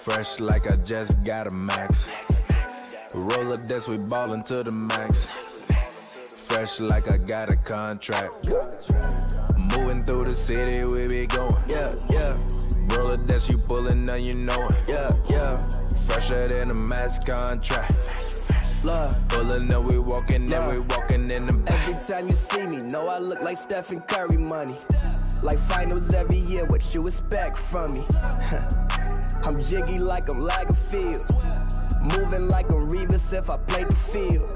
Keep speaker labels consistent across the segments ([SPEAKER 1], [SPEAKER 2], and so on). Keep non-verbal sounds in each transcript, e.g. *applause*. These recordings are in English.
[SPEAKER 1] Fresh like I just got a max. Roller desk, we ballin' to the max. Fresh like I got a contract. Moving through the city, we be going. Yeah, yeah. Roller desk, you pullin', now you know it. Yeah, yeah. Fresher than a mass contract.
[SPEAKER 2] Love.
[SPEAKER 1] Pullin' up, we walkin', and we walkin' in the back.
[SPEAKER 2] Every time you see me, know I look like Stephen Curry money. Like finals every year, what you expect from me? I'm jiggy like I'm Lagerfield. Moving like I'm Revis if I play the field.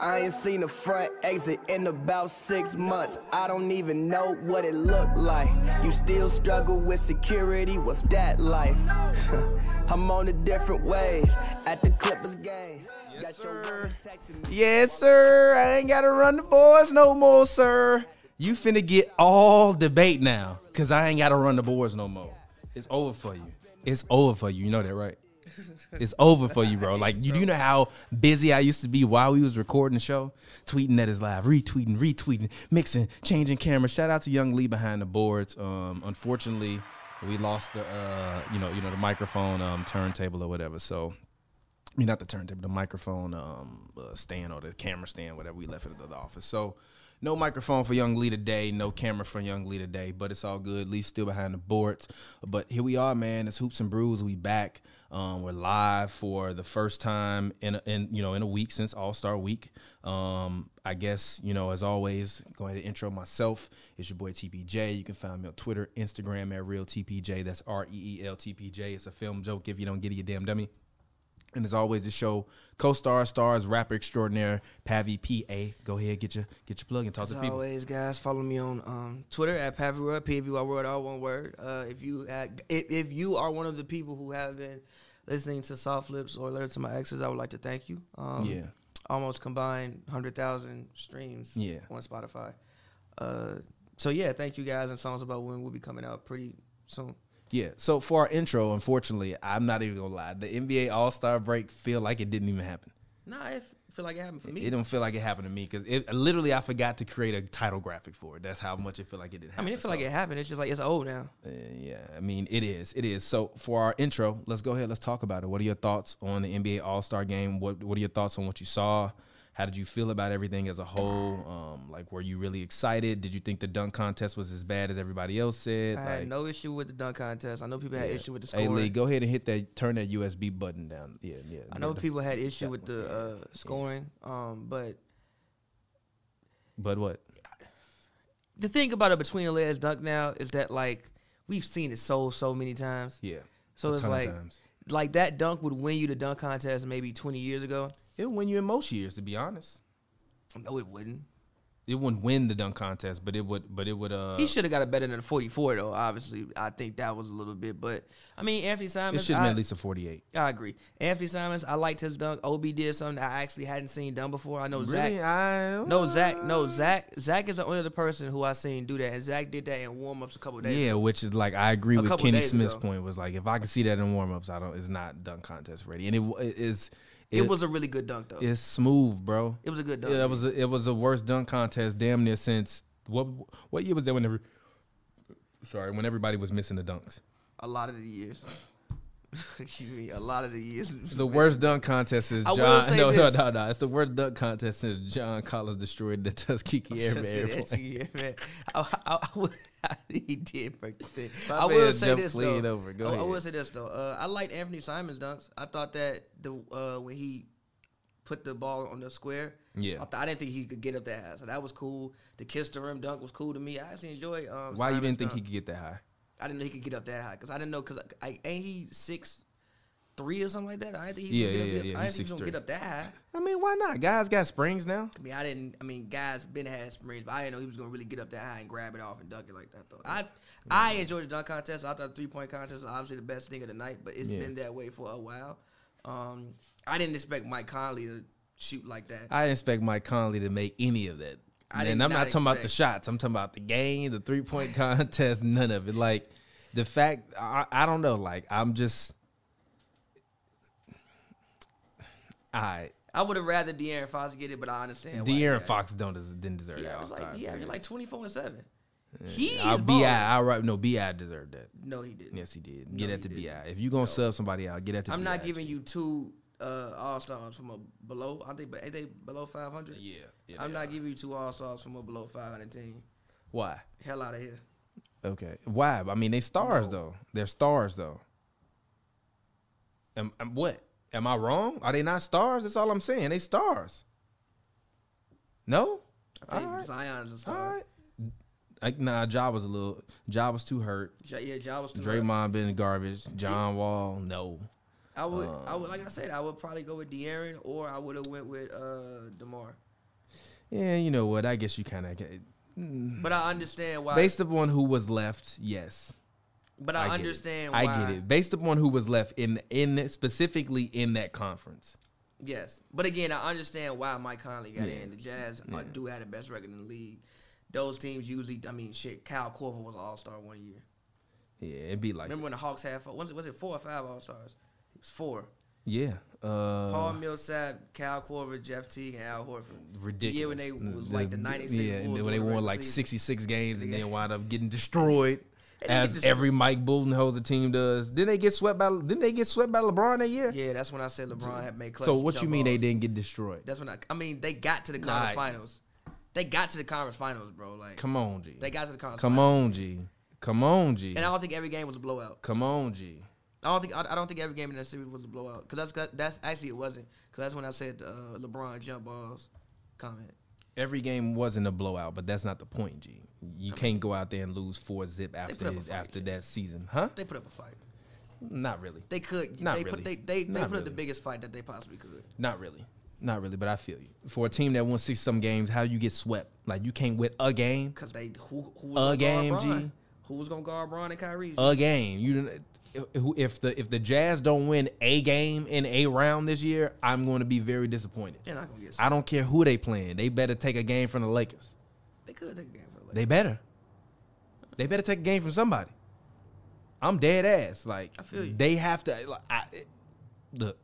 [SPEAKER 2] I ain't seen a front exit in about six months. I don't even know what it looked like. You still struggle with security, what's that life? I'm on a different wave at the Clippers game. Yes, sir.
[SPEAKER 3] Yes, sir. I ain't gotta run the boards no more, sir. You finna get all debate now, cause I ain't gotta run the boards no more. It's over for you. It's over for you. You know that, right? It's over for you, bro. Like you do know how busy I used to be while we was recording the show, tweeting that is live, retweeting, retweeting, mixing, changing camera. Shout out to Young Lee behind the boards. Um, unfortunately, we lost the uh, you know, you know, the microphone um, turntable or whatever. So I mean, not the turntable, the microphone um, uh, stand or the camera stand, whatever we left it at the office. So, no microphone for Young Lee today, no camera for Young Lee today, but it's all good. Lee's still behind the boards. But here we are, man. It's Hoops and Brews. We back. Um, we're live for the first time in, a, in you know in a week since All Star Week. Um, I guess you know as always, go ahead and intro myself. It's your boy TPJ. You can find me on Twitter, Instagram at real TPJ. That's R E E L T P J. It's a film joke. If you don't get it, you damn dummy. And as always, the show co-star stars rapper extraordinaire Pavi P A. Go ahead, get your get your plug and talk
[SPEAKER 2] As
[SPEAKER 3] to the people.
[SPEAKER 2] always, guys, follow me on um, Twitter at Pavyworld, P-A-V-Y-World, all one word. Uh, if you had, if, if you are one of the people who have been listening to Soft Lips or Letter to My Exes, I would like to thank you. Um,
[SPEAKER 3] Yeah.
[SPEAKER 2] Almost combined 100,000 streams
[SPEAKER 3] Yeah.
[SPEAKER 2] on Spotify. Uh, so, yeah, thank you guys. And Songs About Women will be coming out pretty soon.
[SPEAKER 3] Yeah. So for our intro, unfortunately, I'm not even gonna lie. The NBA All Star break feel like it didn't even happen.
[SPEAKER 2] Nah, I f- feel like it happened for me.
[SPEAKER 3] It don't feel like it happened to me because it literally I forgot to create a title graphic for it. That's how much it feel like it didn't.
[SPEAKER 2] I
[SPEAKER 3] Happen.
[SPEAKER 2] mean, it feel
[SPEAKER 3] So,
[SPEAKER 2] like it happened. It's just like it's old now.
[SPEAKER 3] uh, yeah. I mean, it is. It is. So for our intro, let's go ahead. Let's talk about it. What are your thoughts on the NBA All Star game? What What are your thoughts on what you saw? How did you feel about everything as a whole? Um, like, were you really excited? Did you think the dunk contest was as bad as everybody else said?
[SPEAKER 2] I
[SPEAKER 3] like,
[SPEAKER 2] had no issue with the dunk contest. I know people had issue with the
[SPEAKER 3] Hey,
[SPEAKER 2] score.
[SPEAKER 3] Lee, go ahead and hit that. Turn that USB button down. Yeah, yeah.
[SPEAKER 2] I know
[SPEAKER 3] the-
[SPEAKER 2] people had issue with the uh, scoring, um, but
[SPEAKER 3] But what?
[SPEAKER 2] the thing about a between the legs dunk now is that like we've seen it so so many times.
[SPEAKER 3] Yeah.
[SPEAKER 2] So
[SPEAKER 3] A
[SPEAKER 2] it's
[SPEAKER 3] ton of
[SPEAKER 2] like
[SPEAKER 3] times.
[SPEAKER 2] like that dunk would win you the dunk contest maybe 20 years ago.
[SPEAKER 3] It win you in most years, to be honest.
[SPEAKER 2] No, it wouldn't.
[SPEAKER 3] It wouldn't win the dunk contest, but it would. But it would. Uh,
[SPEAKER 2] he should have got it better than a 44 though. Obviously, I think that was a little bit, but I mean Anthony
[SPEAKER 3] it
[SPEAKER 2] Simons.
[SPEAKER 3] should have
[SPEAKER 2] I,
[SPEAKER 3] been at least a forty-eight.
[SPEAKER 2] I agree. Anthony Simons, I liked his dunk. Ob did something I actually hadn't seen done before. I know Zach.
[SPEAKER 3] I
[SPEAKER 2] No, Zach. No, Zach. Zach is the only other person who I seen do that, and Zach did that in warm ups a couple days.
[SPEAKER 3] Yeah, which is like I agree with
[SPEAKER 2] couple
[SPEAKER 3] Kenny
[SPEAKER 2] days
[SPEAKER 3] Smith's
[SPEAKER 2] ago.
[SPEAKER 3] point was like if I can see that in warm-ups, I don't. It's not dunk contest ready, and it w- it is.
[SPEAKER 2] It, was a really good dunk though.
[SPEAKER 3] It's smooth, bro.
[SPEAKER 2] It was a good dunk.
[SPEAKER 3] Yeah, it was. A, it was the worst dunk contest damn near since what? What year was that? Whenever. Sorry, when everybody was missing the dunks.
[SPEAKER 2] a lot of the years. *laughs* Excuse me, a lot of the years.
[SPEAKER 3] The worst dunk contest is
[SPEAKER 2] I will
[SPEAKER 3] John. *laughs*
[SPEAKER 2] say
[SPEAKER 3] no,
[SPEAKER 2] this.
[SPEAKER 3] no, no, no. It's the worst dunk contest since John Collins destroyed the
[SPEAKER 2] *laughs*
[SPEAKER 3] Tuskegee Airmen.
[SPEAKER 2] Cincinnati,
[SPEAKER 3] Airplane.
[SPEAKER 2] yeah, man. I, I, I would- *laughs* he did break the thing.
[SPEAKER 3] My
[SPEAKER 2] I
[SPEAKER 3] man
[SPEAKER 2] will say
[SPEAKER 3] jumped
[SPEAKER 2] this though. Oh,
[SPEAKER 3] clean over. Go
[SPEAKER 2] I, I
[SPEAKER 3] ahead.
[SPEAKER 2] will say this though. Uh, I liked Anthony Simons dunks. I thought that the uh, when he put the ball on the square,
[SPEAKER 3] Yeah.
[SPEAKER 2] I, th- I didn't think he could get up that high, so that was cool. The kiss the rim dunk was cool to me. I actually enjoyed. Um,
[SPEAKER 3] Why you
[SPEAKER 2] Simons
[SPEAKER 3] didn't think
[SPEAKER 2] dunk.
[SPEAKER 3] he could get that high?
[SPEAKER 2] I didn't know he could get up that high because I didn't know because I, I, ain't he six three or something like that. I didn't think he
[SPEAKER 3] Yeah,
[SPEAKER 2] was gonna
[SPEAKER 3] yeah,
[SPEAKER 2] get up,
[SPEAKER 3] yeah, yeah,
[SPEAKER 2] I
[SPEAKER 3] he's
[SPEAKER 2] didn't think he was gonna
[SPEAKER 3] 6'3".
[SPEAKER 2] get up that high.
[SPEAKER 3] I mean, why not? Guys got springs now.
[SPEAKER 2] I mean, I didn't. I mean, guys been had springs, but I didn't know he was gonna really get up that high and grab it off and dunk it like that. Though I, I enjoyed the dunk contest. I thought the three point contest was obviously the best thing of the night, but it's
[SPEAKER 3] Yeah.
[SPEAKER 2] been that way for a while. Um, I didn't expect Mike Conley to shoot like that.
[SPEAKER 3] I didn't expect Mike Conley to make any of that.
[SPEAKER 2] I did
[SPEAKER 3] and I'm not,
[SPEAKER 2] not
[SPEAKER 3] talking about the
[SPEAKER 2] expect-
[SPEAKER 3] shots. I'm talking about the game, the three point *laughs* contest, none of it. Like the fact, I, I don't know. Like I'm just, I
[SPEAKER 2] I would have rather De'Aaron Fox get it, but I understand. why he
[SPEAKER 3] De'aaron
[SPEAKER 2] got it.
[SPEAKER 3] Fox don't des- didn't deserve
[SPEAKER 2] He
[SPEAKER 3] that.
[SPEAKER 2] averaged
[SPEAKER 3] all-star
[SPEAKER 2] like he averaged
[SPEAKER 3] appearance.
[SPEAKER 2] like twenty four and seven.
[SPEAKER 4] He
[SPEAKER 3] I'll
[SPEAKER 4] is balling.
[SPEAKER 3] bi. I right. No, bi deserved that.
[SPEAKER 4] No, he didn't.
[SPEAKER 3] Yes, he did. Get
[SPEAKER 4] No,
[SPEAKER 3] that to
[SPEAKER 4] he
[SPEAKER 3] bi. If you gonna sub somebody out, get that to.
[SPEAKER 4] I'm not
[SPEAKER 3] BI.
[SPEAKER 4] giving you two uh, all stars from a below. I think, but ain't they below 500?
[SPEAKER 3] Yeah, yeah,
[SPEAKER 4] I'm
[SPEAKER 3] they
[SPEAKER 4] not giving you two all stars from a below 500 team.
[SPEAKER 3] Why?
[SPEAKER 4] Hell out of here.
[SPEAKER 3] Okay. Why? I mean, they stars though. They're stars though. Am, am what? Am I wrong? Are they not stars? That's all I'm saying. They stars. No.
[SPEAKER 4] I think
[SPEAKER 3] All right.
[SPEAKER 4] Zion's a
[SPEAKER 3] All
[SPEAKER 4] star.
[SPEAKER 3] right. Like, nah, Ja was a little. Ja was too hurt.
[SPEAKER 4] Ja- Yeah, Ja was too. high.
[SPEAKER 3] Draymond been garbage. John Wall, no.
[SPEAKER 4] I would, I
[SPEAKER 3] um,
[SPEAKER 4] would, like I said, I would probably go with De'Aaron, or I would have went with uh, Demar.
[SPEAKER 3] Yeah, you know what? I guess you kind of
[SPEAKER 4] But I understand why.
[SPEAKER 3] Hmm. based upon who was left. Yes,
[SPEAKER 4] but I,
[SPEAKER 3] get it.
[SPEAKER 4] understand.
[SPEAKER 3] I
[SPEAKER 4] why.
[SPEAKER 3] get it. Based upon who was left in in specifically in that conference.
[SPEAKER 4] Yes, but again, I understand why Mike Conley got
[SPEAKER 3] Yeah.
[SPEAKER 4] in. The Jazz uh, do have the best record in the league. Those teams usually, I mean, shit. Kyle Corver was an All Star one year.
[SPEAKER 3] Yeah, it'd be like
[SPEAKER 4] Remember when the Hawks had four, was it was it four or five All Stars? It was four.
[SPEAKER 3] yeah,
[SPEAKER 4] Paul
[SPEAKER 3] uh,
[SPEAKER 4] Millsap, Cal Corver, Jeff Teague, and Al Horford.
[SPEAKER 3] ridiculous.
[SPEAKER 4] Yeah, when they was like the '96.
[SPEAKER 3] Yeah, and then when they won like
[SPEAKER 4] six.
[SPEAKER 3] 66 games and then wound up getting destroyed.
[SPEAKER 4] didn't get
[SPEAKER 3] As
[SPEAKER 4] destroyed.
[SPEAKER 3] every Mike Budenholzer team does, didn't they get swept by? Didn't they get swept by LeBron that year?
[SPEAKER 4] Yeah, that's when I said LeBron had made clutch.
[SPEAKER 3] so what
[SPEAKER 4] jump
[SPEAKER 3] you mean they
[SPEAKER 4] balls.
[SPEAKER 3] didn't get destroyed?
[SPEAKER 4] That's when I. I mean, they got to the conference
[SPEAKER 3] Nah.
[SPEAKER 4] finals. They got to the conference finals, bro. Like,
[SPEAKER 3] Come on, G.
[SPEAKER 4] they got to the conference.
[SPEAKER 3] Come
[SPEAKER 4] finals.
[SPEAKER 3] on, G. Come on, G.
[SPEAKER 4] And I don't think every game was a blowout.
[SPEAKER 3] Come on, G.
[SPEAKER 4] I don't think I, I don't think every game in that series was a blowout. Cause that's that's actually it wasn't. Cause that's when I said uh, LeBron jump balls comment.
[SPEAKER 3] Every game wasn't a blowout, but that's not the point, G. You can't go out there and lose four zip after
[SPEAKER 4] up a fight,
[SPEAKER 3] after that season, huh?
[SPEAKER 4] They put up a fight.
[SPEAKER 3] Not really.
[SPEAKER 4] They could.
[SPEAKER 3] Not
[SPEAKER 4] they
[SPEAKER 3] really.
[SPEAKER 4] put they they, they
[SPEAKER 3] Not
[SPEAKER 4] put up the
[SPEAKER 3] really.
[SPEAKER 4] biggest fight that they possibly could.
[SPEAKER 3] Not really. Not really, but I feel you. For a team that won six some games, how you get swept? Like you can't win a game,
[SPEAKER 4] Cause they who who
[SPEAKER 3] A
[SPEAKER 4] was gonna
[SPEAKER 3] game,
[SPEAKER 4] guard Bron?
[SPEAKER 3] G. Uh,
[SPEAKER 4] Who was gonna guard Bron and Kyrie?
[SPEAKER 3] a game. You didn't. if- If the if the Jazz don't win a game in a round this year, I'm going to be very disappointed.
[SPEAKER 4] They're not gonna get.
[SPEAKER 3] I don't care who they playing. They better take a game from the Lakers.
[SPEAKER 4] They could take a game for like.
[SPEAKER 3] They better. They better take a game from somebody. I'm dead ass. Like
[SPEAKER 4] I feel you.
[SPEAKER 3] they have to. Like, I, look,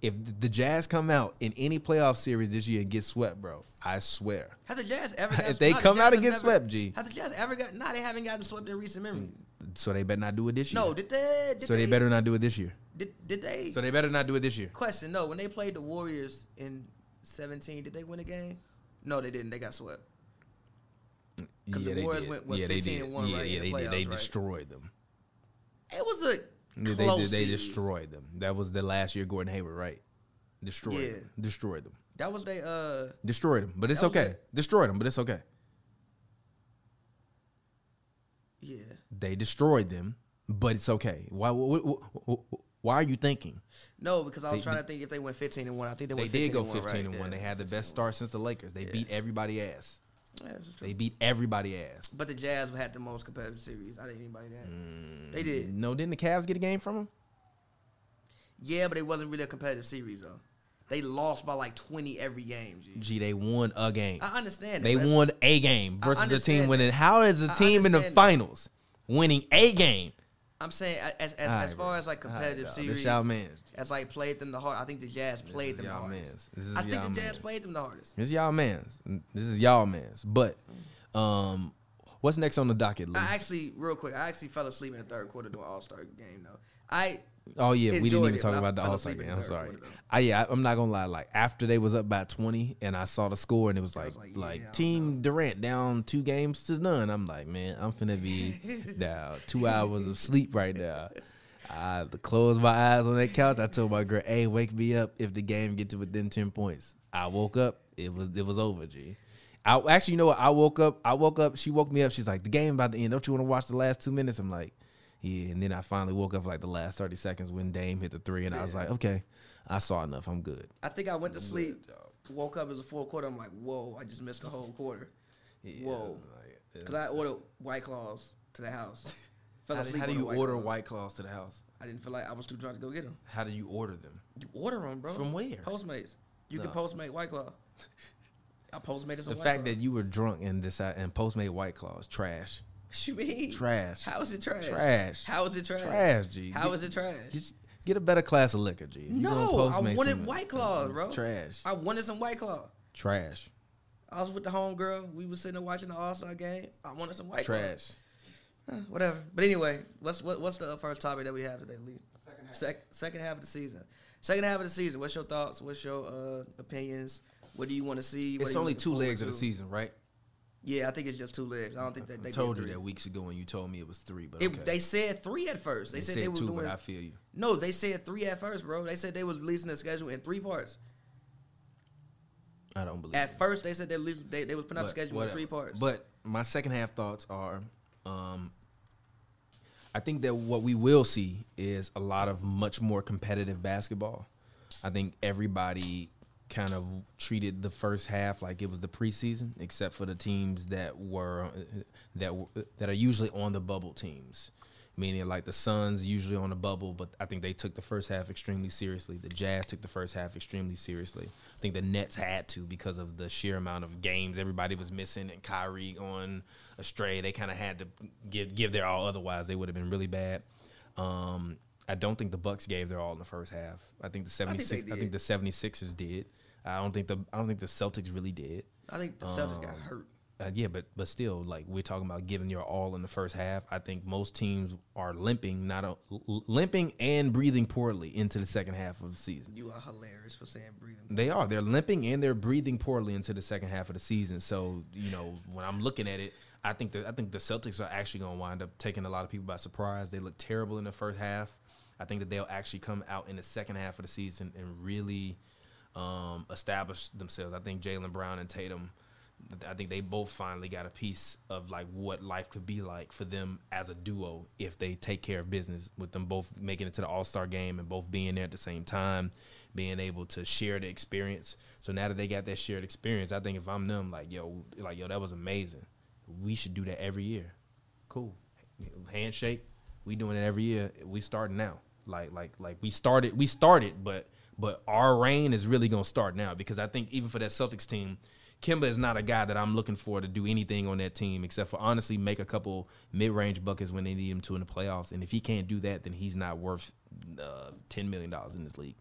[SPEAKER 3] if the Jazz come out in any playoff series this year and get swept, bro, I swear.
[SPEAKER 4] Have the Jazz
[SPEAKER 3] *laughs*
[SPEAKER 4] ever?
[SPEAKER 3] If
[SPEAKER 4] gotten-
[SPEAKER 3] they
[SPEAKER 4] nah, the
[SPEAKER 3] come
[SPEAKER 4] Jazz
[SPEAKER 3] out and
[SPEAKER 4] have
[SPEAKER 3] get
[SPEAKER 4] never-
[SPEAKER 3] swept, G.
[SPEAKER 4] Have the Jazz ever got? Nah, they haven't gotten swept in recent memory.
[SPEAKER 3] So they better not do it this year.
[SPEAKER 4] No, did they? Did
[SPEAKER 3] so they, better not do it this year.
[SPEAKER 4] Did, did they?
[SPEAKER 3] So they better not do it this year.
[SPEAKER 4] question. No, when they played the Warriors in seventeen, did they win a game? No, they didn't. They got swept. 'Cause the Warriors went, what, 15 and one,
[SPEAKER 3] yeah,
[SPEAKER 4] right,
[SPEAKER 3] yeah,
[SPEAKER 4] in the
[SPEAKER 3] they, did. they
[SPEAKER 4] playoffs, right?
[SPEAKER 3] destroyed them.
[SPEAKER 4] It was a
[SPEAKER 3] They- They,
[SPEAKER 4] close.
[SPEAKER 3] did- they
[SPEAKER 4] series.
[SPEAKER 3] destroyed them. That was the last year Gordon Hayward, right? Destroyed.
[SPEAKER 4] Yeah.
[SPEAKER 3] Them. Destroyed them.
[SPEAKER 4] That was they. Uh,
[SPEAKER 3] Destroyed them. But it's
[SPEAKER 4] That was
[SPEAKER 3] okay.
[SPEAKER 4] it.
[SPEAKER 3] Destroyed them. But it's okay.
[SPEAKER 4] yeah.
[SPEAKER 3] They destroyed them. But it's okay. Why? Why, why, why are you thinking?
[SPEAKER 4] No, because I was trying to think if they went fifteen and one. I think they,
[SPEAKER 3] They
[SPEAKER 4] went
[SPEAKER 3] did
[SPEAKER 4] 15
[SPEAKER 3] go
[SPEAKER 4] and one,
[SPEAKER 3] 15
[SPEAKER 4] right?
[SPEAKER 3] and
[SPEAKER 4] Yeah.
[SPEAKER 3] one. They had the best start since the Lakers. They beat everybody ass.
[SPEAKER 4] Yeah, that's true.
[SPEAKER 3] They beat everybody ass.
[SPEAKER 4] But the Jazz had the most competitive series. I think anybody that.
[SPEAKER 3] Mm.
[SPEAKER 4] They did.
[SPEAKER 3] No, didn't the Cavs get a game from them?
[SPEAKER 4] Yeah, but it wasn't really a competitive series though. They lost by like twenty every game. G.
[SPEAKER 3] Gee, they won a game.
[SPEAKER 4] I understand. that,
[SPEAKER 3] They
[SPEAKER 4] but that's-
[SPEAKER 3] won a game versus a team
[SPEAKER 4] understand
[SPEAKER 3] winning. How is a
[SPEAKER 4] I
[SPEAKER 3] team in the
[SPEAKER 4] understand that.
[SPEAKER 3] finals winning a game?
[SPEAKER 4] I'm saying a- as as,
[SPEAKER 3] All
[SPEAKER 4] as
[SPEAKER 3] right,
[SPEAKER 4] far
[SPEAKER 3] bro.
[SPEAKER 4] as like
[SPEAKER 3] All right,
[SPEAKER 4] competitive
[SPEAKER 3] dog. This
[SPEAKER 4] series,
[SPEAKER 3] y'all mans.
[SPEAKER 4] as like played them the hard. I think the Jazz played them the
[SPEAKER 3] y'all
[SPEAKER 4] hardest.
[SPEAKER 3] mans. This is
[SPEAKER 4] I think
[SPEAKER 3] y'all
[SPEAKER 4] the Jazz
[SPEAKER 3] mans.
[SPEAKER 4] played them the hardest.
[SPEAKER 3] This is y'all man's. This is y'all man's. But um, what's next on the docket, Lou?
[SPEAKER 4] I actually, real quick, I actually fell asleep in the third quarter during All Star game though. I
[SPEAKER 3] oh yeah, we didn't
[SPEAKER 4] enjoyed
[SPEAKER 3] even
[SPEAKER 4] it,
[SPEAKER 3] talk
[SPEAKER 4] but I
[SPEAKER 3] about the
[SPEAKER 4] fell
[SPEAKER 3] All Star
[SPEAKER 4] asleep in
[SPEAKER 3] game.
[SPEAKER 4] the
[SPEAKER 3] I'm
[SPEAKER 4] third
[SPEAKER 3] sorry.
[SPEAKER 4] quarter, though.
[SPEAKER 3] I yeah, I, am not gonna lie. Like after they was up by 20, and I saw the score, and it was like
[SPEAKER 4] was
[SPEAKER 3] like,
[SPEAKER 4] like, yeah, I don't
[SPEAKER 3] Team Durant down two games to none. I'm like, man, I'm finna
[SPEAKER 4] *laughs*
[SPEAKER 3] be down two hours of sleep right now. I closed my eyes on that couch. I told my girl, "Hey, wake me up if the game gets to within ten points." I woke up. It was it was over, G. I actually, you know what? I woke up. I woke up. She woke me up. She's like, "The game about to end. Don't you want to watch the last two minutes?" I'm like, "Yeah." And then I finally woke up for like the last thirty seconds when Dame hit the three, and I was like, "Okay, I saw enough. I'm good."
[SPEAKER 4] I think I went to sleep, woke up as a fourth quarter. I'm like, whoa, I just missed the whole quarter. whoa, because I ordered White Claws to
[SPEAKER 3] *laughs*
[SPEAKER 4] the house. Fell
[SPEAKER 3] How,
[SPEAKER 4] asleep.
[SPEAKER 3] how do
[SPEAKER 4] on the
[SPEAKER 3] you order
[SPEAKER 4] Claws.
[SPEAKER 3] white claws to the house?
[SPEAKER 4] I didn't feel like I was too drunk to go get them.
[SPEAKER 3] How do you order them?
[SPEAKER 4] You order them, bro.
[SPEAKER 3] From where?
[SPEAKER 4] Postmates. You
[SPEAKER 3] No.
[SPEAKER 4] can Postmate White Claw. *laughs* I Postmated some
[SPEAKER 3] The
[SPEAKER 4] White
[SPEAKER 3] fact
[SPEAKER 4] Claw.
[SPEAKER 3] that you were drunk and decide and Postmate white claws trash,
[SPEAKER 4] What *laughs* you mean?
[SPEAKER 3] Trash.
[SPEAKER 4] How is it trash?
[SPEAKER 3] Trash.
[SPEAKER 4] How is it trash?
[SPEAKER 3] trash, G.
[SPEAKER 4] How
[SPEAKER 3] Get-
[SPEAKER 4] is it trash?
[SPEAKER 3] Get, get a better class of liquor, G. If you gonna
[SPEAKER 4] no, I
[SPEAKER 3] Postmate
[SPEAKER 4] wanted
[SPEAKER 3] some-
[SPEAKER 4] White Claws, bro.
[SPEAKER 3] Trash.
[SPEAKER 4] I wanted some White Claw.
[SPEAKER 3] Trash.
[SPEAKER 4] I was with the homegirl. We was sitting there watching the All Star game. I wanted some white claws.
[SPEAKER 3] Trash.
[SPEAKER 4] Eh, whatever. But anyway, what's what, what's the first topic that we have today, Lee? Second half. second half of the season. Second half of the season. What's your thoughts? What's your uh, opinions? What do you want to see? What
[SPEAKER 3] It's
[SPEAKER 4] are you
[SPEAKER 3] only
[SPEAKER 4] looking
[SPEAKER 3] two
[SPEAKER 4] forward
[SPEAKER 3] legs of the
[SPEAKER 4] to?
[SPEAKER 3] season, right?
[SPEAKER 4] Yeah, I think it's just two legs. I don't think that they
[SPEAKER 3] I
[SPEAKER 4] did
[SPEAKER 3] told you
[SPEAKER 4] three.
[SPEAKER 3] that weeks ago, and you told me it was three. But
[SPEAKER 4] It,
[SPEAKER 3] okay.
[SPEAKER 4] They said three at first. They,
[SPEAKER 3] They
[SPEAKER 4] said,
[SPEAKER 3] said
[SPEAKER 4] they was
[SPEAKER 3] two,
[SPEAKER 4] doing.
[SPEAKER 3] but I feel you.
[SPEAKER 4] no, they said three at first, bro. They said they was releasing the schedule in three parts.
[SPEAKER 3] I don't believe. it.
[SPEAKER 4] At first, they said they released- they, they was putting out the
[SPEAKER 3] But
[SPEAKER 4] schedule in
[SPEAKER 3] whatever.
[SPEAKER 4] three parts.
[SPEAKER 3] But my second half thoughts are, um, I think that what we will see is a lot of much more competitive basketball. I think everybody kind of treated the first half like it was the preseason, except for the teams that were uh, that were- that are usually on the bubble teams. Meaning, like the Suns usually on the bubble, but I think they took the first half extremely seriously. The Jazz took the first half extremely seriously. I think the Nets had to because of the sheer amount of games everybody was missing and Kyrie going astray. They kind of had to give give their all, otherwise they would have been really bad. Um, I don't think the Bucks gave their all in the first half. I think the 76
[SPEAKER 4] they
[SPEAKER 3] I think
[SPEAKER 4] did.
[SPEAKER 3] the 76ers did. I don't think the I don't think the Celtics really did.
[SPEAKER 4] I think the Celtics got hurt.
[SPEAKER 3] Uh, yeah, but but still, like we're talking about giving your all in the first half. I think most teams are limping, not a, l- limping and breathing poorly into the second half of the season.
[SPEAKER 4] You are hilarious for saying breathing.
[SPEAKER 3] They are. They're limping and they're breathing poorly into the second half of the season. So you know, when I'm looking at it, I think that I think the Celtics are actually going to wind up taking a lot of people by surprise. They look terrible in the first half. I think that they'll actually come out in the second half of the season and really um, establish themselves. I think Jalen Brown and Tatum. I think they both finally got a piece of like what life could be like for them as a duo if they take care of business with them both making it to the All Star game and both being there at the same time, being able to share the experience. So now that they got that shared experience, I think if I'm them, like yo, like yo, that was amazing. We should do that every year. Cool, handshake. We doing it every year. We starting now. Like like like we started we started, but but our reign is really gonna start now because I think even for that Celtics team, Kimba is not a guy that I'm looking for to do anything on that team except for honestly make a couple mid range buckets when they need him to in the playoffs. And if he can't do that, then he's not worth uh, ten million dollars in this league.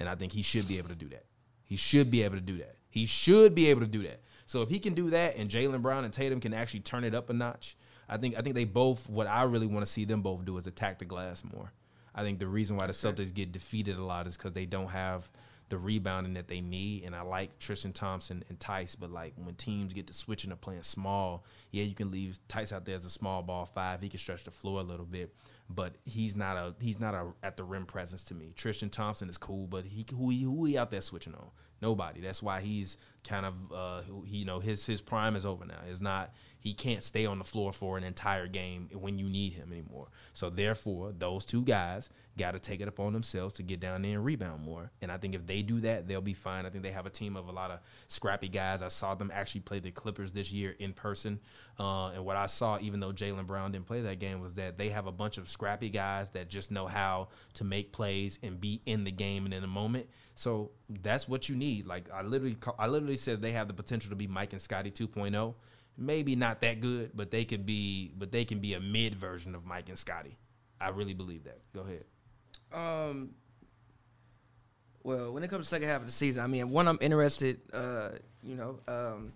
[SPEAKER 3] And I think he should be able to do that. He should be able to do that. He should be able to do that. So if he can do that, and Jalen Brown and Tatum can actually turn it up a notch, I think I think they both. What I really want to see them both do is attack the glass more. I think the reason why the Celtics get defeated a lot is because they don't have the rebounding that they need. And I like Tristan Thompson and Tice, but like when teams get to switching to playing small, yeah, you can leave Tice out there as a small ball five. He can stretch the floor a little bit, but he's not a he's not a at the rim presence to me. Tristan Thompson is cool, but he who he, who he out there switching on? Nobody. That's why he's kind of uh, who- he, you know his his prime is over now. It's not he can't stay on the floor for an entire game when you need him anymore. So therefore, those two guys got to take it upon themselves to get down there and rebound more. And I think if they do that, they'll be fine. I think they have a team of a lot of scrappy guys. I saw them actually play the Clippers this year in person, uh, and what I saw, even though Jalen Brown didn't play that game, was that they have a bunch of scrappy guys that just know how to make plays and be in the game and in the moment. So that's what you need. Like I literally, ca- I literally said they have the potential to be Mike and Scotty 2.0 maybe not that good, but they could be but they can be a mid version of Mike and Scotty. I really believe that. Go ahead.
[SPEAKER 4] Um. Well, when it comes to second half of the season, I mean, one I'm interested. Uh, you know, um,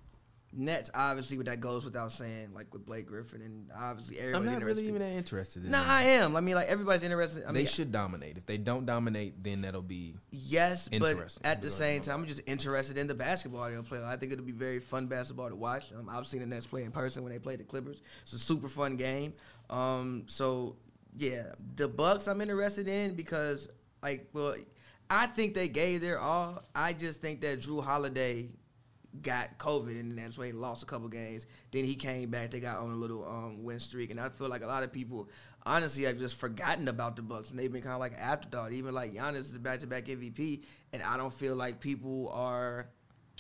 [SPEAKER 4] Nets obviously, but that goes without saying. Like with Blake Griffin, and obviously everybody's
[SPEAKER 3] I'm not
[SPEAKER 4] interested.
[SPEAKER 3] really even that interested in
[SPEAKER 4] no,
[SPEAKER 3] them.
[SPEAKER 4] I am. I mean, like everybody's interested. I
[SPEAKER 3] they
[SPEAKER 4] mean,
[SPEAKER 3] should dominate. If they don't dominate, then that'll be
[SPEAKER 4] yes, but
[SPEAKER 3] Interesting.
[SPEAKER 4] at the
[SPEAKER 3] Go
[SPEAKER 4] same
[SPEAKER 3] ahead.
[SPEAKER 4] time, I'm just interested in the basketball they'll play. I think it'll be very fun basketball to watch. Um, I've seen the Nets play in person when they played the Clippers. It's a super fun game. Um, so yeah, the Bucks I'm interested in because like, well, I think they gave their all. I just think that Drew Holiday got COVID and that's why he lost a couple games. Then he came back. They got on a little um, win streak, and I feel like a lot of people honestly have just forgotten about the Bucks, and they've been kind of like an afterthought. Even like Giannis is back to back MVP, and I don't feel like people are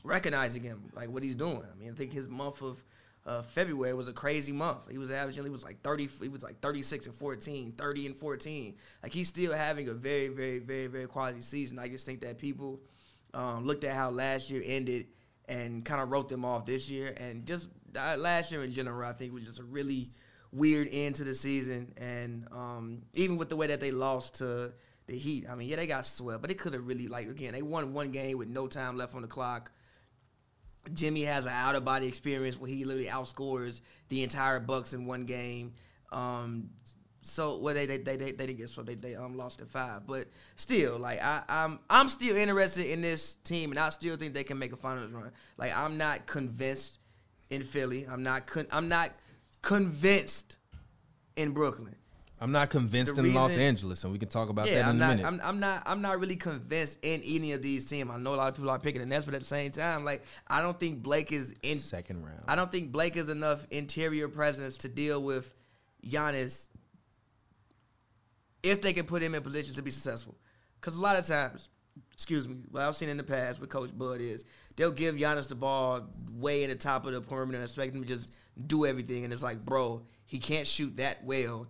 [SPEAKER 4] recognizing him, like what he's doing. I mean, I think his month of uh, February was a crazy month. He was averaging, he was like 30, he was like 36 and 14, 30 and 14. Like he's still having a very, very, very, very quality season. I just think that people um, looked at how last year ended and kind of wrote them off this year. And just uh, last year in general, I think was just a really weird end to the season. And um, even with the way that they lost to the Heat, I mean, yeah, they got swept, but they could have really, like, again, they won one game with no time left on the clock Jimmy has an out of body experience where he literally outscores the entire Bucks in one game. Um, so well, they they they they, they didn't get so they they um lost at five, but still like I I'm I'm still interested in this team, and I still think they can make a finals run. Like I'm not convinced in Philly. I'm not con- I'm not convinced in Brooklyn.
[SPEAKER 3] I'm not convinced
[SPEAKER 4] The
[SPEAKER 3] in Los
[SPEAKER 4] reason-
[SPEAKER 3] Angeles, and we can talk about
[SPEAKER 4] Yeah,
[SPEAKER 3] that
[SPEAKER 4] I'm
[SPEAKER 3] in a
[SPEAKER 4] not.
[SPEAKER 3] minute.
[SPEAKER 4] I'm, I'm not. I'm not really convinced in any of these teams. I know a lot of people are picking the Nets, but at the same time, like I don't think Blake is in.
[SPEAKER 3] Second round.
[SPEAKER 4] I don't think Blake is enough interior presence to deal with Giannis if they can put him in position to be successful. Because a lot of times, excuse me, what I've seen in the past with Coach Bud is they'll give Giannis the ball way in the top of the perimeter and expect him to just do everything. And it's like, bro, he can't shoot that well.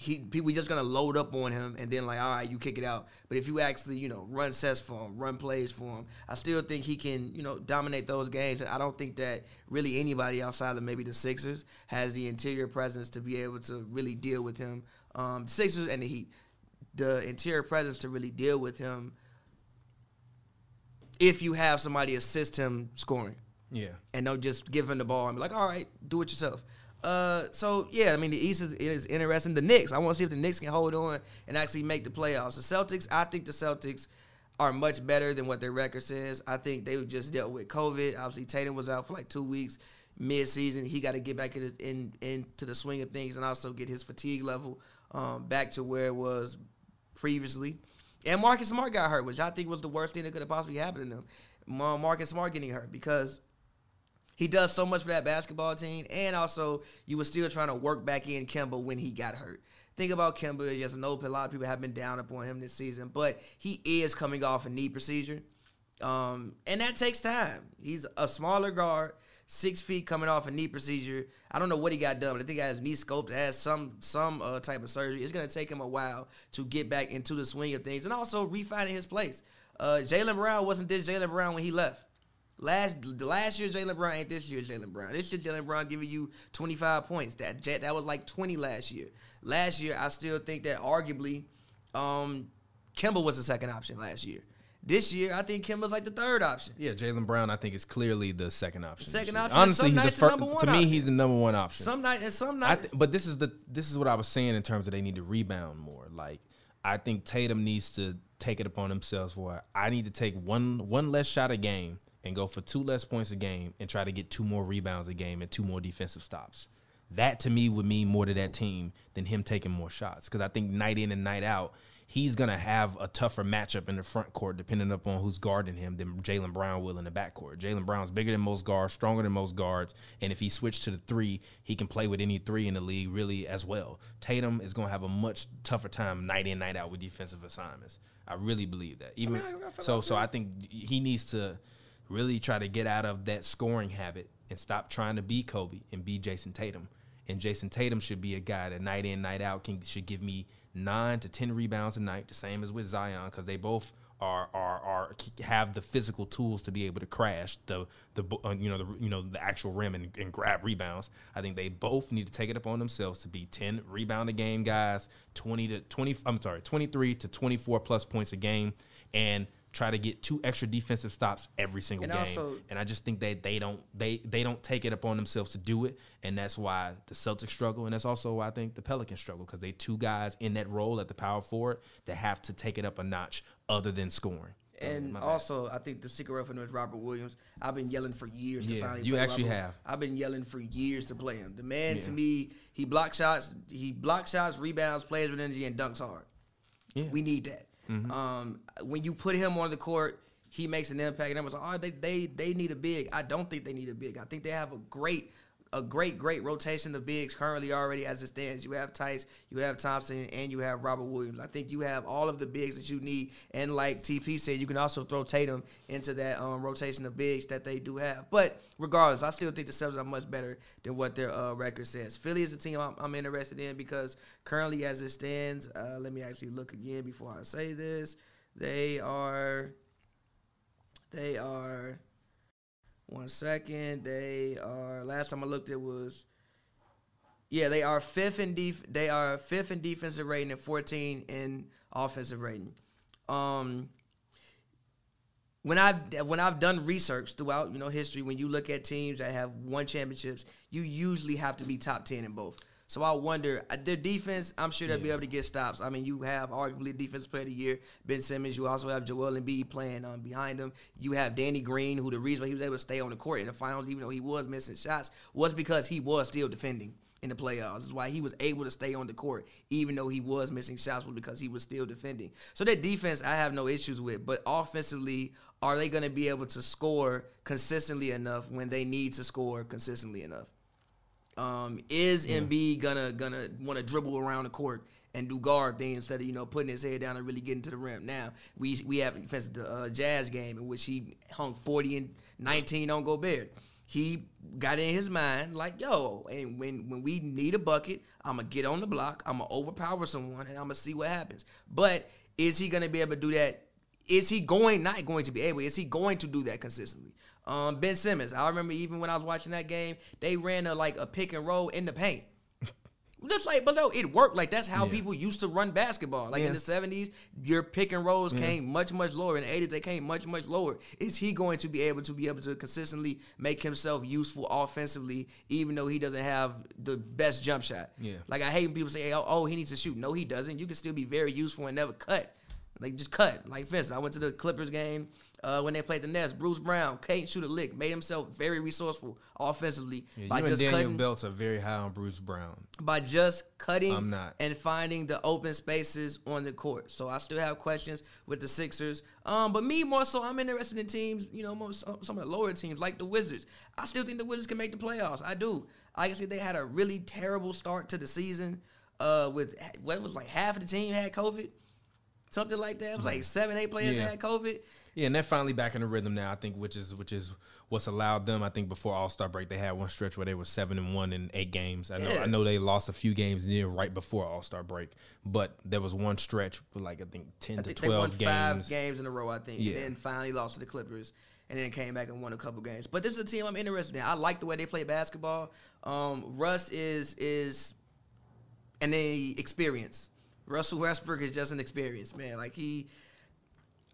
[SPEAKER 4] He people just gonna load up on him and then like, all right, you kick it out. But if you actually, you know, run sets for him, run plays for him, I still think he can, you know, dominate those games. And I don't think that really anybody outside of maybe the Sixers has the interior presence to be able to really deal with him. Um, Sixers and the Heat the interior presence to really deal with him if you have somebody assist him scoring
[SPEAKER 3] yeah.
[SPEAKER 4] and don't just give him the ball and be like, all right, do it yourself. Uh, so yeah, I mean the East is, is interesting. The Knicks, I want to see if the Knicks can hold on and actually make the playoffs. The Celtics, I think the Celtics are much better than what their record says. I think they just dealt with COVID. Obviously, Tatum was out for like two weeks mid-season. He got to get back in, his, in into the swing of things and also get his fatigue level um, back to where it was previously. And Marcus Smart got hurt, which I think was the worst thing that could have possibly happened to them. Ma- Marcus Smart getting hurt because he does so much for that basketball team, and also you were still trying to work back in Kemba when he got hurt. Think about Kemba. Yes, I know a lot of people have been down upon him this season, but he is coming off a knee procedure, um, and that takes time. He's a smaller guard, six feet, coming off a knee procedure. I don't know what he got done, but I think he has knee scoped, has some some uh, type of surgery. It's gonna take him a while to get back into the swing of things, and also refinding his place. Uh, Jalen Brown wasn't this Jalen Brown when he left. Last the last year Jalen Brown ain't this year Jalen Brown. This year Jalen Brown giving you 25 points. That Ja- that was like 20 last year. Last year I still think that arguably, um, Kemba was the second option last year. This year I think Kemba's like the third option.
[SPEAKER 3] Yeah, Jalen Brown, I think, is clearly the second option. this
[SPEAKER 4] Second
[SPEAKER 3] year.
[SPEAKER 4] option, and
[SPEAKER 3] Honestly,
[SPEAKER 4] some
[SPEAKER 3] he's the
[SPEAKER 4] nights the
[SPEAKER 3] first.
[SPEAKER 4] number one
[SPEAKER 3] To me,
[SPEAKER 4] option.
[SPEAKER 3] he's the number one option.
[SPEAKER 4] Some night and some
[SPEAKER 3] I
[SPEAKER 4] night.
[SPEAKER 3] th- but this is the this is what I was saying in terms of they need to rebound more. Like I think Tatum needs to take it upon himself where I need to take one one less shot a game and go for two less points a game and try to get two more rebounds a game and two more defensive stops. That to me would mean more to that team than him taking more shots because I think night in and night out he's gonna have a tougher matchup in the front court depending upon who's guarding him than Jalen Brown will in the backcourt. Jalen Brown's bigger than most guards, stronger than most guards, and if he switched to the three, he can play with any three in the league really as well. Tatum is gonna have a much tougher time night in, night out with defensive assignments. I really believe that. Even so, so I think he needs to really try to get out of that scoring habit and stop trying to be Kobe and be Jason Tatum. And Jason Tatum should be a guy that night in, night out can should give me nine to ten rebounds a night, the same as with Zion, because they both are are are have the physical tools to be able to crash the the bo- uh, you know the you know the actual rim and, and grab rebounds. I think they both need to take it upon themselves to be ten rebound a game guys, twenty to twenty. I'm sorry, twenty three to twenty four plus points a game, and try to get two extra defensive stops every single
[SPEAKER 4] And
[SPEAKER 3] game
[SPEAKER 4] also-
[SPEAKER 3] and I just think that they don't they they don't take it upon themselves to do it, and that's why the Celtics struggle, and that's also why I think the Pelicans struggle because they two guys in that role at the power forward that have to take it up a notch other than scoring.
[SPEAKER 4] And also, I think the secret weapon is Robert Williams. I've been yelling for years to
[SPEAKER 3] Yeah,
[SPEAKER 4] finally.
[SPEAKER 3] you
[SPEAKER 4] play
[SPEAKER 3] actually
[SPEAKER 4] Robert.
[SPEAKER 3] have.
[SPEAKER 4] I've been yelling for years to play him. The man to
[SPEAKER 3] Yeah.
[SPEAKER 4] me, he blocks shots, he blocks shots, rebounds, plays with energy, and dunks hard.
[SPEAKER 3] Yeah. Mm-hmm.
[SPEAKER 4] We need that. Um, when you put him on the court, he makes an impact. And I was like, oh, they they they need a big. I don't think they need a big. I think they have a great. A great, great rotation of bigs currently already as it stands. You have Tice, you have Thompson, and you have Robert Williams. I think you have all of the bigs that you need. And like TP said, you can also throw Tatum into that um, rotation of bigs that they do have. But regardless, I still think the Celtics are much better than what their uh, record says. Philly is a team I'm, I'm interested in because currently, as it stands, uh, let me actually look again before I say this. They are, they are, one second. They are. Last time I looked, it was. Yeah, they are fifth in def- They are fifth in defensive rating and 14 in offensive rating. Um, when I when I've done research throughout you know history, when you look at teams that have won championships, you usually have to be top ten in both. So I wonder uh, their defense. I'm sure they'll be able to get stops. I mean, you have arguably defensive player of the year, Ben Simmons. You also have Joel Embiid playing um, behind him. You have Danny Green, who the reason why he was able to stay on the court in the finals, even though he was missing shots, was because he was still defending in the playoffs. Is why he was able to stay on the court, even though he was missing shots, was because he was still defending. So that defense, I have no issues with. But offensively, are they going to be able to score consistently enough when they need to score consistently enough? Um, is Embiid gonna gonna want to dribble around the court and do guard things instead of you know putting his head down and really getting to the rim? Now we we have for instance, the uh, Jazz game in which he hung forty and nineteen on Gobert. He got in his mind like, yo, and when when we need a bucket, I'm gonna get on the block, I'm gonna overpower someone, and I'm gonna see what happens. But is he gonna be able to do that is he going not going to be able is he going to do that consistently um ben simmons i remember even when i was watching that game they ran a like a pick and roll in
[SPEAKER 3] *laughs*
[SPEAKER 4] the paint just like but no it worked like that's how
[SPEAKER 3] Yeah.
[SPEAKER 4] people used to run basketball like in
[SPEAKER 3] Yeah.
[SPEAKER 4] the 70s your pick and rolls came much much lower in the 80s they came much much lower is he going to be able to be able to consistently make himself useful offensively even though he doesn't have the best jump shot
[SPEAKER 3] Yeah.
[SPEAKER 4] like I hate when people say, oh, oh, he needs to shoot. No, he doesn't. You can still be very useful and never cut. Like just cut. Like for instance, I went to the Clippers game uh, when they played the Nets. Bruce Brown can't shoot a lick. Made himself very resourceful offensively
[SPEAKER 3] Yeah, you
[SPEAKER 4] by
[SPEAKER 3] and
[SPEAKER 4] just
[SPEAKER 3] Daniel
[SPEAKER 4] cutting
[SPEAKER 3] Belts are very high on Bruce Brown.
[SPEAKER 4] by just cutting
[SPEAKER 3] I'm not.
[SPEAKER 4] and finding the open spaces on the court. So I still have questions with the Sixers. Um, but me more so, I'm interested in teams, you know, most some of the lower teams like the Wizards. I still think the Wizards can make the playoffs. I do. Like I said, they had a really terrible start to the season. Uh, with what it was like half of the team had COVID, something like that. It was like seven, eight players
[SPEAKER 3] Mm. Yeah.
[SPEAKER 4] had COVID.
[SPEAKER 3] Yeah, and they're finally back in the rhythm now. I think which is which is what's allowed them. I think before All Star break, they had one stretch where they were seven and one in eight games. I know
[SPEAKER 4] Yeah.
[SPEAKER 3] I know they lost a few games near right before All Star break, but there was one stretch with like I think ten to
[SPEAKER 4] I think they won
[SPEAKER 3] twelve
[SPEAKER 4] five
[SPEAKER 3] games.
[SPEAKER 4] games in a row, I think.
[SPEAKER 3] Yeah.
[SPEAKER 4] And then finally lost to the Clippers. And then came back and won a couple games. But this is a team I'm interested in. I like the way they play basketball. Um, Russ is is and they experience. Russell Westbrook is just an experience, man. Like he,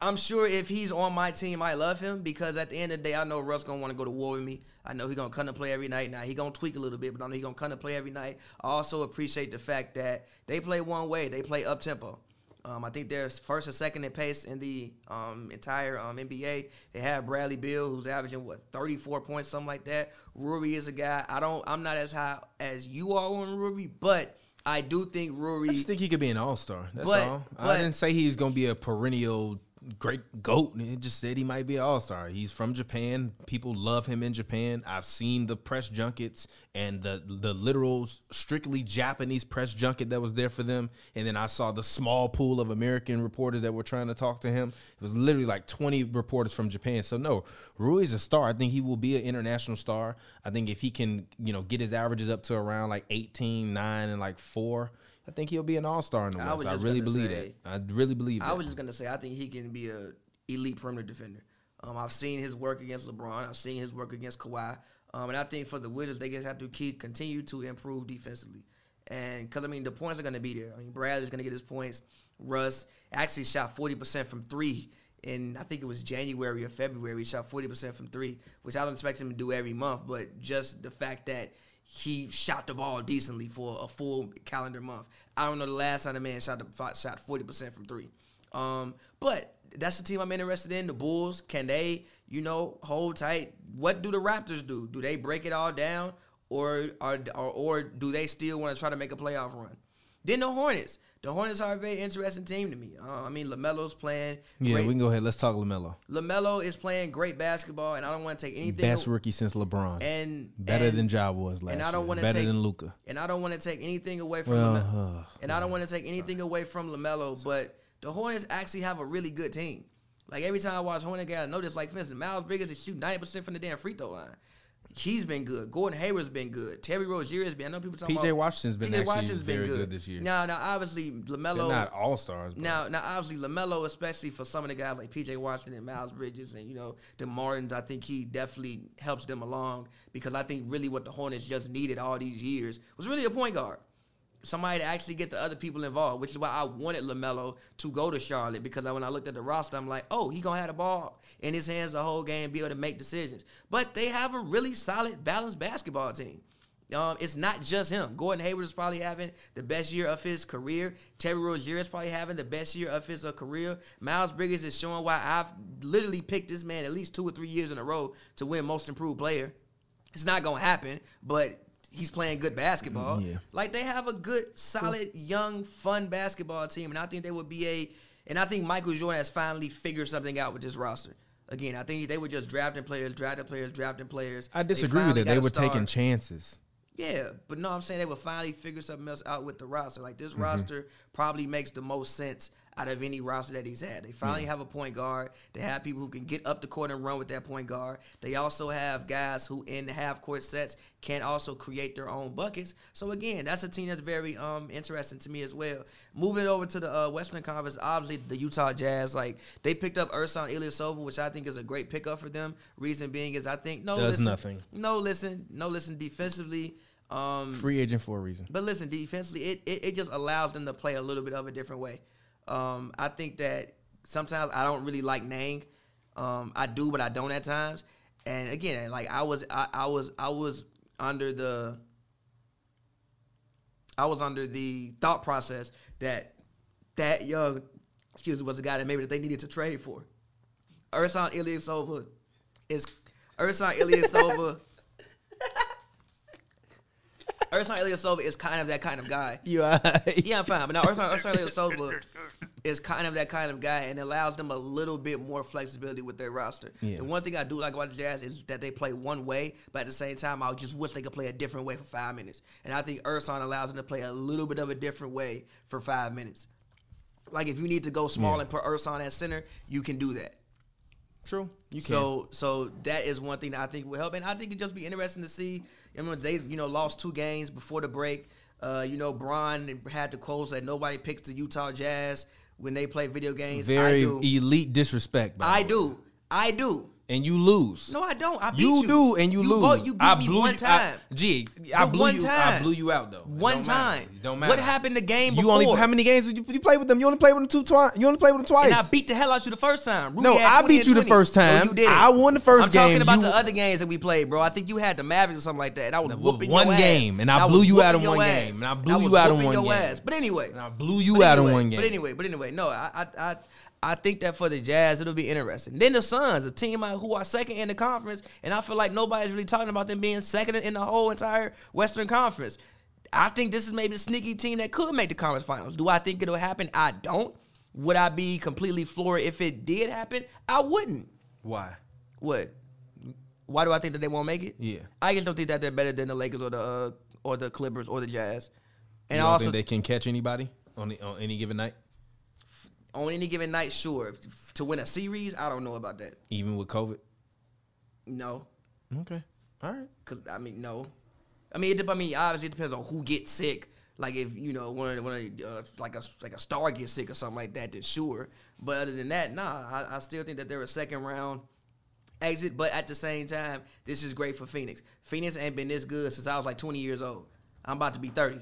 [SPEAKER 4] I'm sure if he's on my team, I love him because at the end of the day, I know Russ gonna want to go to war with me. I know he gonna come to play every night. Now he gonna tweak a little bit, but I know he gonna come to play every night. I also appreciate the fact that they play one way. They play up tempo. Um, I think they're first or second in pace in the um, entire um, NBA. They have Bradley Bill, who's averaging what 34 points, something like that. Rury is a guy. I don't. I'm not as high as you are on Rury, but I do think Rury.
[SPEAKER 3] I just think he could be an All Star. That's
[SPEAKER 4] But-
[SPEAKER 3] all.
[SPEAKER 4] but-
[SPEAKER 3] I didn't say he's gonna be a perennial great goat. It just said he might be an All Star. He's from Japan. People love him in Japan. I've seen the press junkets and the the literal strictly Japanese press junket that was there for them. And then I saw the small pool of American reporters that were trying to talk to him. It was literally like twenty reporters from Japan. So no, Rui's a star. I think he will be an international star. I think if he can, you know, get his averages up to around like 18, 9, and like four. I think he'll be an all star in the
[SPEAKER 4] I
[SPEAKER 3] West.
[SPEAKER 4] was
[SPEAKER 3] I,
[SPEAKER 4] just
[SPEAKER 3] really
[SPEAKER 4] gonna
[SPEAKER 3] believe
[SPEAKER 4] say-
[SPEAKER 3] that. I really believe that.
[SPEAKER 4] I was just gonna say I think he can be a elite perimeter defender. Um, I've seen his work against LeBron. I've seen his work against Kawhi. Um, and I think for the Wizards, they just have to keep continue to improve defensively. And because I mean, the points are gonna be there. I mean, Bradley's gonna get his points. Russ actually shot forty percent from three. in I think it was January or February, he shot 40% from three, which I don't expect him to do every month, but just the fact that he shot the ball decently for a full calendar month. I don't know the last time a man shot the, fi- shot forty percent from three. Um, but that's the team I'm interested in. The Bulls, can they, you know, hold tight? What do the Raptors do? Do they break it all down, or are or, or do they still want to try to make a playoff run? Then the Hornets. The Hornets are a very interesting team to me. Uh, I mean, Lamelo's playing.
[SPEAKER 3] yeah,
[SPEAKER 4] great.
[SPEAKER 3] we can go ahead. Let's talk Lamelo.
[SPEAKER 4] Lamelo is playing great basketball, and I don't want to take anything.
[SPEAKER 3] Best rookie since LeBron.
[SPEAKER 4] and
[SPEAKER 3] Better
[SPEAKER 4] and-
[SPEAKER 3] than Ja was last
[SPEAKER 4] and I don't
[SPEAKER 3] year.
[SPEAKER 4] want to
[SPEAKER 3] Better
[SPEAKER 4] take
[SPEAKER 3] than Luca.
[SPEAKER 4] And I don't want to take anything away from
[SPEAKER 3] Well,
[SPEAKER 4] LaMelo.
[SPEAKER 3] uh,
[SPEAKER 4] and I don't want to take anything away from LaMelo, but the Hornets actually have a really good team. Like every time I watch Hornet guys, I notice like for instance, Miles Bridges is shooting 90% from the damn free throw line. He's been good. Gordon Hayward's been good. Terry Rozier has been. I know people talking
[SPEAKER 3] P.J.
[SPEAKER 4] about
[SPEAKER 3] Washington's been actually very good this year.
[SPEAKER 4] Now, now obviously
[SPEAKER 3] They're
[SPEAKER 4] LaMelo
[SPEAKER 3] not all stars. Now,
[SPEAKER 4] now, now obviously Lamelo, especially for some of the guys like PJ Washington and Miles Bridges, and you know the Martins, I think he definitely helps them along because I think really what the Hornets just needed all these years was really a point guard. somebody to actually get the other people involved, which is why I wanted Lamelo to go to Charlotte because I, when I looked at the roster, I'm like, oh, he gonna have the ball in his hands the whole game, be able to make decisions. But they have a really solid, balanced basketball team. Um, it's not just him. Gordon Hayward is probably having the best year of his career. Terry Rozier is probably having the best year of his uh, career. Miles Bridges is showing why I've literally picked this man at least two or three years in a row to win Most Improved Player. It's not gonna happen, but he's playing good basketball.
[SPEAKER 1] Yeah.
[SPEAKER 4] Like they have a good, solid, young, fun basketball team, and I think they would be a. And I think Michael Jordan has finally figured something out with this roster. Again, I think they were just drafting players, drafting players, drafting players.
[SPEAKER 3] I
[SPEAKER 4] They
[SPEAKER 3] disagree with
[SPEAKER 4] finally
[SPEAKER 3] that.
[SPEAKER 4] got
[SPEAKER 3] They
[SPEAKER 4] a
[SPEAKER 3] were
[SPEAKER 4] star.
[SPEAKER 3] taking chances.
[SPEAKER 4] Yeah, but no, I'm saying they would finally figure something else out with the roster. Like
[SPEAKER 3] Mm-hmm.
[SPEAKER 4] this roster probably makes the most sense out of any roster that he's had. They finally have a point guard. They have people who can get up the court and run with that point guard. They also have guys who in the half court sets can also create their own buckets. So again, that's a team that's very um interesting to me as well. Moving over to the uh, Western Conference, obviously the Utah Jazz, like they picked up Ursan Ilyasova, which I think is a great pickup for them. Reason being is I think no
[SPEAKER 3] Does
[SPEAKER 4] listen,
[SPEAKER 3] nothing.
[SPEAKER 4] No listen, no listen defensively. Um,
[SPEAKER 3] Free agent for a reason.
[SPEAKER 4] but listen, defensively, it, it, it just allows them to play a little bit of a different way. Um, I think that sometimes I don't really like Nang. Um, I do, but I don't at times. And again, like I was, I, I was, I was under the, I was under the thought process that that young, excuse me, was a guy that maybe that they needed to trade for. Ursan Ilyasova is Ursan Ilyasova. Ursan Ilyasova is kind of that kind of guy.
[SPEAKER 3] You all *laughs* right?
[SPEAKER 4] Yeah, I'm fine. But now Ursan Ursan Ilyasova is kind of that kind of guy and allows them a little bit more flexibility with their roster.
[SPEAKER 3] Yeah.
[SPEAKER 4] The one thing I do like about the Jazz is that they play one way, but at the same time, I just wish they could play a different way for five minutes. And I think Ursan allows them to play a little bit of a different way for five minutes. Like if you need to go small and put Ursan at center, you can do that.
[SPEAKER 3] True. You can.
[SPEAKER 4] So so that is one thing that I think will help, and I think it'd just be interesting to see. I mean, they you know lost two games before the break. Uh, you know, Bron had to close that nobody picks the Utah Jazz when they play video games. I
[SPEAKER 3] very
[SPEAKER 4] do.
[SPEAKER 3] elite disrespect. By the
[SPEAKER 4] I
[SPEAKER 3] way.
[SPEAKER 4] do. I do.
[SPEAKER 3] and you lose.
[SPEAKER 4] No, I don't. I beat you.
[SPEAKER 3] you, do, and you, lose.
[SPEAKER 4] both- you beat
[SPEAKER 3] I
[SPEAKER 4] me
[SPEAKER 3] blew
[SPEAKER 4] one
[SPEAKER 3] you,
[SPEAKER 4] time.
[SPEAKER 3] I, gee, I
[SPEAKER 4] But
[SPEAKER 3] blew
[SPEAKER 4] one
[SPEAKER 3] you. I
[SPEAKER 4] time.
[SPEAKER 3] blew you out though. It
[SPEAKER 4] one
[SPEAKER 3] don't matter.
[SPEAKER 4] time.
[SPEAKER 3] It don't matter.
[SPEAKER 4] What happened the game
[SPEAKER 3] You
[SPEAKER 4] before?
[SPEAKER 3] only how many games did you, you play with them? You only played with them two twice. You only played with them twice.
[SPEAKER 4] And I beat the hell out you the first time. Rudy
[SPEAKER 3] No,
[SPEAKER 4] had
[SPEAKER 3] I
[SPEAKER 4] 20
[SPEAKER 3] beat
[SPEAKER 4] and
[SPEAKER 3] you the
[SPEAKER 4] 20.
[SPEAKER 3] first time.
[SPEAKER 4] No, you didn't.
[SPEAKER 3] I won the first
[SPEAKER 4] I'm talking
[SPEAKER 3] game.
[SPEAKER 4] about
[SPEAKER 3] You-
[SPEAKER 4] the other games that we played, bro. I think you had the Mavericks or something like that. And I was
[SPEAKER 3] That was
[SPEAKER 4] whooping
[SPEAKER 3] one
[SPEAKER 4] your ass.
[SPEAKER 3] game, and I
[SPEAKER 4] was
[SPEAKER 3] blew you out in
[SPEAKER 4] whooping
[SPEAKER 3] one
[SPEAKER 4] your
[SPEAKER 3] game,
[SPEAKER 4] ass.
[SPEAKER 3] and I blew
[SPEAKER 4] was
[SPEAKER 3] you out in
[SPEAKER 4] whooping
[SPEAKER 3] one
[SPEAKER 4] your
[SPEAKER 3] game.
[SPEAKER 4] Ass. But anyway,
[SPEAKER 3] And I blew you
[SPEAKER 4] But
[SPEAKER 3] out in
[SPEAKER 4] anyway,
[SPEAKER 3] one game.
[SPEAKER 4] But anyway, but anyway, no, I, I, I, I think that for the Jazz, it'll be interesting. Then the Suns, a team I- who are second in the conference, and I feel like nobody's really talking about them being second in the whole entire Western Conference. I think this is maybe a sneaky team that could make the conference finals. Do I think it'll happen? I don't. Would I be completely floored if it did happen? I wouldn't.
[SPEAKER 3] Why?
[SPEAKER 4] What? Why do I think that they won't make it?
[SPEAKER 3] Yeah.
[SPEAKER 4] I just don't think that they're better than the Lakers or the uh, or the Clippers or the Jazz. And
[SPEAKER 3] You
[SPEAKER 4] I
[SPEAKER 3] don't
[SPEAKER 4] also
[SPEAKER 3] think they can catch anybody on the, on any given night,
[SPEAKER 4] on any given night, sure. If- To win a series, I don't know about that.
[SPEAKER 3] even with COVID.
[SPEAKER 4] No,
[SPEAKER 3] Okay. All right.
[SPEAKER 4] cause I mean, no. I mean, it, dep- I mean, obviously it depends on who gets sick. Like if you know one of the, one of the, uh, like a like a star gets sick or something like that, then sure. But other than that, nah, I, I still think that they're a second round exit. But at the same time, this is great for Phoenix. Phoenix ain't been this good since I was like 20 years old. I'm about to be 30.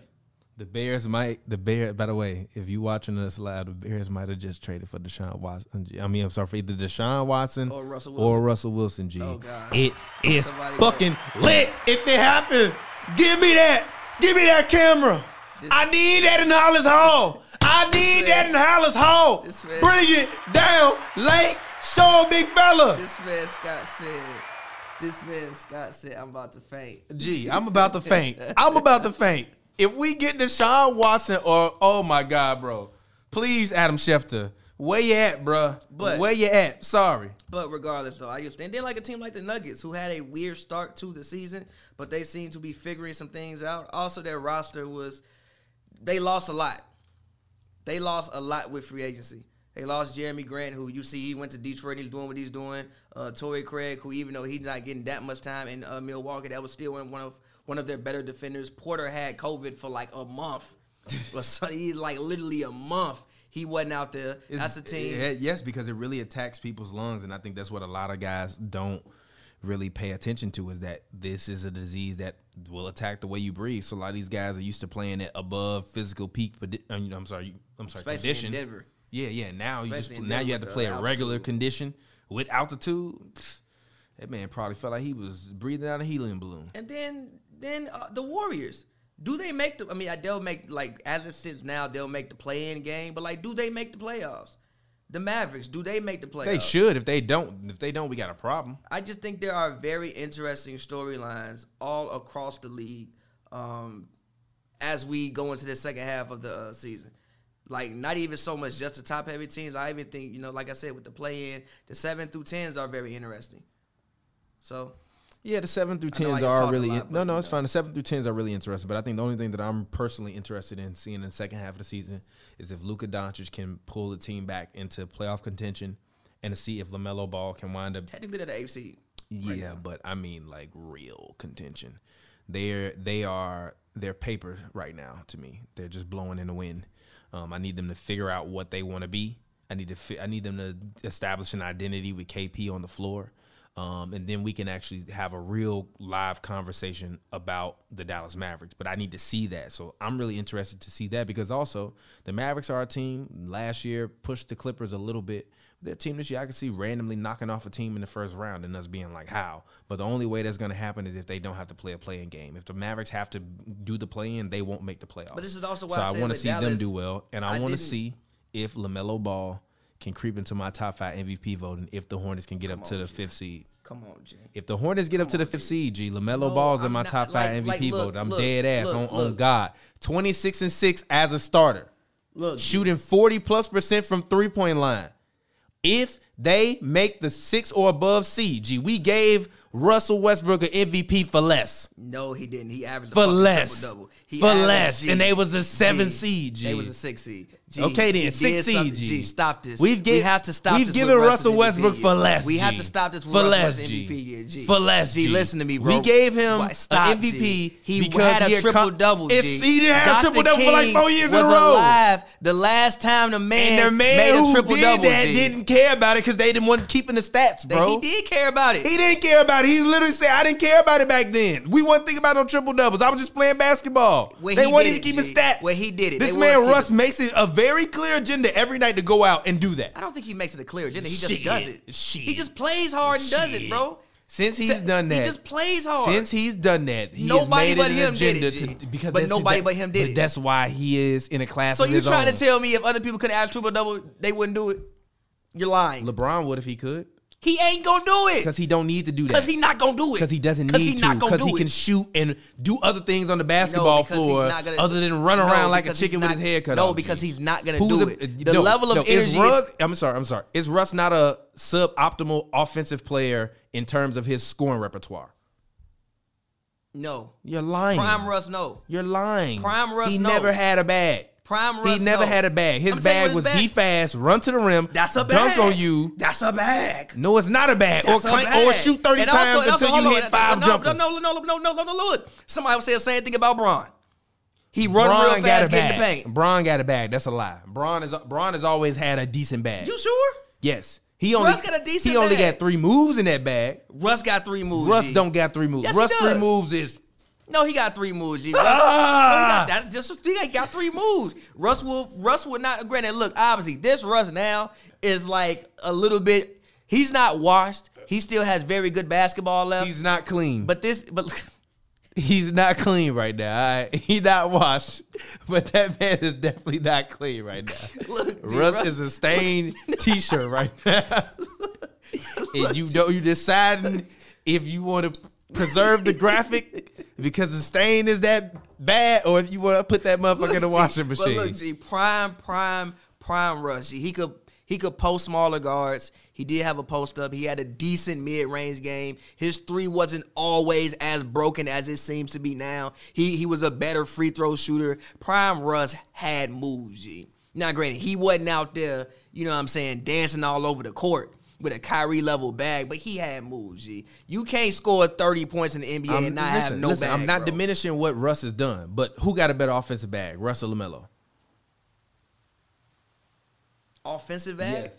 [SPEAKER 3] The Bears might the Bear. By the way, if you watching us live, the Bears might have just traded for Deshaun Watson. I mean, I'm sorry for either Deshaun Watson
[SPEAKER 4] Or Russell
[SPEAKER 3] or
[SPEAKER 4] Wilson.
[SPEAKER 3] Russell Wilson. G.
[SPEAKER 4] Oh, God.
[SPEAKER 3] It is
[SPEAKER 4] Somebody
[SPEAKER 3] fucking lit if it happened. Give me that. Give me that camera. I need that in Hollis Hall. I need that in Hollis Hall.
[SPEAKER 4] This man-
[SPEAKER 3] Bring it down, Lake. Show 'em, big fella.
[SPEAKER 4] This man Scott said. This man Scott said I'm about to faint.
[SPEAKER 3] Gee, I'm about to faint. I'm about to faint. If we get Deshaun Watson or oh my God, bro. Please, Adam Schefter. Where you at, bruh?
[SPEAKER 4] But-
[SPEAKER 3] where you at? Sorry.
[SPEAKER 4] But regardless, though, I just and then like a team like the Nuggets, who had a weird start to the season, but they seem to be figuring some things out. Also, their roster was they lost a lot. They lost a lot with free agency. They lost Jeremy Grant, who you see he went to Detroit. He's doing what he's doing. Uh, Torrey Craig, who even though he's not getting that much time in uh, Milwaukee, that was still one of one of their better defenders. Porter had COVID for like a month, or so he like literally a month. He wasn't out there. That's a team.
[SPEAKER 3] eh, yes, because it really attacks people's lungs, and I think that's what a lot of guys don't really pay attention to is that this is a disease that will attack the way you breathe. So a lot of these guys are used to playing at above physical peak. But uh, I'm sorry, I'm sorry,
[SPEAKER 4] Especially in
[SPEAKER 3] conditions.
[SPEAKER 4] Denver.
[SPEAKER 3] Yeah, yeah. Now you just
[SPEAKER 4] Especially in
[SPEAKER 3] now you
[SPEAKER 4] Denver
[SPEAKER 3] have to
[SPEAKER 4] with
[SPEAKER 3] play
[SPEAKER 4] the
[SPEAKER 3] a regular
[SPEAKER 4] altitude.
[SPEAKER 3] condition with altitude. Pfft, that man probably felt like he was breathing out a helium balloon.
[SPEAKER 4] And then then uh, the Warriors. Do they make the? I mean, they'll make like as it sits now, they'll make the play-in game. But like, do they make the playoffs? The Mavericks, do they make the playoffs?
[SPEAKER 3] They should. If they don't, if they don't, we got a problem.
[SPEAKER 4] I just think there are very interesting storylines all across the league um, as we go into the second half of the uh, season. Like, not even so much just the top heavy teams. I even think, you know, like I said, with the play in, the seven through tens are very interesting. So,
[SPEAKER 3] Yeah, the seven through
[SPEAKER 4] I know I
[SPEAKER 3] tens
[SPEAKER 4] just
[SPEAKER 3] are
[SPEAKER 4] talked a
[SPEAKER 3] really
[SPEAKER 4] lot,
[SPEAKER 3] no,
[SPEAKER 4] but,
[SPEAKER 3] no,
[SPEAKER 4] you
[SPEAKER 3] it's
[SPEAKER 4] know.
[SPEAKER 3] fine. The seven through tens are really interesting, but I think the only thing that I'm personally interested in seeing in the second half of the season is if Luka Doncic can pull the team back into playoff contention, and to see if Lamelo Ball can wind up.
[SPEAKER 4] technically, they're the eighth seed.
[SPEAKER 3] Yeah, but I mean like real contention. They're they are they're paper right now to me. They're just blowing in the wind. Um, I need them to figure out what they want to be. I need to fi- I need them to establish an identity with KP on the floor. Um, and then we can actually have a real live conversation about the Dallas Mavericks. But I need to see that. So I'm really interested to see that because also the Mavericks are a team last year pushed the Clippers a little bit. Their team this year, I can see randomly knocking off a team in the first round and us being like, how? But the only way that's going to happen is if they don't have to play a playing game. If the Mavericks have to do the play in, they won't make the playoffs.
[SPEAKER 4] But this is also why
[SPEAKER 3] so
[SPEAKER 4] I
[SPEAKER 3] I
[SPEAKER 4] said
[SPEAKER 3] wanna
[SPEAKER 4] with
[SPEAKER 3] see them
[SPEAKER 4] Dallas,
[SPEAKER 3] do well, and I,
[SPEAKER 4] I
[SPEAKER 3] want to
[SPEAKER 4] didn't-
[SPEAKER 3] see if Lamelo Ball can creep into my top five MVP voting if the Hornets can get up to the fifth seed.
[SPEAKER 4] Come on, Jay.
[SPEAKER 3] If the Hornets get up to the fifth seed, G, LaMelo
[SPEAKER 4] No,
[SPEAKER 3] Ball's in
[SPEAKER 4] I'm
[SPEAKER 3] my
[SPEAKER 4] not-
[SPEAKER 3] top
[SPEAKER 4] like-
[SPEAKER 3] five
[SPEAKER 4] like,
[SPEAKER 3] MVP
[SPEAKER 4] look,
[SPEAKER 3] vote. I'm
[SPEAKER 4] look,
[SPEAKER 3] dead ass
[SPEAKER 4] look,
[SPEAKER 3] on, on
[SPEAKER 4] look.
[SPEAKER 3] God. 26 and 6 as a starter,
[SPEAKER 4] Look,
[SPEAKER 3] shooting 40 plus percent from three point line. If they make the six or above seed, G, we gave Russell Westbrook an MVP for less.
[SPEAKER 4] no, he didn't. He averaged a
[SPEAKER 3] For
[SPEAKER 4] fucking
[SPEAKER 3] less.
[SPEAKER 4] triple-double. He
[SPEAKER 3] For
[SPEAKER 4] averaged-
[SPEAKER 3] less.
[SPEAKER 4] G,
[SPEAKER 3] And they was the seventh seed, G.
[SPEAKER 4] They was a six seed. G,
[SPEAKER 3] Okay then,
[SPEAKER 4] he
[SPEAKER 3] six
[SPEAKER 4] did something-
[SPEAKER 3] seed. G.
[SPEAKER 4] stop this.
[SPEAKER 3] We've
[SPEAKER 4] we
[SPEAKER 3] get-
[SPEAKER 4] have to stop.
[SPEAKER 3] We've
[SPEAKER 4] this
[SPEAKER 3] given
[SPEAKER 4] with
[SPEAKER 3] Russell
[SPEAKER 4] MVP
[SPEAKER 3] Westbrook
[SPEAKER 4] year.
[SPEAKER 3] for less.
[SPEAKER 4] We have
[SPEAKER 3] G.
[SPEAKER 4] to stop this with
[SPEAKER 3] for
[SPEAKER 4] Russell
[SPEAKER 3] less.
[SPEAKER 4] Westbrook
[SPEAKER 3] G.
[SPEAKER 4] MVP year. G.
[SPEAKER 3] For less.
[SPEAKER 4] G, listen to me, bro.
[SPEAKER 3] We gave him
[SPEAKER 4] Why-
[SPEAKER 3] an
[SPEAKER 4] stop,
[SPEAKER 3] MVP
[SPEAKER 4] G. He
[SPEAKER 3] because
[SPEAKER 4] had
[SPEAKER 3] he
[SPEAKER 4] a
[SPEAKER 3] had
[SPEAKER 4] triple
[SPEAKER 3] com-
[SPEAKER 4] double. G.
[SPEAKER 3] It's- he didn't have a
[SPEAKER 4] Dr.
[SPEAKER 3] triple-double for like
[SPEAKER 4] King
[SPEAKER 3] four years in a
[SPEAKER 4] was
[SPEAKER 3] row.
[SPEAKER 4] Alive. The last time the man,
[SPEAKER 3] and their man
[SPEAKER 4] made
[SPEAKER 3] who
[SPEAKER 4] a triple
[SPEAKER 3] did
[SPEAKER 4] double,
[SPEAKER 3] that
[SPEAKER 4] G.
[SPEAKER 3] didn't care about it because they didn't want to keep in the stats,
[SPEAKER 4] That
[SPEAKER 3] bro.
[SPEAKER 4] He did care about it.
[SPEAKER 3] He didn't care about it. He literally said, "I didn't care about it back then. We wasn't thinking about no triple doubles. I was just playing basketball.
[SPEAKER 4] When
[SPEAKER 3] they
[SPEAKER 4] he
[SPEAKER 3] weren't
[SPEAKER 4] did
[SPEAKER 3] even
[SPEAKER 4] it,
[SPEAKER 3] keeping
[SPEAKER 4] G.
[SPEAKER 3] stats.
[SPEAKER 4] When he did it,
[SPEAKER 3] this
[SPEAKER 4] they
[SPEAKER 3] man
[SPEAKER 4] weren't
[SPEAKER 3] Russ
[SPEAKER 4] keeping-
[SPEAKER 3] makes it a very clear agenda every night to go out and do that.
[SPEAKER 4] I don't think he makes it a clear agenda. He just
[SPEAKER 3] Shit.
[SPEAKER 4] does it.
[SPEAKER 3] Shit.
[SPEAKER 4] He just plays hard and does it,
[SPEAKER 3] Shit.
[SPEAKER 4] bro.
[SPEAKER 3] Since he's
[SPEAKER 4] T-
[SPEAKER 3] done that,
[SPEAKER 4] He just plays hard.
[SPEAKER 3] Since he's done that, he
[SPEAKER 4] Nobody
[SPEAKER 3] has made
[SPEAKER 4] but
[SPEAKER 3] it an
[SPEAKER 4] him did
[SPEAKER 3] agenda
[SPEAKER 4] it,
[SPEAKER 3] to-
[SPEAKER 4] G.
[SPEAKER 3] because
[SPEAKER 4] But
[SPEAKER 3] that's-
[SPEAKER 4] nobody
[SPEAKER 3] that-
[SPEAKER 4] but him did
[SPEAKER 3] but
[SPEAKER 4] it.
[SPEAKER 3] That's why he is in a class.
[SPEAKER 4] so
[SPEAKER 3] of
[SPEAKER 4] you
[SPEAKER 3] his
[SPEAKER 4] trying
[SPEAKER 3] own.
[SPEAKER 4] to tell me if other people could have triple double, they wouldn't do it? You're lying.
[SPEAKER 3] LeBron would if he could?
[SPEAKER 4] He ain't gonna do it
[SPEAKER 3] Because he don't need to do that.
[SPEAKER 4] because he not gonna do it
[SPEAKER 3] because he doesn't
[SPEAKER 4] Cause
[SPEAKER 3] need
[SPEAKER 4] he
[SPEAKER 3] to
[SPEAKER 4] Not gonna
[SPEAKER 3] because
[SPEAKER 4] do
[SPEAKER 3] he
[SPEAKER 4] it.
[SPEAKER 3] can shoot and do other things on the
[SPEAKER 4] No,
[SPEAKER 3] basketball
[SPEAKER 4] because he's
[SPEAKER 3] floor
[SPEAKER 4] not gonna-
[SPEAKER 3] other than run
[SPEAKER 4] No,
[SPEAKER 3] around like a
[SPEAKER 4] because he's
[SPEAKER 3] chicken with
[SPEAKER 4] not-
[SPEAKER 3] his head cut
[SPEAKER 4] No,
[SPEAKER 3] off.
[SPEAKER 4] because
[SPEAKER 3] G.
[SPEAKER 4] he's not gonna
[SPEAKER 3] Who's
[SPEAKER 4] do
[SPEAKER 3] a- uh,
[SPEAKER 4] it. The
[SPEAKER 3] no,
[SPEAKER 4] level of
[SPEAKER 3] no,
[SPEAKER 4] energy.
[SPEAKER 3] Is Russ, I'm sorry. I'm sorry. Is Russ not a suboptimal offensive player in terms of his scoring repertoire?
[SPEAKER 4] no,
[SPEAKER 3] You're lying.
[SPEAKER 4] prime Russ. No,
[SPEAKER 3] You're lying.
[SPEAKER 4] Prime Russ,
[SPEAKER 3] He
[SPEAKER 4] no.
[SPEAKER 3] never had a bag.
[SPEAKER 4] prime
[SPEAKER 3] He
[SPEAKER 4] Russ.
[SPEAKER 3] never
[SPEAKER 4] no.
[SPEAKER 3] had a bag. His
[SPEAKER 4] I'm telling you
[SPEAKER 3] bag
[SPEAKER 4] his
[SPEAKER 3] was
[SPEAKER 4] bag-
[SPEAKER 3] be fast, run to the rim,
[SPEAKER 4] That's a bag.
[SPEAKER 3] dunk on you.
[SPEAKER 4] That's a bag.
[SPEAKER 3] No, it's not a bag.
[SPEAKER 4] That's
[SPEAKER 3] or
[SPEAKER 4] a
[SPEAKER 3] clank,
[SPEAKER 4] bag.
[SPEAKER 3] or shoot thirty
[SPEAKER 4] And also-
[SPEAKER 3] times
[SPEAKER 4] and also-
[SPEAKER 3] until you
[SPEAKER 4] hold on,
[SPEAKER 3] hit five
[SPEAKER 4] no,
[SPEAKER 3] jumpers.
[SPEAKER 4] No, no, no, no, no, no, no, no. Look, somebody would say the same thing about Braun. He
[SPEAKER 3] Bron
[SPEAKER 4] run real
[SPEAKER 3] got a
[SPEAKER 4] fast, get in
[SPEAKER 3] bag.
[SPEAKER 4] the paint.
[SPEAKER 3] Bron got a bag. That's a lie. Bron is Bron has always had a decent bag.
[SPEAKER 4] You sure?
[SPEAKER 3] yes, he only
[SPEAKER 4] got a decent
[SPEAKER 3] he only
[SPEAKER 4] bag.
[SPEAKER 3] got three moves in that bag.
[SPEAKER 4] Russ got three moves.
[SPEAKER 3] Russ
[SPEAKER 4] G.
[SPEAKER 3] don't got three moves.
[SPEAKER 4] Yes, he
[SPEAKER 3] Russ three
[SPEAKER 4] does.
[SPEAKER 3] moves is
[SPEAKER 4] No, he got three moves. G. Russ,
[SPEAKER 3] Ah!
[SPEAKER 4] No, he got, that's just he got three moves. Russ will Russ would not. Granted, look, obviously this Russ now is like a little bit. He's not washed. He still has very good basketball left.
[SPEAKER 3] he's not clean.
[SPEAKER 4] but this, but *laughs*
[SPEAKER 3] he's not clean right now. All right? *laughs* He not washed, but that man is definitely not clean right now.
[SPEAKER 4] *laughs* look, G,
[SPEAKER 3] Russ is a
[SPEAKER 4] *laughs*
[SPEAKER 3] stained T-shirt right now, and you know you deciding if you want to preserve the graphic because the stain is that bad, or if you want to put that motherfucker *laughs* in the
[SPEAKER 4] G,
[SPEAKER 3] washing
[SPEAKER 4] but
[SPEAKER 3] machine.
[SPEAKER 4] look, G, prime, prime, prime rush. He could he could post smaller guards. He did have a post up. He had a decent mid range game. His three wasn't always as broken as it seems to be now. He he was a better free throw shooter. Prime Russ had moves, G. Now granted, he wasn't out there, you know what I'm saying, dancing all over the court with a Kyrie level bag, but he had moves, G. You can't score 30 points in the NBA
[SPEAKER 3] I'm-
[SPEAKER 4] and not
[SPEAKER 3] listen,
[SPEAKER 4] have no
[SPEAKER 3] listen,
[SPEAKER 4] bag.
[SPEAKER 3] I'm not
[SPEAKER 4] bro.
[SPEAKER 3] diminishing what Russ has done, but who got a better offensive bag, Russell Lamelo?
[SPEAKER 4] offensive bag.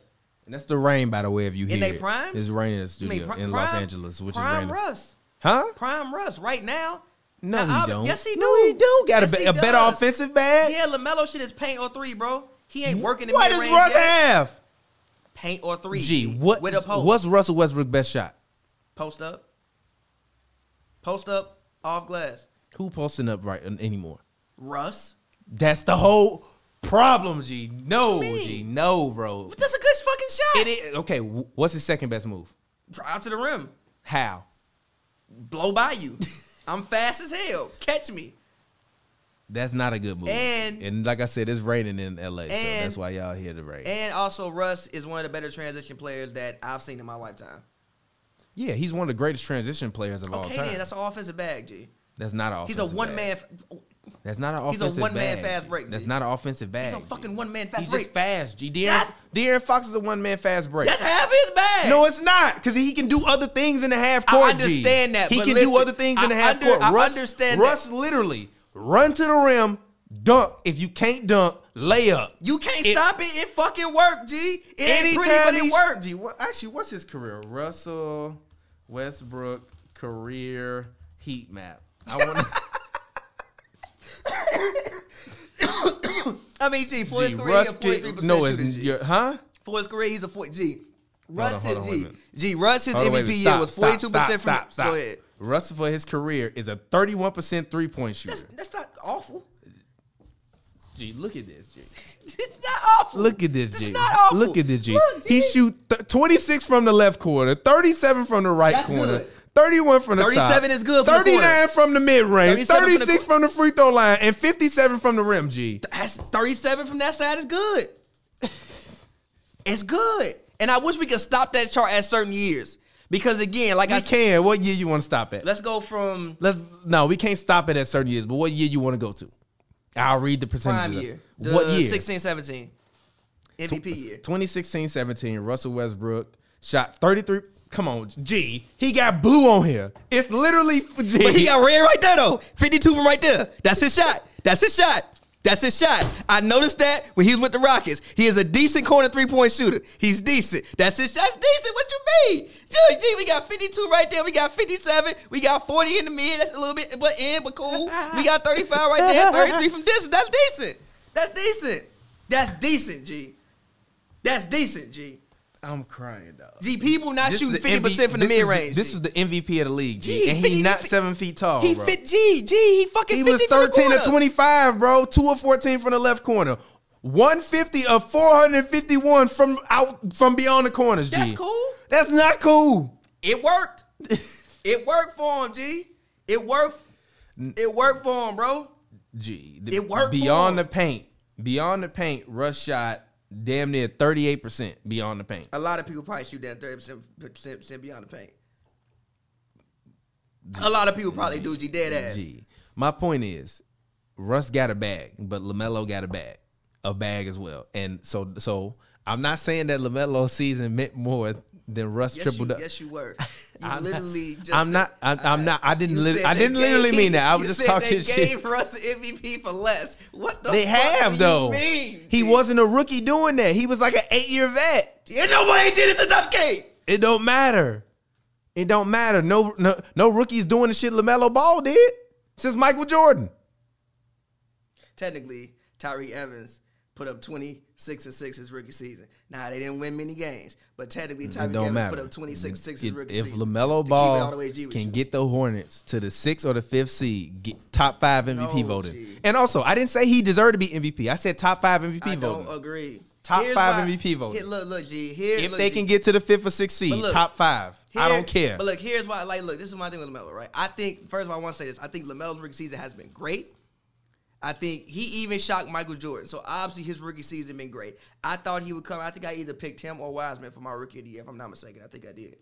[SPEAKER 3] And that's the rain, by the way, if you hear
[SPEAKER 4] In they
[SPEAKER 3] it.
[SPEAKER 4] primes?
[SPEAKER 3] It's raining in the
[SPEAKER 4] I
[SPEAKER 3] studio
[SPEAKER 4] mean, pri-
[SPEAKER 3] in Los
[SPEAKER 4] prime-
[SPEAKER 3] Angeles, which is
[SPEAKER 4] prime
[SPEAKER 3] raining.
[SPEAKER 4] Russ.
[SPEAKER 3] Huh?
[SPEAKER 4] Prime Russ right now.
[SPEAKER 3] No,
[SPEAKER 4] Now,
[SPEAKER 3] he
[SPEAKER 4] I'll-
[SPEAKER 3] don't.
[SPEAKER 4] Yes, he do.
[SPEAKER 3] No, he don't. Got a,
[SPEAKER 4] Yes,
[SPEAKER 3] be-
[SPEAKER 4] he
[SPEAKER 3] a better
[SPEAKER 4] does.
[SPEAKER 3] offensive bag.
[SPEAKER 4] Yeah, Lamelo shit is paint or three, bro. He ain't working in
[SPEAKER 3] What
[SPEAKER 4] mid
[SPEAKER 3] does
[SPEAKER 4] range
[SPEAKER 3] Russ
[SPEAKER 4] yet.
[SPEAKER 3] have?
[SPEAKER 4] Paint or three.
[SPEAKER 3] Gee,
[SPEAKER 4] G,
[SPEAKER 3] what?
[SPEAKER 4] with a post?
[SPEAKER 3] What's Russell Westbrook's best shot?
[SPEAKER 4] post up? Post up off glass.
[SPEAKER 3] Who posting up right an- anymore?
[SPEAKER 4] Russ.
[SPEAKER 3] That's the whole problem, G. No,
[SPEAKER 4] you mean?
[SPEAKER 3] G. No, bro.
[SPEAKER 4] But that's a good fucking shot.
[SPEAKER 3] It is, okay, wh- what's his second best move?
[SPEAKER 4] Drive to the rim.
[SPEAKER 3] How?
[SPEAKER 4] Blow
[SPEAKER 3] *laughs*
[SPEAKER 4] by you. I'm fast as hell. Catch me.
[SPEAKER 3] That's not a good move.
[SPEAKER 4] And-
[SPEAKER 3] like I said, it's raining in LA, so
[SPEAKER 4] And-
[SPEAKER 3] that's why y'all hear the rain.
[SPEAKER 4] And also, Russ is one of the better transition players that I've seen in my lifetime.
[SPEAKER 3] yeah, he's one of the greatest transition players of all
[SPEAKER 4] Okay,
[SPEAKER 3] time.
[SPEAKER 4] then that's an offensive bag, G.
[SPEAKER 3] that's not an
[SPEAKER 4] He's a
[SPEAKER 3] offensive bag.
[SPEAKER 4] one man.
[SPEAKER 3] That's not an
[SPEAKER 4] He's a
[SPEAKER 3] offensive
[SPEAKER 4] one-man
[SPEAKER 3] bag,
[SPEAKER 4] fast
[SPEAKER 3] G.
[SPEAKER 4] break,
[SPEAKER 3] That's
[SPEAKER 4] G.
[SPEAKER 3] not an offensive bag.
[SPEAKER 4] He's a
[SPEAKER 3] G.
[SPEAKER 4] fucking one-man fast
[SPEAKER 3] He's
[SPEAKER 4] break.
[SPEAKER 3] just fast. G. De'Aaron,
[SPEAKER 4] That-
[SPEAKER 3] De'Aaron Fox is a one man fast break.
[SPEAKER 4] That's half his bag.
[SPEAKER 3] No, it's not because he can do other things in the half
[SPEAKER 4] I
[SPEAKER 3] court.
[SPEAKER 4] understand
[SPEAKER 3] G.
[SPEAKER 4] that,
[SPEAKER 3] he
[SPEAKER 4] but
[SPEAKER 3] can do
[SPEAKER 4] listen,
[SPEAKER 3] other things in the
[SPEAKER 4] I
[SPEAKER 3] half
[SPEAKER 4] under-
[SPEAKER 3] court.
[SPEAKER 4] I
[SPEAKER 3] Russ,
[SPEAKER 4] understand that.
[SPEAKER 3] Russ literally run to the rim, dunk. If you can't dunk, lay up.
[SPEAKER 4] You can't
[SPEAKER 3] It-
[SPEAKER 4] stop it. It fucking worked, G. It ain't pretty, but it worked.
[SPEAKER 3] G, what, actually, what's his career? Russell Westbrook career heat map. I *laughs* want
[SPEAKER 4] I mean, G, for
[SPEAKER 3] G.
[SPEAKER 4] his career,
[SPEAKER 3] Russ
[SPEAKER 4] he a 43%
[SPEAKER 3] get, no, it's
[SPEAKER 4] shooter, G.
[SPEAKER 3] your, huh?
[SPEAKER 4] For his career, he's a 40. G.
[SPEAKER 3] on,
[SPEAKER 4] Russ
[SPEAKER 3] hold on,
[SPEAKER 4] is
[SPEAKER 3] wait a
[SPEAKER 4] G.
[SPEAKER 3] minute.
[SPEAKER 4] G. Russ, his
[SPEAKER 3] Hold on,
[SPEAKER 4] MVP
[SPEAKER 3] wait, wait,
[SPEAKER 4] year
[SPEAKER 3] stop,
[SPEAKER 4] was
[SPEAKER 3] stop,
[SPEAKER 4] 42% from.
[SPEAKER 3] stop, stop, stop.
[SPEAKER 4] Go ahead.
[SPEAKER 3] Russell for his career is a 31% three point shooter.
[SPEAKER 4] That's, that's not awful. *laughs*
[SPEAKER 3] G, look at this, G.
[SPEAKER 4] It's not awful.
[SPEAKER 3] Look at this,
[SPEAKER 4] It's
[SPEAKER 3] G.
[SPEAKER 4] not awful.
[SPEAKER 3] Look at this, G.
[SPEAKER 4] Look,
[SPEAKER 3] He shoot th- 26 from the left corner, 37 from the right
[SPEAKER 4] That's
[SPEAKER 3] corner.
[SPEAKER 4] good.
[SPEAKER 3] 31 from the top.
[SPEAKER 4] 37 is good from the
[SPEAKER 3] 39
[SPEAKER 4] corner.
[SPEAKER 3] from the mid range.
[SPEAKER 4] 37 from the
[SPEAKER 3] 36 from the free throw line. And 57 from the rim, G.
[SPEAKER 4] That's 37 from that side is good. it's good. And I wish we could stop that chart at certain years. Because again, like I
[SPEAKER 3] We
[SPEAKER 4] said,
[SPEAKER 3] can. What year you want to stop at?
[SPEAKER 4] let's go from
[SPEAKER 3] Let's. No, we can't stop it at certain years, but what year you want to go to? I'll read the percentages.
[SPEAKER 4] prime
[SPEAKER 3] up.
[SPEAKER 4] year. The
[SPEAKER 3] What year?
[SPEAKER 4] 16, 17. MVP year.
[SPEAKER 3] 2016 17, Russell Westbrook shot 33. Come on, G. He got blue on here. It's literally G. *laughs*
[SPEAKER 4] But he got red right there though. 52 from right there. That's his shot. That's his shot. That's his shot. I noticed that when he was with the Rockets. He is a decent corner three-point shooter. He's decent. That's his that's decent. What you mean? G, G, we got 52 right there. We got 57. We got 40 in the mid. That's a little bit but in, but cool. We got 35 right
[SPEAKER 3] *laughs*
[SPEAKER 4] there. 33 from distance. That's decent. That's decent. That's decent, G. That's decent, G.
[SPEAKER 3] I'm crying, dog.
[SPEAKER 4] G, people not
[SPEAKER 3] This
[SPEAKER 4] shooting
[SPEAKER 3] is
[SPEAKER 4] 50% from the
[SPEAKER 3] this is
[SPEAKER 4] mid-range.
[SPEAKER 3] This
[SPEAKER 4] G.
[SPEAKER 3] is the MVP of the league, G.
[SPEAKER 4] Gee,
[SPEAKER 3] and he's
[SPEAKER 4] 50
[SPEAKER 3] not
[SPEAKER 4] fi-
[SPEAKER 3] seven feet tall.
[SPEAKER 4] He
[SPEAKER 3] bro.
[SPEAKER 4] fit G. G. He fucking
[SPEAKER 3] He
[SPEAKER 4] 50
[SPEAKER 3] was
[SPEAKER 4] from the
[SPEAKER 3] 13 to
[SPEAKER 4] corner.
[SPEAKER 3] 25, bro. 2 of 14 from the left corner. 150 of 451 from out from beyond the corners, G.
[SPEAKER 4] That's cool.
[SPEAKER 3] That's not cool.
[SPEAKER 4] It
[SPEAKER 3] *laughs*
[SPEAKER 4] worked. it worked for him, G. It worked. It worked for him, bro.
[SPEAKER 3] G.
[SPEAKER 4] It worked
[SPEAKER 3] Beyond
[SPEAKER 4] for
[SPEAKER 3] the
[SPEAKER 4] him.
[SPEAKER 3] paint. Beyond the paint, rush shot damn near 38% beyond the paint.
[SPEAKER 4] A lot of people probably shoot that thirty percent percent beyond the paint. A lot of people probably do G dead ass.
[SPEAKER 3] G. My point is, Russ got a bag, but Lamelo got a bag, a bag as well. And so, so I'm not saying that Lamelo's season meant more than Russ
[SPEAKER 4] Yes,
[SPEAKER 3] tripled
[SPEAKER 4] you,
[SPEAKER 3] up.
[SPEAKER 4] yes,
[SPEAKER 3] *laughs*
[SPEAKER 4] you were. You
[SPEAKER 3] I'm not-
[SPEAKER 4] literally just.
[SPEAKER 3] I'm
[SPEAKER 4] said-
[SPEAKER 3] not. I'm, I'm not. I didn't.
[SPEAKER 4] You
[SPEAKER 3] Li-
[SPEAKER 4] said
[SPEAKER 3] I
[SPEAKER 4] they
[SPEAKER 3] didn't literally
[SPEAKER 4] gave-
[SPEAKER 3] mean that. I
[SPEAKER 4] you
[SPEAKER 3] was just
[SPEAKER 4] said
[SPEAKER 3] talking
[SPEAKER 4] they
[SPEAKER 3] shit.
[SPEAKER 4] gave Russ the MVP for less. What the?
[SPEAKER 3] They
[SPEAKER 4] fuck
[SPEAKER 3] have
[SPEAKER 4] do
[SPEAKER 3] though.
[SPEAKER 4] You mean?
[SPEAKER 3] He
[SPEAKER 4] G?
[SPEAKER 3] wasn't a rookie doing that. He was like an eight year vet.
[SPEAKER 4] Yeah, nobody did it since I'm K.
[SPEAKER 3] It don't matter. It don't matter. No, no, no rookies doing the shit Lamelo Ball did since Michael Jordan.
[SPEAKER 4] technically Tyree Evans put up 26 and 6 his rookie season. Now they didn't win many games, but technically
[SPEAKER 3] It
[SPEAKER 4] Tyree
[SPEAKER 3] don't
[SPEAKER 4] Evans
[SPEAKER 3] matter.
[SPEAKER 4] put up 26 and 6 his
[SPEAKER 3] If-
[SPEAKER 4] rookie
[SPEAKER 3] if
[SPEAKER 4] season.
[SPEAKER 3] Lamelo
[SPEAKER 4] to keep it all
[SPEAKER 3] Ball
[SPEAKER 4] the way G with
[SPEAKER 3] can
[SPEAKER 4] you.
[SPEAKER 3] get the Hornets to the sixth or the fifth seed, get top five MVP
[SPEAKER 4] No,
[SPEAKER 3] voting.
[SPEAKER 4] G.
[SPEAKER 3] And also, I didn't say he deserved to be MVP. I said top five MVP
[SPEAKER 4] I
[SPEAKER 3] voting.
[SPEAKER 4] don't agree.
[SPEAKER 3] Top five
[SPEAKER 4] why-
[SPEAKER 3] MVP voting.
[SPEAKER 4] Here, look, look, G. Here,
[SPEAKER 3] if
[SPEAKER 4] look,
[SPEAKER 3] they
[SPEAKER 4] G.
[SPEAKER 3] can get to the fifth or sixth seed,
[SPEAKER 4] But look,
[SPEAKER 3] top five. I
[SPEAKER 4] Here-
[SPEAKER 3] don't care.
[SPEAKER 4] But look, here's why. Like, look, this is my thing with Lamelo. Right, I think first of all, I want to say this. I think Lamelo's rookie season has been great. I think he even shocked Michael Jordan. So obviously his rookie season been great. I thought he would come. I think I either picked him or Wiseman for my rookie of the year, if I'm not mistaken. I think I did.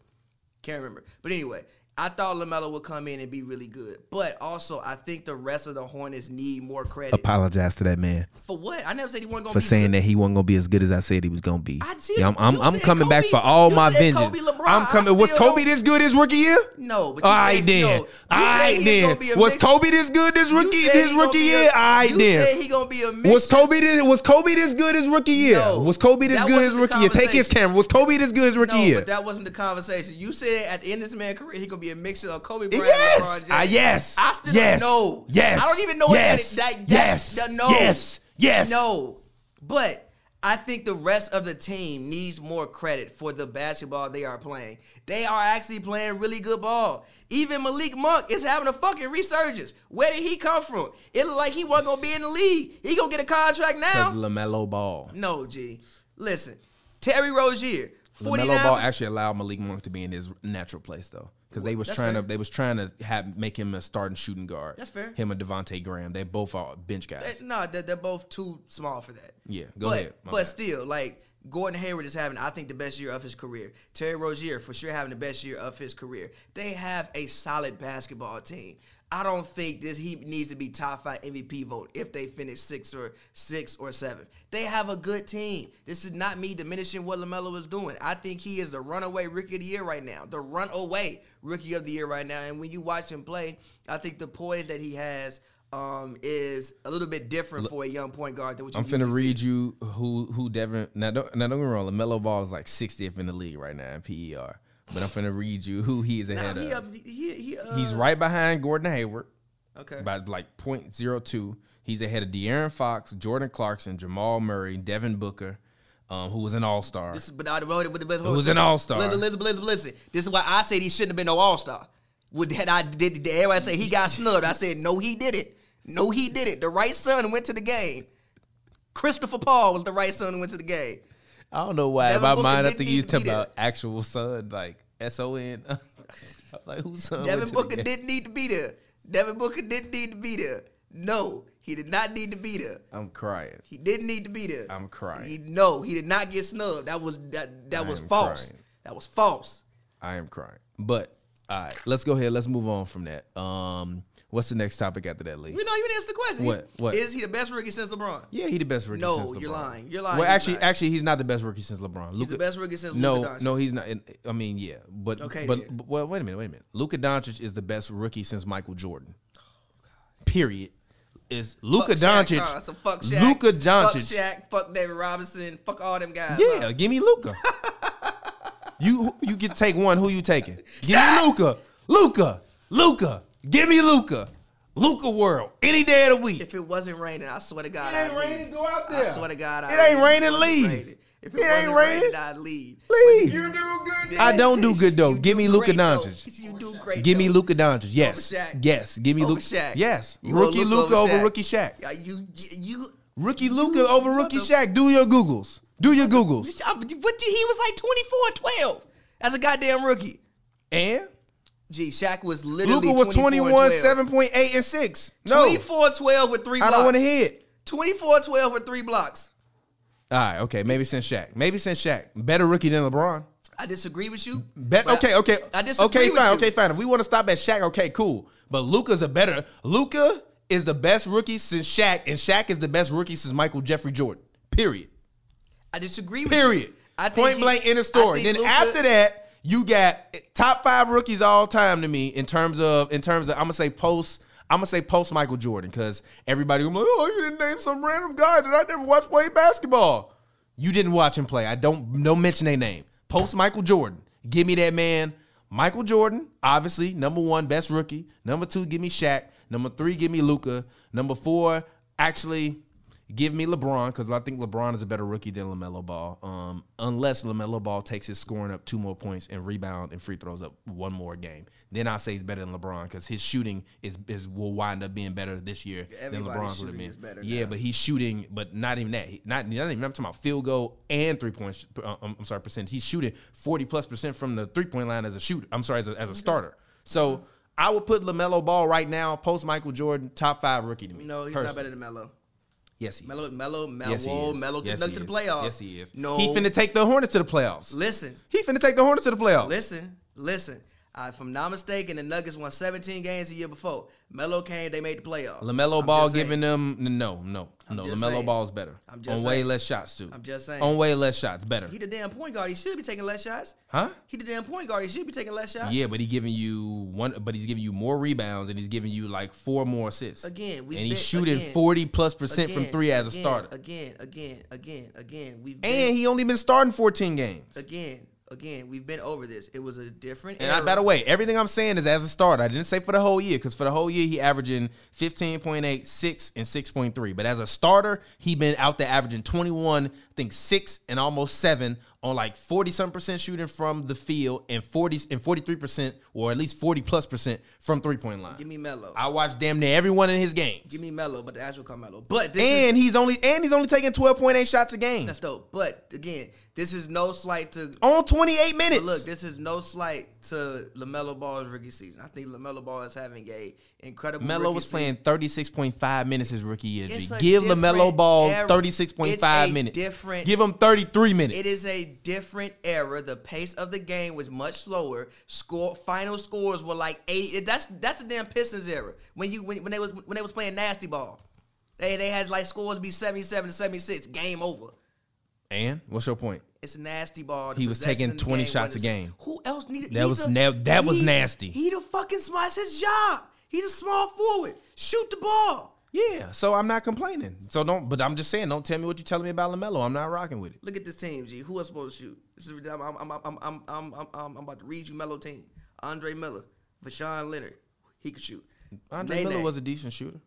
[SPEAKER 4] Can't remember. But anyway, I thought Lamelo would come in and be really good, but also I think the rest of the Hornets need more credit
[SPEAKER 1] Apologize to that man
[SPEAKER 4] for what I never said he wasn't gonna
[SPEAKER 1] for
[SPEAKER 4] be
[SPEAKER 1] saying
[SPEAKER 4] good.
[SPEAKER 1] that he wasn't gonna be as good as I said he was gonna be.
[SPEAKER 4] I did-
[SPEAKER 1] Yeah, I'm, I'm,
[SPEAKER 4] you
[SPEAKER 1] I'm
[SPEAKER 4] said
[SPEAKER 1] coming back
[SPEAKER 4] Kobe-
[SPEAKER 1] for all
[SPEAKER 4] you
[SPEAKER 1] my
[SPEAKER 4] said
[SPEAKER 1] vengeance.
[SPEAKER 4] Kobe, LeBron.
[SPEAKER 1] I'm coming.
[SPEAKER 4] I
[SPEAKER 1] Was
[SPEAKER 4] still
[SPEAKER 3] Kobe
[SPEAKER 4] don't-
[SPEAKER 3] this good his rookie year?
[SPEAKER 4] No, but you
[SPEAKER 3] All right
[SPEAKER 4] said
[SPEAKER 3] then.
[SPEAKER 4] no. You
[SPEAKER 3] All
[SPEAKER 4] said
[SPEAKER 3] right
[SPEAKER 4] he
[SPEAKER 3] then.
[SPEAKER 4] gonna be a
[SPEAKER 3] Was
[SPEAKER 4] mix-
[SPEAKER 3] Kobe this good this
[SPEAKER 4] you
[SPEAKER 3] rookie
[SPEAKER 4] said
[SPEAKER 3] his
[SPEAKER 4] he gonna
[SPEAKER 3] rookie
[SPEAKER 4] be a-
[SPEAKER 3] year? All right
[SPEAKER 4] you
[SPEAKER 3] then.
[SPEAKER 4] said he gonna be a mix.
[SPEAKER 3] Was Kobe this was Kobe this good his rookie year?
[SPEAKER 4] No,
[SPEAKER 3] was Kobe this
[SPEAKER 4] that
[SPEAKER 3] good his
[SPEAKER 4] wasn't the
[SPEAKER 3] rookie year? Take his
[SPEAKER 4] conversation.
[SPEAKER 3] camera. Was Kobe this good his rookie
[SPEAKER 4] no,
[SPEAKER 3] year?
[SPEAKER 4] but that wasn't the conversation. You said at the end of this man's career, he gonna be a mixture of Kobe Bryant and LeBron
[SPEAKER 3] yes.
[SPEAKER 4] James.
[SPEAKER 3] Ah, yes.
[SPEAKER 4] I still
[SPEAKER 3] yes.
[SPEAKER 4] don't know.
[SPEAKER 3] Yes.
[SPEAKER 4] I don't even know what that
[SPEAKER 3] yes.
[SPEAKER 4] is. That, that,
[SPEAKER 3] yes.
[SPEAKER 4] that- no.
[SPEAKER 3] Yes. Yes.
[SPEAKER 4] No. But I think the rest of the team needs more credit for the basketball they are playing. They are actually playing really good ball. Even Malik Monk is having a fucking resurgence. Where did he come from? It looked like he wasn't gonna be in the league. He gonna get a contract now.
[SPEAKER 3] Lamelo Ball.
[SPEAKER 4] No, G. Listen, Terry Rozier, forty
[SPEAKER 3] Lamelo Ball
[SPEAKER 4] nine.
[SPEAKER 3] actually allowed Malik Monk to be in his natural place though, because they was
[SPEAKER 4] That's
[SPEAKER 3] trying
[SPEAKER 4] fair.
[SPEAKER 3] to they was trying to have make him a starting shooting guard.
[SPEAKER 4] That's fair.
[SPEAKER 3] Him and Devonte Graham, they both are bench guys.
[SPEAKER 4] No, they're, they're both too small for that.
[SPEAKER 3] Yeah, go
[SPEAKER 4] but,
[SPEAKER 3] ahead. My
[SPEAKER 4] but
[SPEAKER 3] bad.
[SPEAKER 4] still, like Gordon Hayward is having, I think, the best year of his career. Terry Rozier for sure having the best year of his career. They have a solid basketball team. I don't think this he needs to be top five MVP vote if they finish six or six or seven. They have a good team. This is not me diminishing what Lamelo is doing. I think he is the runaway rookie of the year right now, the runaway rookie of the year right now. And when you watch him play, I think the poise that he has um, is a little bit different for a young point guard than what you
[SPEAKER 3] I'm finna
[SPEAKER 4] usually see.
[SPEAKER 3] read you who who Devin. Now don't now don't get me wrong. Lamelo Ball is like 60th in the league right now in PER, but I'm finna read you who he is
[SPEAKER 4] Nah,
[SPEAKER 3] ahead
[SPEAKER 4] he
[SPEAKER 3] of.
[SPEAKER 4] up- he- he, uh,
[SPEAKER 3] He's right behind Gordon Hayward
[SPEAKER 4] Okay.
[SPEAKER 3] by like .02. He's ahead of De'Aaron Fox, Jordan Clarkson, Jamal Murray, Devin Booker, um, who was an All Star.
[SPEAKER 4] This is, but I wrote it with the best.
[SPEAKER 3] was an all-star.
[SPEAKER 4] Listen, listen, listen, listen. This is why I said he shouldn't have been no all star. With that, I did. did Everybody say he got snubbed. I said no, he did it. No, he did it. The right son went to the game. Christopher Paul was the right son who went to the game.
[SPEAKER 3] I don't know why. In
[SPEAKER 4] Devin
[SPEAKER 3] my
[SPEAKER 4] Booker
[SPEAKER 3] mind, I
[SPEAKER 4] didn't
[SPEAKER 3] think he's
[SPEAKER 4] need to
[SPEAKER 3] talking
[SPEAKER 4] be
[SPEAKER 3] about actual son, like S O N. *laughs* I'm like who's son? went to
[SPEAKER 4] Devin
[SPEAKER 3] the
[SPEAKER 4] Booker
[SPEAKER 3] game?
[SPEAKER 4] didn't need to be there. Devin Booker didn't need to be there. No, he did not need to be there.
[SPEAKER 3] I'm crying.
[SPEAKER 4] He didn't need to be there.
[SPEAKER 3] I'm crying.
[SPEAKER 4] He, no, he did not get snubbed. That was that that
[SPEAKER 3] I
[SPEAKER 4] was
[SPEAKER 3] am
[SPEAKER 4] false.
[SPEAKER 3] crying.
[SPEAKER 4] That was false.
[SPEAKER 3] I am crying. But all right, let's go ahead. Let's move on from that. Um, what's the next topic after that, Lee?
[SPEAKER 4] You know, you didn't answer the question.
[SPEAKER 3] What? What?
[SPEAKER 4] Is he the best rookie since LeBron?
[SPEAKER 3] Yeah, he the best rookie.
[SPEAKER 4] No,
[SPEAKER 3] since LeBron.
[SPEAKER 4] you're lying. You're lying.
[SPEAKER 3] Well,
[SPEAKER 4] He's
[SPEAKER 3] actually,
[SPEAKER 4] not.
[SPEAKER 3] actually, he's not the best rookie since LeBron. Luka,
[SPEAKER 4] He's the best rookie since
[SPEAKER 3] no,
[SPEAKER 4] Luka Doncic.
[SPEAKER 3] no, he's not. And, I mean, yeah, but
[SPEAKER 4] Okay,
[SPEAKER 3] but,
[SPEAKER 4] then.
[SPEAKER 3] but well, wait a minute, wait a minute. Luka Doncic is the best rookie since Michael Jordan. Period. Is Luka
[SPEAKER 4] Fuck
[SPEAKER 3] Doncic?
[SPEAKER 4] Shaq, nah, so fuck Shaq.
[SPEAKER 3] Luka Doncic.
[SPEAKER 4] Fuck Shaq. Fuck David Robinson. Fuck all them guys.
[SPEAKER 3] Yeah,
[SPEAKER 4] huh?
[SPEAKER 3] give me
[SPEAKER 4] *laughs*
[SPEAKER 3] Luca. you you can take one. Who you taking? Give me Luca. Luca. Luca. Give me Luca. Luca World. Any day of the week.
[SPEAKER 4] If it wasn't raining, I swear to God,
[SPEAKER 3] It ain't
[SPEAKER 4] I'd leave.
[SPEAKER 3] raining, go out
[SPEAKER 4] I
[SPEAKER 3] there.
[SPEAKER 4] swear to God,
[SPEAKER 3] It
[SPEAKER 4] I'd
[SPEAKER 3] ain't
[SPEAKER 4] leave.
[SPEAKER 3] raining,
[SPEAKER 4] If wasn't
[SPEAKER 3] leave.
[SPEAKER 4] raining- If it,
[SPEAKER 3] It ain't
[SPEAKER 4] wasn't
[SPEAKER 3] raining,
[SPEAKER 4] raining, I'd leave.
[SPEAKER 3] Leave.
[SPEAKER 4] do good.
[SPEAKER 3] I don't do good, though.
[SPEAKER 4] You
[SPEAKER 3] Give me
[SPEAKER 4] do
[SPEAKER 3] Luka
[SPEAKER 4] great, though.
[SPEAKER 3] Doncic.
[SPEAKER 4] You do great.
[SPEAKER 3] Give me
[SPEAKER 4] though.
[SPEAKER 3] Luca Doncic. Yes.
[SPEAKER 4] Shaq.
[SPEAKER 3] Yes. Give me
[SPEAKER 4] Over
[SPEAKER 3] Luca.
[SPEAKER 4] Shaq.
[SPEAKER 3] Yes.
[SPEAKER 4] You want
[SPEAKER 3] rookie
[SPEAKER 4] Luka
[SPEAKER 3] Luca
[SPEAKER 4] over
[SPEAKER 3] over,
[SPEAKER 4] Shaq.
[SPEAKER 3] rookie Shaq.
[SPEAKER 4] Yeah, you, you.
[SPEAKER 3] Rookie Luca over rookie
[SPEAKER 4] mother-
[SPEAKER 3] Shaq. Do your Googles. Do your
[SPEAKER 4] you
[SPEAKER 3] Googles.
[SPEAKER 4] I'm- what did, he was like 24 and 12 as a goddamn rookie.
[SPEAKER 3] And
[SPEAKER 4] Gee, Shaq was literally
[SPEAKER 3] Luca was 21,
[SPEAKER 4] 7.
[SPEAKER 3] 7.8, and 6. No.
[SPEAKER 4] 24 12 with three
[SPEAKER 3] I
[SPEAKER 4] blocks.
[SPEAKER 3] don't want to hear it.
[SPEAKER 4] 24 12 with three blocks.
[SPEAKER 3] All right, okay, maybe since Shaq. Maybe since Shaq. Better rookie than LeBron.
[SPEAKER 4] I disagree with you.
[SPEAKER 3] Bet
[SPEAKER 4] but
[SPEAKER 3] okay, okay.
[SPEAKER 4] I disagree
[SPEAKER 3] okay,
[SPEAKER 4] with
[SPEAKER 3] fine,
[SPEAKER 4] you.
[SPEAKER 3] okay, fine. If we want to stop at Shaq, okay, cool. But Luca's a better Luca is the best rookie since Shaq, and Shaq is the best rookie since Michael Jeffrey Jordan. Period.
[SPEAKER 4] I disagree with you.
[SPEAKER 3] Period.
[SPEAKER 4] I think
[SPEAKER 3] Point
[SPEAKER 4] he-
[SPEAKER 3] blank in
[SPEAKER 4] I
[SPEAKER 3] the story.
[SPEAKER 4] think
[SPEAKER 3] Then
[SPEAKER 4] Luka-
[SPEAKER 3] after that, you got top five rookies all time to me in terms of in terms of I'm gonna say post I'm gonna say post Michael Jordan because everybody gonna be like, oh you didn't name some random guy that I never watched play basketball. You didn't watch him play. I don't don't mention their name. Post Michael Jordan. Give me that man. Michael Jordan, obviously, number one, best rookie. Number two, give me Shaq. Number three, give me Luca. Number four, actually, Give me LeBron because I think LeBron is a better rookie than Lamelo Ball. Um, unless Lamelo Ball takes his scoring up two more points and rebound and free throws up one more game, then I say he's better than LeBron because his shooting is, is will wind up being better this year
[SPEAKER 4] Everybody's
[SPEAKER 3] than LeBron's would have
[SPEAKER 4] shooting
[SPEAKER 3] been.
[SPEAKER 4] is better
[SPEAKER 3] yeah,
[SPEAKER 4] now.
[SPEAKER 3] but he's shooting, but not even that. He- Not not even. I'm talking about field goal and three points. Uh, I'm, I'm sorry, percent. He's shooting forty plus percent from the three point line as a shooter. I'm sorry, as a, as
[SPEAKER 4] Mm-hmm.
[SPEAKER 3] a starter.
[SPEAKER 4] Uh-huh.
[SPEAKER 3] So. I would put Lamelo Ball right now, post Michael Jordan, top five rookie to me.
[SPEAKER 4] No, he's not
[SPEAKER 3] personally.
[SPEAKER 4] better than Melo.
[SPEAKER 3] Yes, he is.
[SPEAKER 4] Melo, Melo, Melo,
[SPEAKER 3] Yes, he
[SPEAKER 4] Melo,
[SPEAKER 3] is.
[SPEAKER 4] Melo
[SPEAKER 3] yes,
[SPEAKER 4] took
[SPEAKER 3] he
[SPEAKER 4] them to the
[SPEAKER 3] is.
[SPEAKER 4] playoffs.
[SPEAKER 3] Yes, he is.
[SPEAKER 4] No,
[SPEAKER 3] he finna take the Hornets to the playoffs.
[SPEAKER 4] listen,
[SPEAKER 3] He finna take the Hornets to the playoffs.
[SPEAKER 4] listen, listen. Uh, if I'm not mistaken, the Nuggets won 17 games the year before. Melo came, they made the playoffs.
[SPEAKER 3] Lamelo
[SPEAKER 4] I'm
[SPEAKER 3] Ball
[SPEAKER 4] just saying.
[SPEAKER 3] giving them no, no,
[SPEAKER 4] I'm
[SPEAKER 3] no.
[SPEAKER 4] just
[SPEAKER 3] Lamelo
[SPEAKER 4] saying.
[SPEAKER 3] Ball's better.
[SPEAKER 4] I'm just
[SPEAKER 3] on way
[SPEAKER 4] saying.
[SPEAKER 3] less shots too.
[SPEAKER 4] I'm just saying.
[SPEAKER 3] On way less shots, better.
[SPEAKER 4] He the damn point guard. He should be taking less shots.
[SPEAKER 3] Huh?
[SPEAKER 4] He the damn point guard. He should be taking less shots.
[SPEAKER 3] Yeah, but he giving you one, but he's giving you more rebounds and he's giving you like four more assists.
[SPEAKER 4] Again, we've
[SPEAKER 3] and he's
[SPEAKER 4] been-
[SPEAKER 3] shooting
[SPEAKER 4] again.
[SPEAKER 3] forty plus percent from
[SPEAKER 4] Again,
[SPEAKER 3] three as a
[SPEAKER 4] again,
[SPEAKER 3] starter,
[SPEAKER 4] Again, again, again, again. We've been,
[SPEAKER 3] and he only been starting fourteen games.
[SPEAKER 4] again, again. We've been over this. It was a different.
[SPEAKER 3] And I,
[SPEAKER 4] era.
[SPEAKER 3] by the way, everything I'm saying is as a starter. I didn't say for the whole year because for the whole year he averaging 15.8, 6, and 6.3. But as a starter, he been out there averaging 21, I think six and almost seven on like 40 some percent shooting from the field and 40 and 43 percent or at least 40 plus percent from three point line.
[SPEAKER 4] give me Melo.
[SPEAKER 3] I watched damn near everyone in his games.
[SPEAKER 4] Give me Melo, but the actual Carmelo. But this is
[SPEAKER 3] and he's only and he's only taking 12.8 shots a game
[SPEAKER 4] that's dope. But again, this is no slight to.
[SPEAKER 3] on 28 minutes.
[SPEAKER 4] But look, this is no slight to Lamelo Ball's rookie season. I think Lamelo Ball is having a incredible.
[SPEAKER 3] Melo
[SPEAKER 4] rookie
[SPEAKER 3] was
[SPEAKER 4] season.
[SPEAKER 3] playing 36.5 minutes his rookie year. G.
[SPEAKER 4] It's a
[SPEAKER 3] Give
[SPEAKER 4] different
[SPEAKER 3] LaMelo Ball
[SPEAKER 4] era.
[SPEAKER 3] 36.5
[SPEAKER 4] It's a
[SPEAKER 3] minutes.
[SPEAKER 4] different-
[SPEAKER 3] Give him 33 minutes.
[SPEAKER 4] It is a different era. The pace of the game was much slower. Score final scores were like eighty. That's that's the damn Pistons era when you when, when they was when they was playing nasty ball. They they had like scores be 77 to 76. Game over.
[SPEAKER 3] and what's your point?
[SPEAKER 4] It's nasty ball.
[SPEAKER 3] He was
[SPEAKER 4] Possession
[SPEAKER 3] taking
[SPEAKER 4] in the
[SPEAKER 3] 20
[SPEAKER 4] game
[SPEAKER 3] shots a
[SPEAKER 4] was-
[SPEAKER 3] game.
[SPEAKER 4] Who else needed?
[SPEAKER 3] That
[SPEAKER 4] he's
[SPEAKER 3] was
[SPEAKER 4] a-
[SPEAKER 3] nav- that was
[SPEAKER 4] he-
[SPEAKER 3] nasty.
[SPEAKER 4] He the fucking smart. It's his job. He's a small forward. Shoot the ball.
[SPEAKER 3] Yeah, so I'm not complaining. So don't, but I'm just saying, don't tell me what you're telling me about LaMelo. I'm not rocking with it.
[SPEAKER 4] Look at this team, G. Who else supposed to shoot? This is, I'm, I'm, I'm, I'm, I'm, I'm, I'm, I'm about to read you mellow team. Andre Miller, Vashawn Leonard, he could shoot.
[SPEAKER 3] Andre
[SPEAKER 4] Nene.
[SPEAKER 3] Miller was a decent shooter.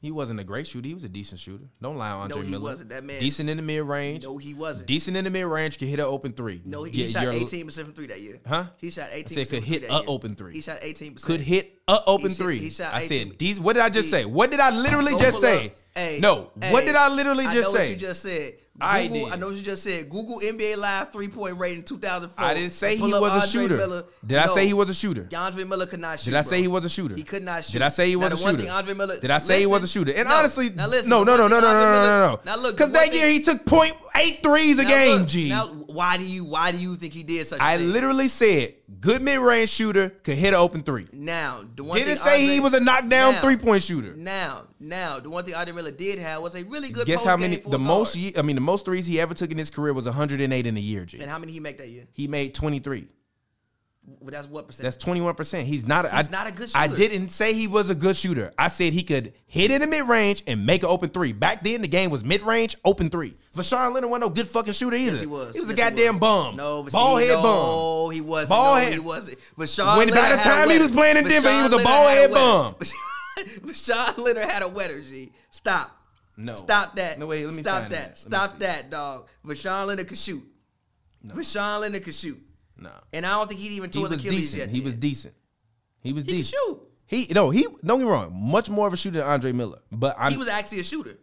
[SPEAKER 3] He wasn't a great shooter. He was a decent shooter. Don't lie, on Andre
[SPEAKER 4] he
[SPEAKER 3] Miller.
[SPEAKER 4] wasn't. That man-
[SPEAKER 3] decent in the mid range.
[SPEAKER 4] no, he wasn't.
[SPEAKER 3] decent in the mid range. Can hit an open three.
[SPEAKER 4] no, he, he
[SPEAKER 3] Yeah,
[SPEAKER 4] shot
[SPEAKER 3] you're-
[SPEAKER 4] 18 percent from three that year.
[SPEAKER 3] Huh?
[SPEAKER 4] He shot 18.
[SPEAKER 3] I said could hit a open three.
[SPEAKER 4] He shot 18. percent
[SPEAKER 3] could hit a open
[SPEAKER 4] He shot-
[SPEAKER 3] three.
[SPEAKER 4] he shot
[SPEAKER 3] I
[SPEAKER 4] 18.
[SPEAKER 3] said, these, what did I just
[SPEAKER 4] He-
[SPEAKER 3] say? What did I literally just say? no, what did I literally just
[SPEAKER 4] know
[SPEAKER 3] say?
[SPEAKER 4] What you just said.
[SPEAKER 3] I
[SPEAKER 4] Google,
[SPEAKER 3] did.
[SPEAKER 4] I know what you just said. Google NBA Live three point rating 2004.
[SPEAKER 3] I didn't say he
[SPEAKER 4] Pull up
[SPEAKER 3] was a
[SPEAKER 4] Andre
[SPEAKER 3] shooter.
[SPEAKER 4] Miller.
[SPEAKER 3] Did I
[SPEAKER 4] No.
[SPEAKER 3] say he was a shooter?
[SPEAKER 4] Andre Miller could not shoot.
[SPEAKER 3] Did I say
[SPEAKER 4] bro.
[SPEAKER 3] he was a shooter?
[SPEAKER 4] He could not shoot.
[SPEAKER 3] Did I say he
[SPEAKER 4] Now,
[SPEAKER 3] was
[SPEAKER 4] the
[SPEAKER 3] a
[SPEAKER 4] one
[SPEAKER 3] shooter?
[SPEAKER 4] thing Andre Miller-
[SPEAKER 3] Did I say he was a
[SPEAKER 4] Listen.
[SPEAKER 3] shooter? And
[SPEAKER 4] No.
[SPEAKER 3] honestly,
[SPEAKER 4] Now, listen.
[SPEAKER 3] no, no, no,
[SPEAKER 4] One
[SPEAKER 3] no, no,
[SPEAKER 4] thing
[SPEAKER 3] no, no,
[SPEAKER 4] Andre
[SPEAKER 3] no, no.
[SPEAKER 4] Miller- Now, look,
[SPEAKER 3] because
[SPEAKER 4] one
[SPEAKER 3] that
[SPEAKER 4] thing-
[SPEAKER 3] year he took point eight threes a
[SPEAKER 4] Now,
[SPEAKER 3] game.
[SPEAKER 4] look,
[SPEAKER 3] G.
[SPEAKER 4] Now, why do you why do you think he did such? a
[SPEAKER 3] I
[SPEAKER 4] thing?
[SPEAKER 3] literally said good mid range shooter could hit an open three.
[SPEAKER 4] now the one
[SPEAKER 3] Didn't
[SPEAKER 4] thing
[SPEAKER 3] say he
[SPEAKER 4] Andre-
[SPEAKER 3] was a knockdown
[SPEAKER 4] now-
[SPEAKER 3] three point shooter.
[SPEAKER 4] Now, now the one thing Andre Miller did have was a really good.
[SPEAKER 3] Guess
[SPEAKER 4] post
[SPEAKER 3] how
[SPEAKER 4] game
[SPEAKER 3] many?
[SPEAKER 4] for a
[SPEAKER 3] The most.
[SPEAKER 4] guard.
[SPEAKER 3] ye- I mean, the most threes he ever took in his career was 108 in a year. G.
[SPEAKER 4] And how many he make that year?
[SPEAKER 3] He made 23.
[SPEAKER 4] Well, that's what percent.
[SPEAKER 3] That's 21%. He's not a,
[SPEAKER 4] He's
[SPEAKER 3] I-
[SPEAKER 4] not a good
[SPEAKER 3] I
[SPEAKER 4] shooter.
[SPEAKER 3] didn't say he was a good shooter. I said he could hit in the mid range and make an open three. Back then, the game was mid range, open three. Vashawn Leonard wasn't no good fucking shooter either.
[SPEAKER 4] Yes, he was.
[SPEAKER 3] He was a
[SPEAKER 4] Yes,
[SPEAKER 3] goddamn bum.
[SPEAKER 4] No, but
[SPEAKER 3] ball
[SPEAKER 4] see,
[SPEAKER 3] head
[SPEAKER 4] no,
[SPEAKER 3] bum.
[SPEAKER 4] he wasn't.
[SPEAKER 3] Ball
[SPEAKER 4] Ball
[SPEAKER 3] head.
[SPEAKER 4] head. He wasn't. But Sean
[SPEAKER 3] When- by
[SPEAKER 4] Leonard
[SPEAKER 3] the
[SPEAKER 4] had a
[SPEAKER 3] time he
[SPEAKER 4] wetter.
[SPEAKER 3] was playing in
[SPEAKER 4] But
[SPEAKER 3] Denver, he
[SPEAKER 4] Sean
[SPEAKER 3] was a
[SPEAKER 4] Leonard
[SPEAKER 3] ball
[SPEAKER 4] had
[SPEAKER 3] head
[SPEAKER 4] wetter.
[SPEAKER 3] bum.
[SPEAKER 4] But Sean Leonard had a wetter. G. Stop.
[SPEAKER 3] No.
[SPEAKER 4] Stop that.
[SPEAKER 3] No, wait, let me
[SPEAKER 4] Stop
[SPEAKER 3] find
[SPEAKER 4] that.
[SPEAKER 3] that. Let me see.
[SPEAKER 4] Stop that, dog. But Sean Leonard could shoot. But Sean Leonard could shoot.
[SPEAKER 3] No.
[SPEAKER 4] And I don't think he'd even
[SPEAKER 3] He
[SPEAKER 4] tore
[SPEAKER 3] was
[SPEAKER 4] the Achilles
[SPEAKER 3] decent.
[SPEAKER 4] yet.
[SPEAKER 3] He was decent. He was
[SPEAKER 4] He could
[SPEAKER 3] decent.
[SPEAKER 4] shoot.
[SPEAKER 3] He no, he don't get me wrong, much more of a shooter than Andre Miller. But I'm,
[SPEAKER 4] He was actually a shooter.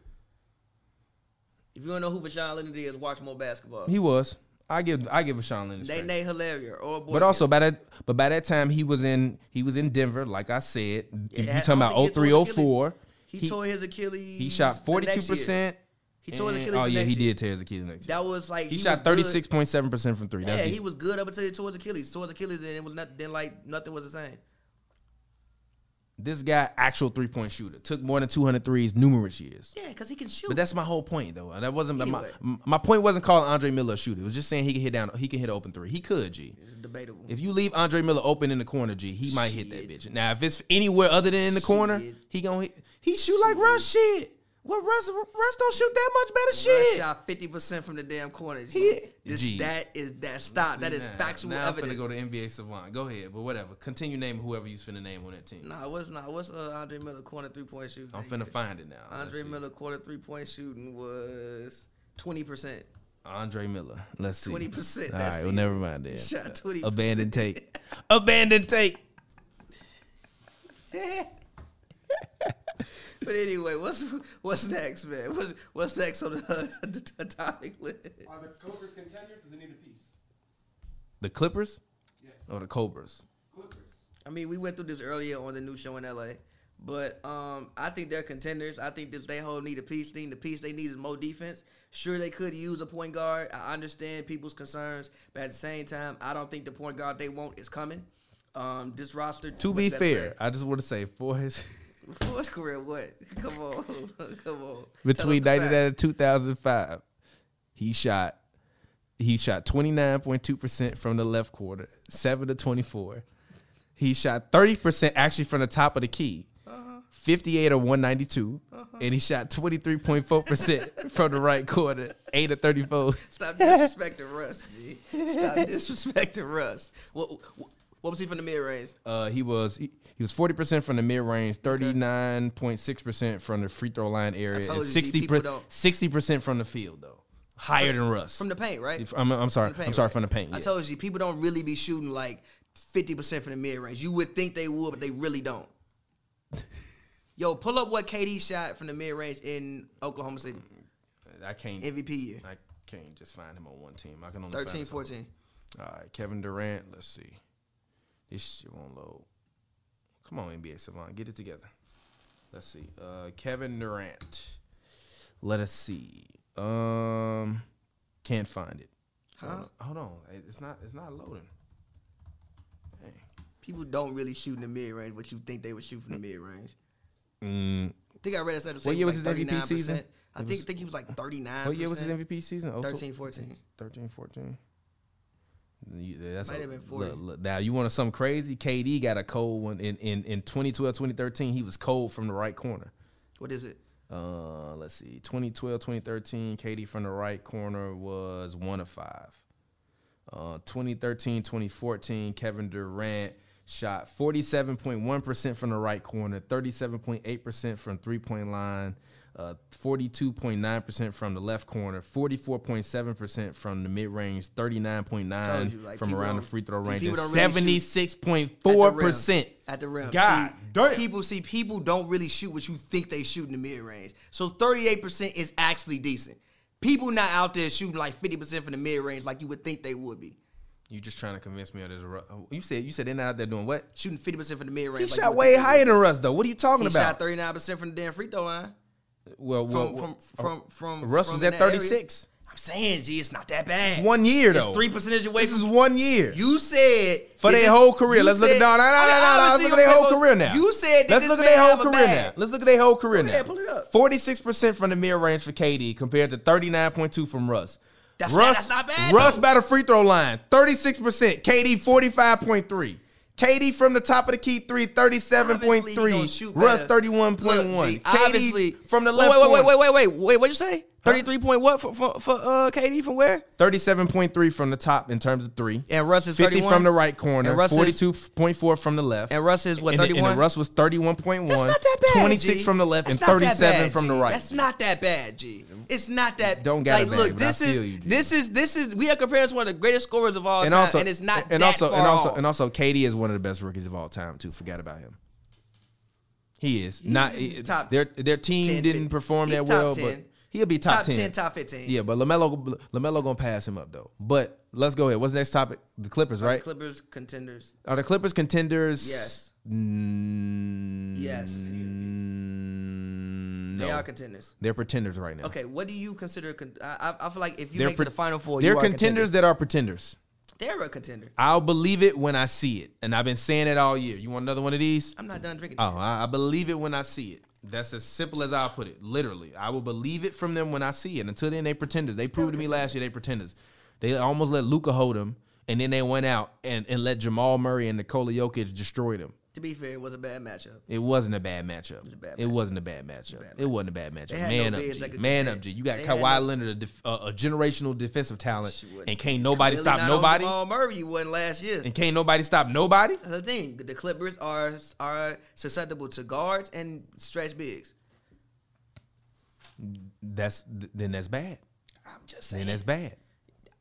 [SPEAKER 4] If you don't know who Vashawn Leonard is, watch more basketball.
[SPEAKER 3] he was. I give I give Vashawn Leonard.
[SPEAKER 4] They
[SPEAKER 3] straight.
[SPEAKER 4] Nate Hilaria or boy
[SPEAKER 3] But also by that, but by that time he was in he was in Denver, like I said. if you
[SPEAKER 4] I
[SPEAKER 3] talking
[SPEAKER 4] don't
[SPEAKER 3] about
[SPEAKER 4] think he
[SPEAKER 3] 03,
[SPEAKER 4] tore Achilles.
[SPEAKER 3] 04,
[SPEAKER 4] he,
[SPEAKER 3] he,
[SPEAKER 4] tore his Achilles.
[SPEAKER 3] he shot
[SPEAKER 4] the
[SPEAKER 3] forty two
[SPEAKER 4] next year.
[SPEAKER 3] percent.
[SPEAKER 4] He tore the Achilles.
[SPEAKER 3] Oh
[SPEAKER 4] the
[SPEAKER 3] yeah,
[SPEAKER 4] next
[SPEAKER 3] he
[SPEAKER 4] year.
[SPEAKER 3] did tear his Achilles next. year.
[SPEAKER 4] That was like
[SPEAKER 3] He,
[SPEAKER 4] was
[SPEAKER 3] shot
[SPEAKER 4] good.
[SPEAKER 3] thirty six point seven percent from three.
[SPEAKER 4] Yeah,
[SPEAKER 3] That's
[SPEAKER 4] he
[SPEAKER 3] decent.
[SPEAKER 4] was good up until he tore his Achilles. Tore his Achilles, and it was not, then like nothing was the same.
[SPEAKER 3] this guy actual three point shooter took more than 200 threes numerous years.
[SPEAKER 4] Yeah, because he can shoot.
[SPEAKER 3] But that's my whole point though. That wasn't
[SPEAKER 4] Anyway.
[SPEAKER 3] my my point wasn't calling Andre Miller a shooter. It was just saying he could hit down. He can hit an open three. He could G.
[SPEAKER 4] It's debatable.
[SPEAKER 3] If you leave Andre Miller open in the corner, G, he might hit that bitch. Now, if it's anywhere other than in the corner,
[SPEAKER 4] Shit.
[SPEAKER 3] he gonna hit, he shoot like Russ shit. Well, Russ Russ don't shoot that much better
[SPEAKER 4] I
[SPEAKER 3] shit.
[SPEAKER 4] shot fifty percent from the damn corner.
[SPEAKER 3] He-
[SPEAKER 4] This,
[SPEAKER 3] Gee.
[SPEAKER 4] that is that stop. That is
[SPEAKER 3] Nah,
[SPEAKER 4] factual
[SPEAKER 3] now
[SPEAKER 4] evidence.
[SPEAKER 3] I'm finna go to NBA Savant. Go ahead, but whatever. Continue naming whoever you finna name on that team.
[SPEAKER 4] nah, what's not? What's uh, Andre Miller corner three point shooting?
[SPEAKER 3] I'm finna find it now. Let's
[SPEAKER 4] Andre
[SPEAKER 3] see.
[SPEAKER 4] Miller quarter three point shooting was twenty percent.
[SPEAKER 3] Andre Miller. Let's see.
[SPEAKER 4] 20%,
[SPEAKER 3] All
[SPEAKER 4] that's
[SPEAKER 3] right, well,
[SPEAKER 4] it.
[SPEAKER 3] never mind Uh, that.
[SPEAKER 4] Shot 20%.
[SPEAKER 3] Abandoned take. Abandoned
[SPEAKER 4] *laughs*
[SPEAKER 3] take.
[SPEAKER 4] But anyway, what's *laughs* what's next, man? What's, what's next on the, *laughs* the, the topic list?
[SPEAKER 5] Are the Clippers contenders or they need a piece?
[SPEAKER 3] The Clippers
[SPEAKER 5] Yes.
[SPEAKER 3] or the Cobras?
[SPEAKER 5] Clippers.
[SPEAKER 4] I mean, we went through this earlier on the new show in LA, but um, I think they're contenders. I think this they whole need a piece thing. The piece they need is more defense. Sure, they could use a point guard. I understand people's concerns, but at the same time, I don't think the point guard they want is coming. Um, this roster.
[SPEAKER 3] To
[SPEAKER 4] what
[SPEAKER 3] be
[SPEAKER 4] did I
[SPEAKER 3] fair,
[SPEAKER 4] *laughs*
[SPEAKER 3] I just want to say for his
[SPEAKER 4] say? for his career, what? Come on, *laughs* come on.
[SPEAKER 3] between
[SPEAKER 4] Tell
[SPEAKER 3] 99
[SPEAKER 4] us the facts.
[SPEAKER 3] and 2005, he shot he shot 29.2% from the left quarter, 7 to 24. He shot 30% actually from the top of the key.
[SPEAKER 4] Uh-huh.
[SPEAKER 3] 58 or 192, and he shot 23.4% *laughs* from the right quarter, 8 to 34.
[SPEAKER 4] Stop disrespecting Russ,
[SPEAKER 3] *laughs*
[SPEAKER 4] G. Stop disrespecting Russ. What, what, what was he from the mid range?
[SPEAKER 3] Uh, he was he, he was 40% from the mid range, 39.6% from the free throw line area, and
[SPEAKER 4] told you, G,
[SPEAKER 3] 60
[SPEAKER 4] people don't-
[SPEAKER 3] 60% from the field though. Higher than Russ.
[SPEAKER 4] From the paint, right?
[SPEAKER 3] I'm, I'm sorry.
[SPEAKER 4] the paint,
[SPEAKER 3] I'm sorry
[SPEAKER 4] right?
[SPEAKER 3] from the paint.
[SPEAKER 4] I
[SPEAKER 3] yeah.
[SPEAKER 4] told you, people don't really be shooting like 50% from the mid range. You would think they would, but they really
[SPEAKER 3] *laughs*
[SPEAKER 4] don't. Yo, pull up what KD shot from the mid range in Oklahoma City
[SPEAKER 3] I can't.
[SPEAKER 4] MVP year
[SPEAKER 3] I can't just find him on one team. I can only
[SPEAKER 4] 13
[SPEAKER 3] find him on-
[SPEAKER 4] 14.
[SPEAKER 3] All right, Kevin Durant. Let's see. This shit won't load. Come on, NBA Savant, get it together. Let's see. Uh, Kevin Durant. Let us see. Um, can't find it. Hold on. Hold on. It- It's not. It's not loading. Dang.
[SPEAKER 4] People don't really shoot in the mid range, but you think they would shoot from the mid range.
[SPEAKER 3] Mm.
[SPEAKER 4] I think I read that.
[SPEAKER 3] What year was his MVP season?
[SPEAKER 4] I
[SPEAKER 3] It
[SPEAKER 4] think,
[SPEAKER 3] was-
[SPEAKER 4] think he was like 39.
[SPEAKER 3] What year was his MVP season? Oh, tw-
[SPEAKER 4] 13 14.
[SPEAKER 3] 13, 14. You- That's
[SPEAKER 4] Might
[SPEAKER 3] a-
[SPEAKER 4] have been 40.
[SPEAKER 3] look, look, now you want something crazy? KD got a cold one in, in, in 2012, 2013. He was cold from the right corner.
[SPEAKER 4] What is it?
[SPEAKER 3] Uh, let's see. 2012, 2013, KD from the right corner was one of five. Uh, 2013, 2014, Kevin Durant shot 47.1% from the right corner, 37.8% from three point line, uh, 42.9% from the left corner, 44.7% from the mid range, 39.9%
[SPEAKER 4] Told you, like,
[SPEAKER 3] from
[SPEAKER 4] people
[SPEAKER 3] around the
[SPEAKER 4] don't-
[SPEAKER 3] free throw
[SPEAKER 4] people
[SPEAKER 3] range, and
[SPEAKER 4] don't really
[SPEAKER 3] 76.4%.
[SPEAKER 4] at the rim.
[SPEAKER 3] God
[SPEAKER 4] see,
[SPEAKER 3] damn.
[SPEAKER 4] People see people don't really shoot what you think they shoot in the mid range. So thirty eight percent is actually decent. People not out there shooting like fifty percent from the mid range like you would think they would be
[SPEAKER 3] You just trying to convince me of this. ru- You said you said they're not out there doing what?
[SPEAKER 4] shooting fifty percent from the mid
[SPEAKER 3] He
[SPEAKER 4] range.
[SPEAKER 3] shot way higher than Russ, though. What are you talking
[SPEAKER 4] He shot
[SPEAKER 3] about?
[SPEAKER 4] thirty nine percent from the damn free throw line.
[SPEAKER 3] well, well,
[SPEAKER 4] From
[SPEAKER 3] uh,
[SPEAKER 4] from from from,
[SPEAKER 3] Russ
[SPEAKER 4] from
[SPEAKER 3] was at
[SPEAKER 4] in that area.
[SPEAKER 3] 36.
[SPEAKER 4] I'm saying, G, it's not that bad.
[SPEAKER 3] One year though.
[SPEAKER 4] It's three percentage away.
[SPEAKER 3] This is
[SPEAKER 4] From,
[SPEAKER 3] one year.
[SPEAKER 4] you said
[SPEAKER 3] for
[SPEAKER 4] that
[SPEAKER 3] their
[SPEAKER 4] this-
[SPEAKER 3] whole career.
[SPEAKER 4] you
[SPEAKER 3] Let's look at
[SPEAKER 4] said-
[SPEAKER 3] no, no, no,
[SPEAKER 4] I
[SPEAKER 3] no,
[SPEAKER 4] mean,
[SPEAKER 3] no, no. Let's
[SPEAKER 4] obviously
[SPEAKER 3] look at their
[SPEAKER 4] you
[SPEAKER 3] whole
[SPEAKER 4] supposed-
[SPEAKER 3] career now.
[SPEAKER 4] You said that
[SPEAKER 3] let's
[SPEAKER 4] this
[SPEAKER 3] look at
[SPEAKER 4] man
[SPEAKER 3] their whole
[SPEAKER 4] have a
[SPEAKER 3] career
[SPEAKER 4] bag.
[SPEAKER 3] now. Let's look at their whole career
[SPEAKER 4] Pull it
[SPEAKER 3] now.
[SPEAKER 4] up, pull it up.
[SPEAKER 3] Forty-six percent from the mid range for KD compared to thirty-nine point two from Russ.
[SPEAKER 4] That's not-
[SPEAKER 3] Russ,
[SPEAKER 4] that's not bad,
[SPEAKER 3] Russ
[SPEAKER 4] though.
[SPEAKER 3] by the free throw line, 36%. KD 45.3. KD from the top of the key three,
[SPEAKER 4] Obviously, he gonna
[SPEAKER 3] 37.3.
[SPEAKER 4] shoot
[SPEAKER 3] Russ
[SPEAKER 4] better.
[SPEAKER 3] 31.1.
[SPEAKER 4] Look, G, obviously-
[SPEAKER 3] KD from the
[SPEAKER 4] Wait,
[SPEAKER 3] left
[SPEAKER 4] Wait, wait,
[SPEAKER 3] corner.
[SPEAKER 4] wait, wait, wait, wait. What'd you say? Thirty-three point what for for, for uh, KD from where?
[SPEAKER 3] 37.3 from the top in terms of three.
[SPEAKER 4] And Russ is
[SPEAKER 3] 50
[SPEAKER 4] 31?
[SPEAKER 3] from the right corner,
[SPEAKER 4] And Russ is-
[SPEAKER 3] 42.4 from the left.
[SPEAKER 4] And Russ is what
[SPEAKER 3] and, the- and the
[SPEAKER 4] thirty-one.
[SPEAKER 3] Russ was 31.1,
[SPEAKER 4] That's not that bad.
[SPEAKER 3] 26
[SPEAKER 4] G.
[SPEAKER 3] from the left, and
[SPEAKER 4] That's not that
[SPEAKER 3] 37
[SPEAKER 4] bad,
[SPEAKER 3] from the
[SPEAKER 4] G.
[SPEAKER 3] right.
[SPEAKER 4] That's not that bad, G. It's not that.
[SPEAKER 3] Don't gotta
[SPEAKER 4] like,
[SPEAKER 3] bad,
[SPEAKER 4] look,
[SPEAKER 3] but I
[SPEAKER 4] this is
[SPEAKER 3] feel you, G.
[SPEAKER 4] this is this is we are comparing to one of the greatest scorers of all time, and it's not
[SPEAKER 3] and
[SPEAKER 4] that
[SPEAKER 3] also
[SPEAKER 4] far
[SPEAKER 3] and also
[SPEAKER 4] off.
[SPEAKER 3] and also KD is one of the best rookies of all time too. Forgot about him. He is not eh,
[SPEAKER 4] in the top
[SPEAKER 3] their their team
[SPEAKER 4] 10,
[SPEAKER 3] didn't
[SPEAKER 4] 15.
[SPEAKER 3] perform
[SPEAKER 4] He's
[SPEAKER 3] that
[SPEAKER 4] top
[SPEAKER 3] well,
[SPEAKER 4] 10.
[SPEAKER 3] but he'll be top,
[SPEAKER 4] Top
[SPEAKER 3] 10.
[SPEAKER 4] 10, top 15.
[SPEAKER 3] Yeah, but Lamelo Lamelo gonna pass him up though. But let's go ahead. What's the next topic? The Clippers, right?
[SPEAKER 4] Clippers contenders.
[SPEAKER 3] Are the Clippers contenders?
[SPEAKER 4] Yes.
[SPEAKER 3] Mm,
[SPEAKER 4] Yes.
[SPEAKER 3] mm,
[SPEAKER 4] They
[SPEAKER 3] no.
[SPEAKER 4] are contenders.
[SPEAKER 3] They're pretenders right now.
[SPEAKER 4] Okay, what do you consider? Con- I, I I feel like if you
[SPEAKER 3] They're
[SPEAKER 4] make
[SPEAKER 3] pre-
[SPEAKER 4] it to the final four,
[SPEAKER 3] They're
[SPEAKER 4] you are a contender.
[SPEAKER 3] contenders that are pretenders.
[SPEAKER 4] They're a contender.
[SPEAKER 3] I'll believe it when I see it, and I've been saying it all year. You want another one of these?
[SPEAKER 4] I'm not done drinking.
[SPEAKER 3] Oh, I, I believe it when I see it. That's as simple as I'll put it. Literally, I will believe it from them when I see it. Until then, they pretenders. They proved to me last year they pretenders. They almost let Luca hold them, and then they went out and, and let Jamal Murray and Nikola Jokic destroy them.
[SPEAKER 4] To be fair, it was a bad matchup.
[SPEAKER 3] It wasn't a bad matchup.
[SPEAKER 4] a bad
[SPEAKER 3] It wasn't a bad matchup. It wasn't a bad matchup.
[SPEAKER 4] had
[SPEAKER 3] Man
[SPEAKER 4] no
[SPEAKER 3] up,
[SPEAKER 4] bigs
[SPEAKER 3] G.
[SPEAKER 4] that could
[SPEAKER 3] Man
[SPEAKER 4] contend.
[SPEAKER 3] up, G. You got
[SPEAKER 4] They had
[SPEAKER 3] Kawhi
[SPEAKER 4] no-
[SPEAKER 3] Leonard, a, def- uh, a generational defensive talent,
[SPEAKER 4] She wouldn't.
[SPEAKER 3] and can't nobody
[SPEAKER 4] Clearly
[SPEAKER 3] stop
[SPEAKER 4] not on
[SPEAKER 3] nobody,
[SPEAKER 4] Jamal Murray, you won last year.
[SPEAKER 3] and can't nobody stop nobody.
[SPEAKER 4] That's the thing. The Clippers are are susceptible to guards and stretch bigs.
[SPEAKER 3] That's th- then that's bad.
[SPEAKER 4] I'm just
[SPEAKER 3] Then
[SPEAKER 4] saying.
[SPEAKER 3] that's bad.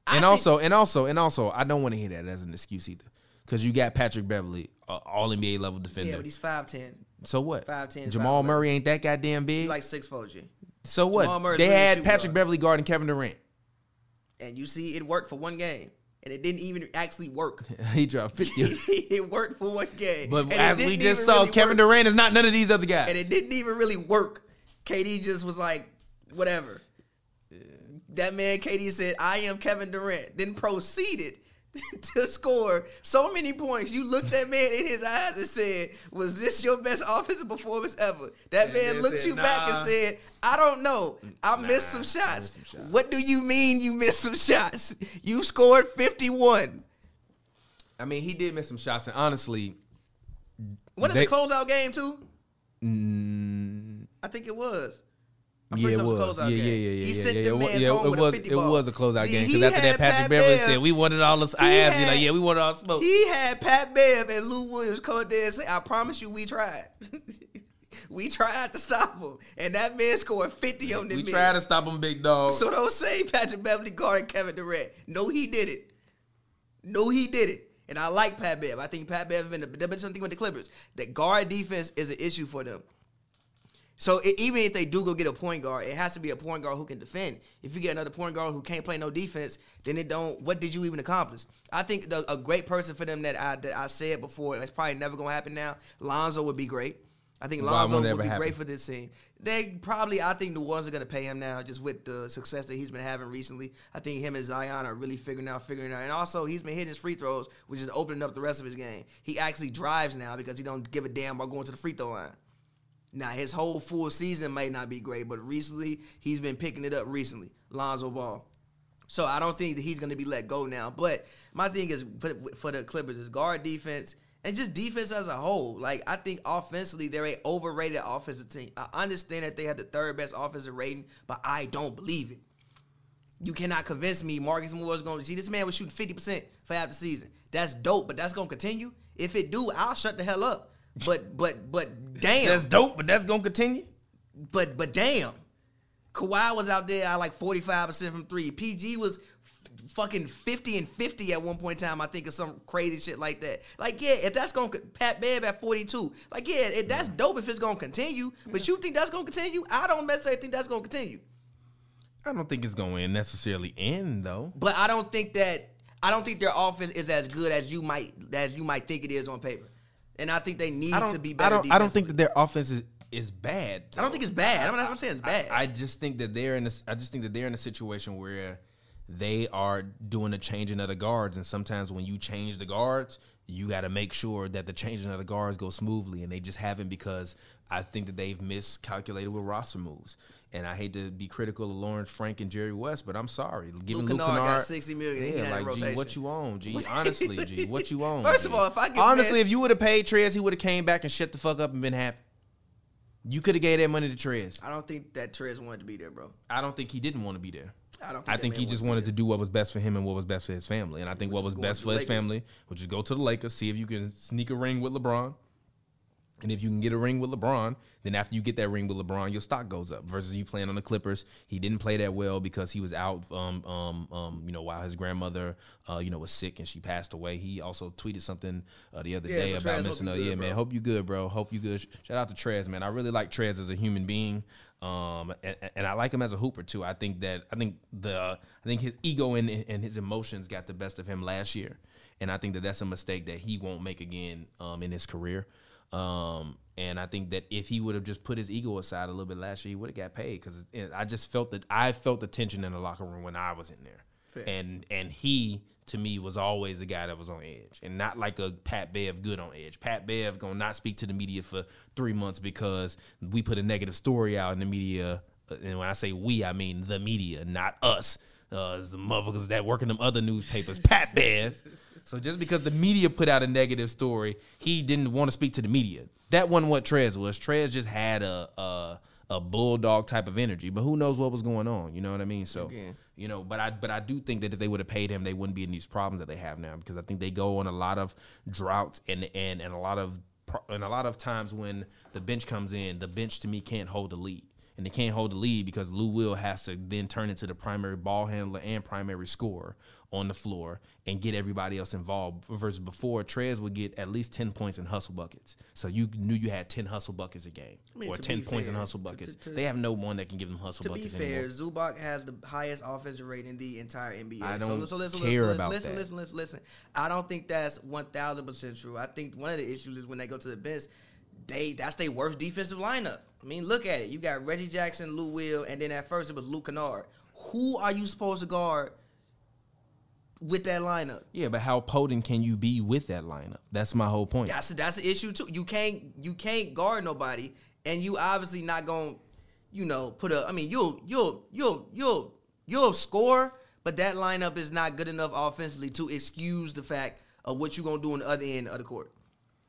[SPEAKER 4] I
[SPEAKER 3] and
[SPEAKER 4] think-
[SPEAKER 3] also, and also, and also, I don't want to hear that as an excuse either, because you got Patrick Beverly, uh, all NBA level defender.
[SPEAKER 4] yeah, but he's 5'10.
[SPEAKER 3] so what?
[SPEAKER 4] 5'10",
[SPEAKER 3] Jamal
[SPEAKER 4] 5'11".
[SPEAKER 3] Murray ain't that goddamn big.
[SPEAKER 4] He's like 6'4 G.
[SPEAKER 3] so what?
[SPEAKER 4] Jamal Murray's
[SPEAKER 3] they
[SPEAKER 4] really a
[SPEAKER 3] had
[SPEAKER 4] shooting
[SPEAKER 3] Patrick
[SPEAKER 4] guard.
[SPEAKER 3] Beverly guarding Kevin Durant. *laughs*
[SPEAKER 4] And you see, it worked for one game. And it didn't even actually work.
[SPEAKER 3] he dropped fifty.
[SPEAKER 4] *laughs* it worked for one game.
[SPEAKER 3] But
[SPEAKER 4] And it
[SPEAKER 3] as we
[SPEAKER 4] didn't
[SPEAKER 3] just
[SPEAKER 4] even
[SPEAKER 3] saw,
[SPEAKER 4] really
[SPEAKER 3] Kevin
[SPEAKER 4] work.
[SPEAKER 3] Durant is not none of these other guys.
[SPEAKER 4] And it didn't even really work. KD just was like, whatever. That man, KD said, I am Kevin Durant. Then proceeded *laughs* to score so many points. You looked that man in his eyes and said, "Was this your best offensive performance ever?" That
[SPEAKER 3] And
[SPEAKER 4] man
[SPEAKER 3] then
[SPEAKER 4] looked
[SPEAKER 3] said,
[SPEAKER 4] you back
[SPEAKER 3] "Nah."
[SPEAKER 4] and said, "I don't know. I missed some shots. What do you mean you missed some *laughs* shots? You scored fifty-one.
[SPEAKER 3] I mean, he did miss some shots, and honestly,
[SPEAKER 4] When is
[SPEAKER 3] They-
[SPEAKER 4] the closeout game too?
[SPEAKER 3] mm,
[SPEAKER 4] I think it was." I'm
[SPEAKER 3] yeah,
[SPEAKER 4] pretty
[SPEAKER 3] it
[SPEAKER 4] sure
[SPEAKER 3] was. Yeah,
[SPEAKER 4] closeout
[SPEAKER 3] yeah,
[SPEAKER 4] game.
[SPEAKER 3] yeah, yeah,
[SPEAKER 4] He
[SPEAKER 3] yeah,
[SPEAKER 4] sent
[SPEAKER 3] yeah.
[SPEAKER 4] them
[SPEAKER 3] It was,
[SPEAKER 4] mans
[SPEAKER 3] yeah,
[SPEAKER 4] home
[SPEAKER 3] it
[SPEAKER 4] with
[SPEAKER 3] was,
[SPEAKER 4] a 50
[SPEAKER 3] it
[SPEAKER 4] ball.
[SPEAKER 3] was a closeout
[SPEAKER 4] See,
[SPEAKER 3] game because
[SPEAKER 4] he
[SPEAKER 3] after that,
[SPEAKER 4] had
[SPEAKER 3] Patrick
[SPEAKER 4] Pat
[SPEAKER 3] Beverly
[SPEAKER 4] Bev.
[SPEAKER 3] said, "We wanted all this." I
[SPEAKER 4] He
[SPEAKER 3] asked, you like,
[SPEAKER 4] had-
[SPEAKER 3] yeah, we wanted all the smoke.
[SPEAKER 4] He had Pat Bev and Lou Williams come up there and say, I promise you we tried. *laughs* we tried to stop him. And that man scored 50 on the
[SPEAKER 3] we
[SPEAKER 4] mid.
[SPEAKER 3] tried to stop him, big dog.
[SPEAKER 4] so don't say Patrick Beverly guarded Kevin Durant. No, he did it. No, he did it. And I like Pat Bev. I think Pat Bev and the, that's something with the Clippers. That guard defense is an issue for them. So it, even if they do go get a point guard, it has to be a point guard who can defend. If you get another point guard who can't play no defense, then it don't. What did you even accomplish? I think the, a great person for them that I that I said before, and it's probably never gonna happen now. Lonzo would be great. I think
[SPEAKER 3] Why
[SPEAKER 4] Lonzo
[SPEAKER 3] won't it
[SPEAKER 4] would
[SPEAKER 3] ever
[SPEAKER 4] be
[SPEAKER 3] happen?
[SPEAKER 4] great for this team. They probably, I think, New Orleans are gonna pay him now, just with the success that he's been having recently. I think him and Zion are really figuring out, figuring out, and also he's been hitting his free throws, which is opening up the rest of his game. He actually drives now because he don't give a damn about going to the free throw line. Now his whole full season may not be great, but recently he's been picking it up. Recently, Lonzo Ball. So I don't think that he's going to be let go now. But my thing is for, for the Clippers is guard defense and just defense as a whole. Like I think offensively they're a overrated offensive team. I understand that they have the third best offensive rating, but I don't believe it. You cannot convince me Marcus Moore's going to see this man was shooting fifty percent for half the season. That's dope, but that's going to continue. If it do, I'll shut the hell up. But but but damn,
[SPEAKER 3] that's dope, but that's gonna continue.
[SPEAKER 4] but but damn, Kawhi was out there at like forty five percent from three. PG was f- fucking fifty and fifty at one point in time. I think of some crazy shit like that. Like yeah, if that's gonna co- Pat Bev at forty two. Like yeah, if that's
[SPEAKER 3] Mm.
[SPEAKER 4] dope if it's gonna continue. But you think that's gonna continue? I don't necessarily think that's gonna continue.
[SPEAKER 3] I don't think it's gonna necessarily end though.
[SPEAKER 4] But I don't think that I don't think their offense is as good as you might as you might think it is on paper. And I think they need
[SPEAKER 3] I don't.
[SPEAKER 4] to be
[SPEAKER 3] I
[SPEAKER 4] better.
[SPEAKER 3] don't. I don't think
[SPEAKER 4] defensively.
[SPEAKER 3] that their offense is, is bad.
[SPEAKER 4] I don't think it's bad. I'm not I'm saying it's bad.
[SPEAKER 3] I just think that they're in. A, I just think that they're in a situation where they are doing a changing of the guards, and sometimes when you change the guards, you got to make sure that the changing of the guards goes smoothly, and they just haven't because I think that they've miscalculated with roster moves. And I hate to be critical of Lawrence Frank and Jerry West, but I'm sorry. Giving
[SPEAKER 4] Luke
[SPEAKER 3] Luke,
[SPEAKER 4] Kennard got
[SPEAKER 3] Kennard-
[SPEAKER 4] 60 million, he not in
[SPEAKER 3] Yeah, like, gee,
[SPEAKER 4] rotation.
[SPEAKER 3] what you on, G?
[SPEAKER 4] *laughs*
[SPEAKER 3] Honestly, G, what you on?
[SPEAKER 4] First of
[SPEAKER 3] G?
[SPEAKER 4] all, if I give
[SPEAKER 3] honestly,
[SPEAKER 4] Ness-
[SPEAKER 3] if you would have paid Trez, he would have came back and shut the fuck up and been happy. You could have gave that money to Trez.
[SPEAKER 4] I don't think that Trez wanted to be there, bro.
[SPEAKER 3] I don't think he didn't want to be there.
[SPEAKER 4] I don't. Think
[SPEAKER 3] I
[SPEAKER 4] that
[SPEAKER 3] think
[SPEAKER 4] man
[SPEAKER 3] he just
[SPEAKER 4] wanted
[SPEAKER 3] wanted to do what was best for him and what was best for his family. And I think what was
[SPEAKER 4] going
[SPEAKER 3] best
[SPEAKER 4] to
[SPEAKER 3] for
[SPEAKER 4] the
[SPEAKER 3] his
[SPEAKER 4] Lakers.
[SPEAKER 3] family, which is go to the Lakers, see if you can sneak a ring with LeBron. And if you can get a ring with LeBron, then after you get that ring with LeBron, your stock goes up. Versus you playing on the Clippers, he didn't play that well because he was out, um, um, um, you know, while his grandmother, uh, you know, was sick and she passed away. He also tweeted something uh, the other
[SPEAKER 4] Yeah,
[SPEAKER 3] day
[SPEAKER 4] so Trez,
[SPEAKER 3] about
[SPEAKER 4] hope
[SPEAKER 3] missing
[SPEAKER 4] you
[SPEAKER 3] out.
[SPEAKER 4] good,
[SPEAKER 3] Yeah,
[SPEAKER 4] bro.
[SPEAKER 3] man, hope you good, bro. Hope you good. Sh- Shout out to Trez, man. I really like Trez as a human being, um, and, and I like him as a hooper too. I think that I think the I think his ego and and his emotions got the best of him last year, and I think that that's a mistake that he won't make again um, in his career. Um, and I think that if he would have just put his ego aside a little bit last year, he would have got paid because I just felt that I felt the tension in the locker room when I was in there and and he to me was always the guy that was on edge and not like a Pat Bev good on edge. Pat Bev gonna not speak to the media for three months because we put a negative story out in the media. Uh, And when I say we, I mean the media, not us. Uh, it's the motherfuckers that work in them other newspapers. Pat Bev. So just because the media put out a negative story, he didn't want to speak to the media. That wasn't what Trez was. Trez just had a a, a bulldog type of energy, but who knows what was going on? You know what I mean? So you know, but I but I do think that if they would have paid him, they wouldn't be in these problems that they have now because I think they go on a lot of droughts and and and a lot of pro- and a lot of times when the bench comes in, the bench to me can't hold the lead. And they can't hold the lead because Lou Will has to then turn into the primary ball handler and primary scorer on the floor and get everybody else involved. Versus before, Trez would get at least ten points in hustle buckets. So you knew you had ten hustle buckets a game,
[SPEAKER 4] mean,
[SPEAKER 3] or
[SPEAKER 4] to
[SPEAKER 3] ten
[SPEAKER 4] be
[SPEAKER 3] points in
[SPEAKER 4] fair,
[SPEAKER 3] hustle
[SPEAKER 4] to-
[SPEAKER 3] buckets.
[SPEAKER 4] to- to-
[SPEAKER 3] they have no one that can give them hustle
[SPEAKER 4] To be
[SPEAKER 3] buckets
[SPEAKER 4] fair,
[SPEAKER 3] anymore.
[SPEAKER 4] Zubac has the highest offensive rating in the entire NBA.
[SPEAKER 3] I
[SPEAKER 4] So-
[SPEAKER 3] don't
[SPEAKER 4] so listen,
[SPEAKER 3] care
[SPEAKER 4] listen,
[SPEAKER 3] about
[SPEAKER 4] listen,
[SPEAKER 3] that.
[SPEAKER 4] Listen, listen, listen. I don't think that's one thousand percent true. I think one of the issues is when they go to the bench, they that's their worst defensive lineup. I mean, look at it. You got Reggie Jackson, Lou Will, and then at first it was Luke Kennard. Who are you supposed to guard with that lineup.
[SPEAKER 3] Yeah, but how potent can you be with that lineup? That's my whole point.
[SPEAKER 4] That's that's the issue too. You can't you can't guard nobody, and you obviously not going, to you know, put up. I mean, you'll you'll you'll you'll you'll score, but that lineup is not good enough offensively to excuse the fact of what you're gonna do on the other end of the court.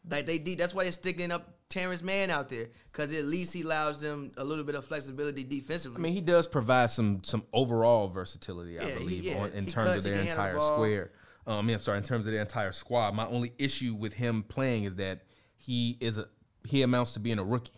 [SPEAKER 4] Like they did. That's why they're sticking up Terrence Mann out there because at least he allows them a little bit of flexibility defensively.
[SPEAKER 3] I mean, he does provide some some overall versatility, I
[SPEAKER 4] Yeah, he-
[SPEAKER 3] believe,
[SPEAKER 4] yeah,
[SPEAKER 3] on, in
[SPEAKER 4] he
[SPEAKER 3] terms
[SPEAKER 4] cuts,
[SPEAKER 3] of
[SPEAKER 4] he
[SPEAKER 3] their
[SPEAKER 4] can handle the
[SPEAKER 3] entire
[SPEAKER 4] ball.
[SPEAKER 3] square. Um, I mean, I'm sorry, in terms of their entire squad. My only issue with him playing is that he is a he amounts to being a rookie,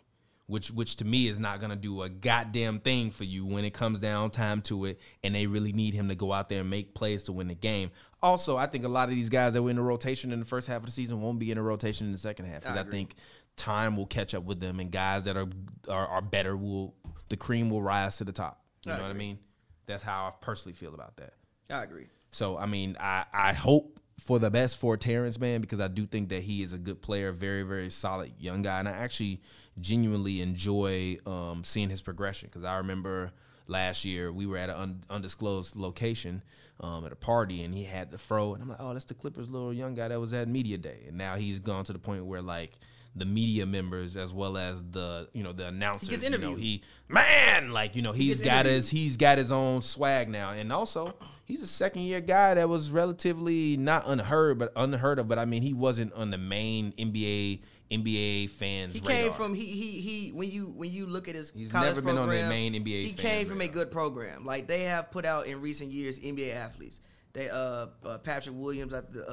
[SPEAKER 3] which which to me is not going to do a goddamn thing for you when it comes down time to it, and they really need him to go out there and make plays to win the game. Also, I think a lot of these guys that were in the rotation in the first half of the season won't be in the rotation in the second half because I, think time will catch up with them, and guys that are are, are better will the cream will rise to the top. You know what I mean? That's how I personally feel about that.
[SPEAKER 4] I agree.
[SPEAKER 3] So I mean, I I hope for the best for Terrence man because I do think that he is a good player, very very solid young guy, and I actually genuinely enjoy um, seeing his progression because I remember last year we were at an un- undisclosed location um, at a party and he had the fro and I'm like, oh, that's the Clippers little young guy that was at media day, and now he's gone to the point where like. The media members, as well as the you know the announcers, you know
[SPEAKER 4] interviewed.
[SPEAKER 3] he man like you know he's got his he's got his own swag now and also he's a second year guy that was relatively not unheard but unheard of but i mean he wasn't on the main nba nba fans
[SPEAKER 4] He
[SPEAKER 3] radar.
[SPEAKER 4] came from he he he when you when you look at his
[SPEAKER 3] He's
[SPEAKER 4] college
[SPEAKER 3] never been on the
[SPEAKER 4] program,
[SPEAKER 3] main NBA
[SPEAKER 4] He
[SPEAKER 3] fan
[SPEAKER 4] came from a
[SPEAKER 3] radar.
[SPEAKER 4] good program. Like they have put out in recent years NBA athletes. They uh, uh Patrick Williams at the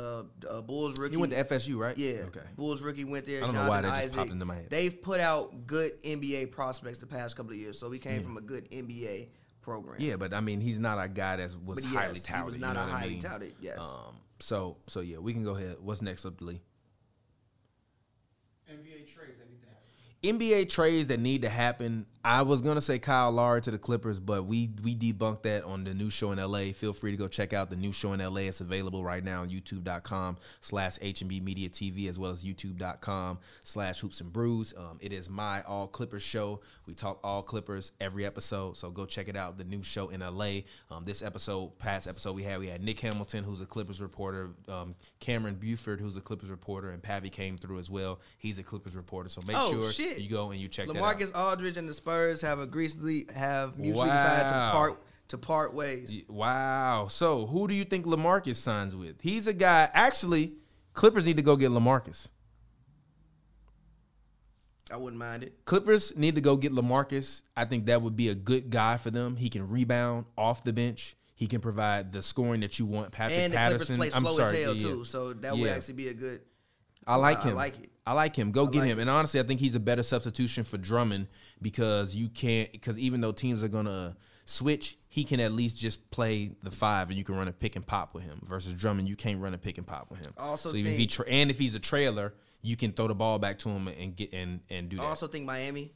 [SPEAKER 4] uh, uh Bulls rookie.
[SPEAKER 3] he went to fsu right
[SPEAKER 4] Yeah.
[SPEAKER 3] okay
[SPEAKER 4] Bulls rookie went there.
[SPEAKER 3] I don't know
[SPEAKER 4] Jonathan
[SPEAKER 3] why that
[SPEAKER 4] Isaac.
[SPEAKER 3] just popped into my head.
[SPEAKER 4] They've put out good NBA prospects the past couple of years, so we came from a good NBA program.
[SPEAKER 3] yeah but i mean he's not a guy that was
[SPEAKER 4] But yes,
[SPEAKER 3] highly
[SPEAKER 4] he was
[SPEAKER 3] touted you
[SPEAKER 4] not
[SPEAKER 3] know
[SPEAKER 4] a
[SPEAKER 3] what I
[SPEAKER 4] highly
[SPEAKER 3] mean?
[SPEAKER 4] touted, yes.
[SPEAKER 3] um so so yeah we can go ahead what's next up lee
[SPEAKER 5] NBA trades, I need to have.
[SPEAKER 3] NBA trades that need to happen. I was gonna say Kyle Lowry to the Clippers, but we we debunked that on the new show in LA. Feel free to go check out the new show in LA. It's available right now on youtube.com slash HB Media TV as well as youtube.com slash hoops and brews. Um, it is my all Clippers show. We talk all Clippers every episode. So go check it out. The new show in LA. Um, this episode, past episode we had, we had Nick Hamilton, who's a Clippers reporter, um, Cameron Buford, who's a Clippers reporter, and Pavi came through as well. He's a Clippers reporter. So make
[SPEAKER 4] Oh,
[SPEAKER 3] sure
[SPEAKER 4] shit.
[SPEAKER 3] you go and you check that out.
[SPEAKER 4] LaMarcus Aldridge and the Spurs have agreeably have mutually decided to
[SPEAKER 3] Wow.
[SPEAKER 4] part to part ways.
[SPEAKER 3] Wow. So who do you think LaMarcus signs with? He's a guy. Actually, Clippers need to go get LaMarcus.
[SPEAKER 4] I wouldn't mind it.
[SPEAKER 3] Clippers need to go get LaMarcus. I think that would be a good guy for them. He can rebound off the bench. He can provide the scoring that you want. Patrick
[SPEAKER 4] and the
[SPEAKER 3] Patterson.
[SPEAKER 4] Clippers play
[SPEAKER 3] I'm
[SPEAKER 4] slow
[SPEAKER 3] sorry.
[SPEAKER 4] as hell
[SPEAKER 3] yeah, yeah.
[SPEAKER 4] too, so that would
[SPEAKER 3] Yeah.
[SPEAKER 4] actually be a good.
[SPEAKER 3] I like
[SPEAKER 4] I
[SPEAKER 3] him. I
[SPEAKER 4] like
[SPEAKER 3] like
[SPEAKER 4] it.
[SPEAKER 3] him. Go get
[SPEAKER 4] like
[SPEAKER 3] him. And honestly, I think he's a better substitution for Drummond because you can't because even though teams are gonna switch, he can at least just play the five and you can run a pick and pop with him. Versus Drummond, you can't run a pick and pop with him.
[SPEAKER 4] I also
[SPEAKER 3] so even if he
[SPEAKER 4] think-
[SPEAKER 3] tra- and if he's a trailer, you can throw the ball back to him and get and and do that.
[SPEAKER 4] I also think Miami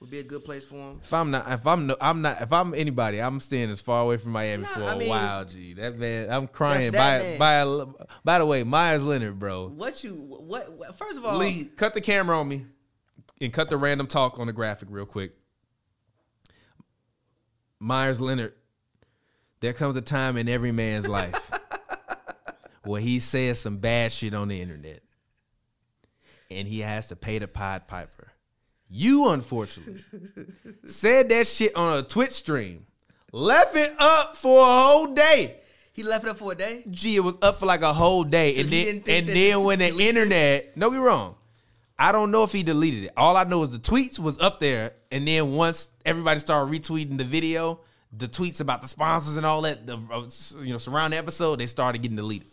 [SPEAKER 4] would be a good place for him.
[SPEAKER 3] if I'm not, if I'm, no, I'm not, if I'm anybody, I'm staying as far away from Miami
[SPEAKER 4] Nah,
[SPEAKER 3] for a
[SPEAKER 4] I mean-
[SPEAKER 3] while. G, that man, I'm crying.
[SPEAKER 4] that
[SPEAKER 3] by, by, by the way, Myers Leonard, bro.
[SPEAKER 4] What you what? what first of all,
[SPEAKER 3] Lee, cut the camera on me and cut the random talk on the graphic real quick. Myers Leonard, there comes a time in every man's
[SPEAKER 4] *laughs*
[SPEAKER 3] life where he says some bad shit on the internet and he has to pay the Pied Piper. You,
[SPEAKER 4] *laughs*
[SPEAKER 3] unfortunately, said that shit on a Twitch stream, left it up for a whole day.
[SPEAKER 4] he left it up for a day.
[SPEAKER 3] Gee, it was up for like a whole day,
[SPEAKER 4] So
[SPEAKER 3] and
[SPEAKER 4] he
[SPEAKER 3] then
[SPEAKER 4] didn't think
[SPEAKER 3] and
[SPEAKER 4] that
[SPEAKER 3] then
[SPEAKER 4] he
[SPEAKER 3] when the
[SPEAKER 4] deleted it?
[SPEAKER 3] internet, no, we wrong. I don't know if he deleted it. All I know is the tweets was up there, and then once everybody started retweeting the video, the tweets about the sponsors and all that, the uh, s- you know surrounding episode, they started getting deleted.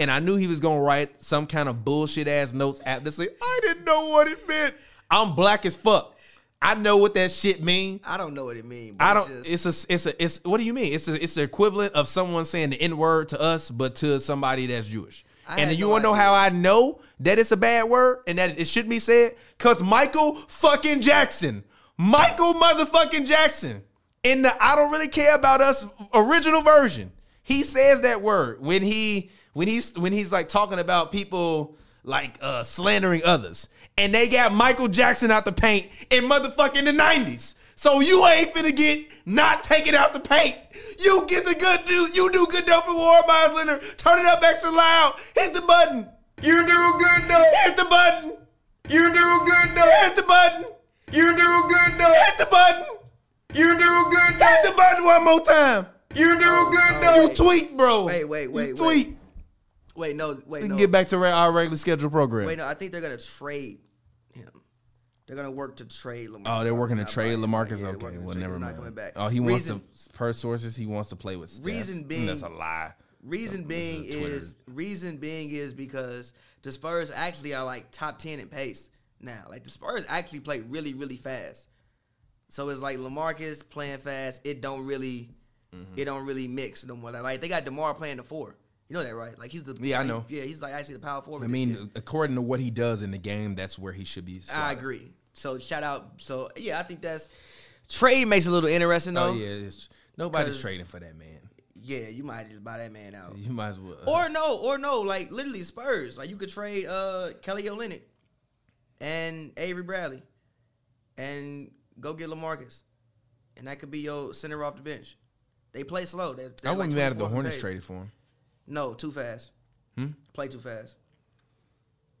[SPEAKER 3] And I knew he was gonna write some kind of bullshit ass notes after say, I didn't know what it meant. I'm black as fuck. I know what that shit mean.
[SPEAKER 4] I don't know what it means.
[SPEAKER 3] I don't. It's, a. It's a. It's what do you mean? It's a. It's the equivalent of someone saying the n word to us, but to somebody that's Jewish.
[SPEAKER 4] I
[SPEAKER 3] and
[SPEAKER 4] had
[SPEAKER 3] you
[SPEAKER 4] no
[SPEAKER 3] want to know how I
[SPEAKER 4] idea.
[SPEAKER 3] know that it's a bad word and that it shouldn't be said? Cause Michael fucking Jackson, Michael motherfucking Jackson, in the I don't really care about us original version, he says that word when he when he's when he's like talking about people like uh slandering others, and they got Michael Jackson out the paint in motherfucking the nineties. So you ain't finna get not taken out the paint. You get the good do you do good dope and war Miles Leonard. Turn it up extra loud. Hit the button.
[SPEAKER 5] You do good though.
[SPEAKER 3] Hit the button.
[SPEAKER 5] You do good though.
[SPEAKER 3] Hit the button.
[SPEAKER 5] You do good though.
[SPEAKER 3] Hit the button.
[SPEAKER 5] You do good though.
[SPEAKER 3] Hit the button one more time.
[SPEAKER 5] You do good though.
[SPEAKER 3] You tweak, bro.
[SPEAKER 4] Wait, wait, wait,
[SPEAKER 3] You
[SPEAKER 4] wait.
[SPEAKER 3] tweak.
[SPEAKER 4] Wait, no, wait,
[SPEAKER 3] We
[SPEAKER 4] no.
[SPEAKER 3] can get back to re- our regular scheduled program.
[SPEAKER 4] Wait, no, I think they're gonna trade him. They're gonna work to trade Lamar.
[SPEAKER 3] Oh, they're working to
[SPEAKER 4] Not
[SPEAKER 3] trade
[SPEAKER 4] buy him back.
[SPEAKER 3] Lamarcus.
[SPEAKER 4] Yeah, they're
[SPEAKER 3] okay,
[SPEAKER 4] working to
[SPEAKER 3] well,
[SPEAKER 4] trade.
[SPEAKER 3] never
[SPEAKER 4] He's
[SPEAKER 3] mind.
[SPEAKER 4] Not coming back.
[SPEAKER 3] Oh, he
[SPEAKER 4] Reason-
[SPEAKER 3] wants to, per sources, he wants to play with. Steph.
[SPEAKER 4] Reason
[SPEAKER 3] Mm,
[SPEAKER 4] being-
[SPEAKER 3] that's a lie.
[SPEAKER 4] Reason being
[SPEAKER 3] Twitter.
[SPEAKER 4] is reason being is because the Spurs actually are like top ten in pace now. Like the Spurs actually play really really fast. So it's like Lamarcus playing fast. It don't really
[SPEAKER 3] Mm-hmm.
[SPEAKER 4] it don't really mix no more. Like they got Demar playing the four. You know that right? Like he's the
[SPEAKER 3] Yeah, I
[SPEAKER 4] he's-
[SPEAKER 3] know.
[SPEAKER 4] Yeah, he's like actually the power forward.
[SPEAKER 3] I
[SPEAKER 4] this year.
[SPEAKER 3] mean, according to what he does in the game, that's where he should be.
[SPEAKER 4] I
[SPEAKER 3] slotted.
[SPEAKER 4] agree. So shout out. So yeah, I think that's trade makes it a little interesting though.
[SPEAKER 3] Oh yeah, it's, nobody's
[SPEAKER 4] 'Cause-
[SPEAKER 3] trading for that man. *laughs*
[SPEAKER 4] Yeah, you might just buy that man out.
[SPEAKER 3] You might as well. uh,
[SPEAKER 4] Or no, or no, like literally Spurs. Like you could trade uh Kelly Olynyk and Avery Bradley and go get Lamarcus. And that could be your center off the bench. They play slow. They,
[SPEAKER 3] I wouldn't be
[SPEAKER 4] like
[SPEAKER 3] mad if the
[SPEAKER 4] 24th in
[SPEAKER 3] Hornets Hmm?
[SPEAKER 4] pace.
[SPEAKER 3] traded for him.
[SPEAKER 4] No, too fast. Play too fast.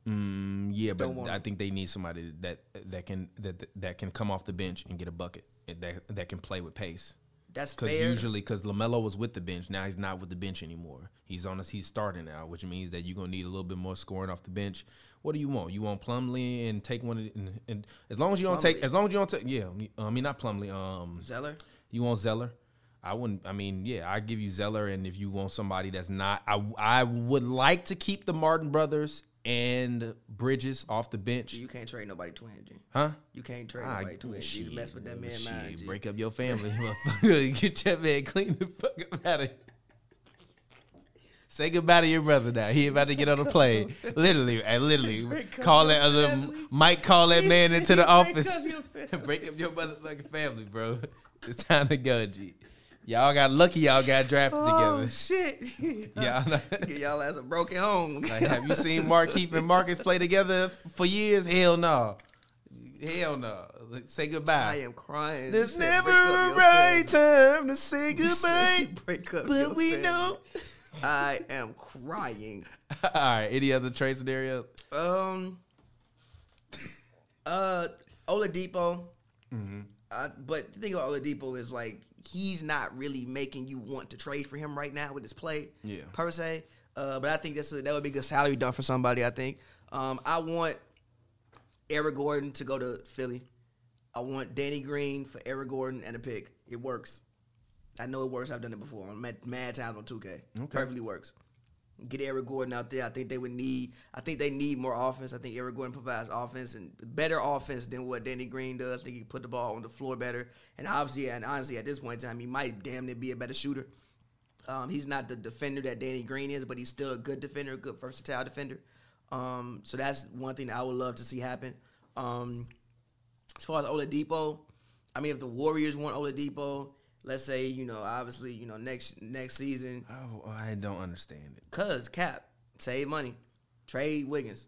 [SPEAKER 3] Mm, yeah, but
[SPEAKER 4] Don't want
[SPEAKER 3] I
[SPEAKER 4] him.
[SPEAKER 3] think they need somebody that that can that that can come off the bench and get a bucket and that that can play with pace.
[SPEAKER 4] That's
[SPEAKER 3] Because
[SPEAKER 4] fair.
[SPEAKER 3] usually, because Lamelo was with the bench, now he's not with the bench anymore. He's on. His, he's starting now, which means that you're gonna need a little bit more scoring off the bench. What do you want? You want Plumlee and take one of the, and, and as long as you don't take
[SPEAKER 4] Plumlee.
[SPEAKER 3] as long as you don't take yeah. I mean not Plumlee. Um,
[SPEAKER 4] Zeller.
[SPEAKER 3] you want Zeller? I wouldn't. I mean, yeah, I give you Zeller, and if you want somebody that's not, I I would like to keep the Martin brothers and Bridges off the bench,
[SPEAKER 4] You can't trade nobody twin, G.
[SPEAKER 3] huh?
[SPEAKER 4] You can't trade
[SPEAKER 3] Ah,
[SPEAKER 4] nobody twin. G. You
[SPEAKER 3] shit,
[SPEAKER 4] mess with
[SPEAKER 3] well,
[SPEAKER 4] that man
[SPEAKER 3] shit,
[SPEAKER 4] mind. G.
[SPEAKER 3] break up your family, *laughs* motherfucker. Get that man clean the fuck up out of here. Say goodbye to your brother now. He about to get on a
[SPEAKER 4] *laughs*
[SPEAKER 3] plane. Literally, I literally call that other Mike. Call that man into the office. *laughs* Break up your motherfucking family, bro. *laughs* It's time to go, G. Y'all got lucky. Y'all got drafted
[SPEAKER 4] Oh
[SPEAKER 3] together.
[SPEAKER 4] shit!
[SPEAKER 3] *laughs*
[SPEAKER 4] *laughs*
[SPEAKER 3] Y'all, not-
[SPEAKER 4] Get y'all ass a broken home.
[SPEAKER 3] like, *laughs* have you seen Markeith and Marcus play together for years? Hell no. Hell no. Like, Say goodbye.
[SPEAKER 4] *laughs* I am crying. You
[SPEAKER 3] There's
[SPEAKER 4] said
[SPEAKER 3] never
[SPEAKER 4] break up
[SPEAKER 3] a
[SPEAKER 4] your
[SPEAKER 3] right
[SPEAKER 4] family.
[SPEAKER 3] time to say
[SPEAKER 4] You said
[SPEAKER 3] goodbye,
[SPEAKER 4] you break up your
[SPEAKER 3] but we
[SPEAKER 4] family. *laughs*
[SPEAKER 3] know.
[SPEAKER 4] I am crying.
[SPEAKER 3] All right, any other trade scenarios?
[SPEAKER 4] Um. Uh, Oladipo. Uh, but the thing about Oladipo is like he's not really making you want to trade for him right now with his play.
[SPEAKER 3] Yeah.
[SPEAKER 4] Per se. Uh, but I think that's a, that would be a good salary dump for somebody. I think. Um, I want Eric Gordon to go to Philly. I want Danny Green for Eric Gordon and a pick. It works. I know it works. I've done it before. I'm mad, mad times on 2K. Perfectly works. Get Eric Gordon out there. I think they would need. I think they need more offense. I think Eric Gordon provides offense and better offense than what Danny Green does. I think he can put the ball on the floor better. And obviously, and honestly, at this point in time, he might damn near be a better shooter. Um, he's not the defender that Danny Green is, but he's still a good defender, a good versatile defender. Um, so that's one thing that I would love to see happen. Um, as far as Oladipo, I mean, if the Warriors want Oladipo, let's say you know, obviously, you know, next next season,
[SPEAKER 3] Oh, I don't understand it.
[SPEAKER 4] cause cap save money, trade Wiggins,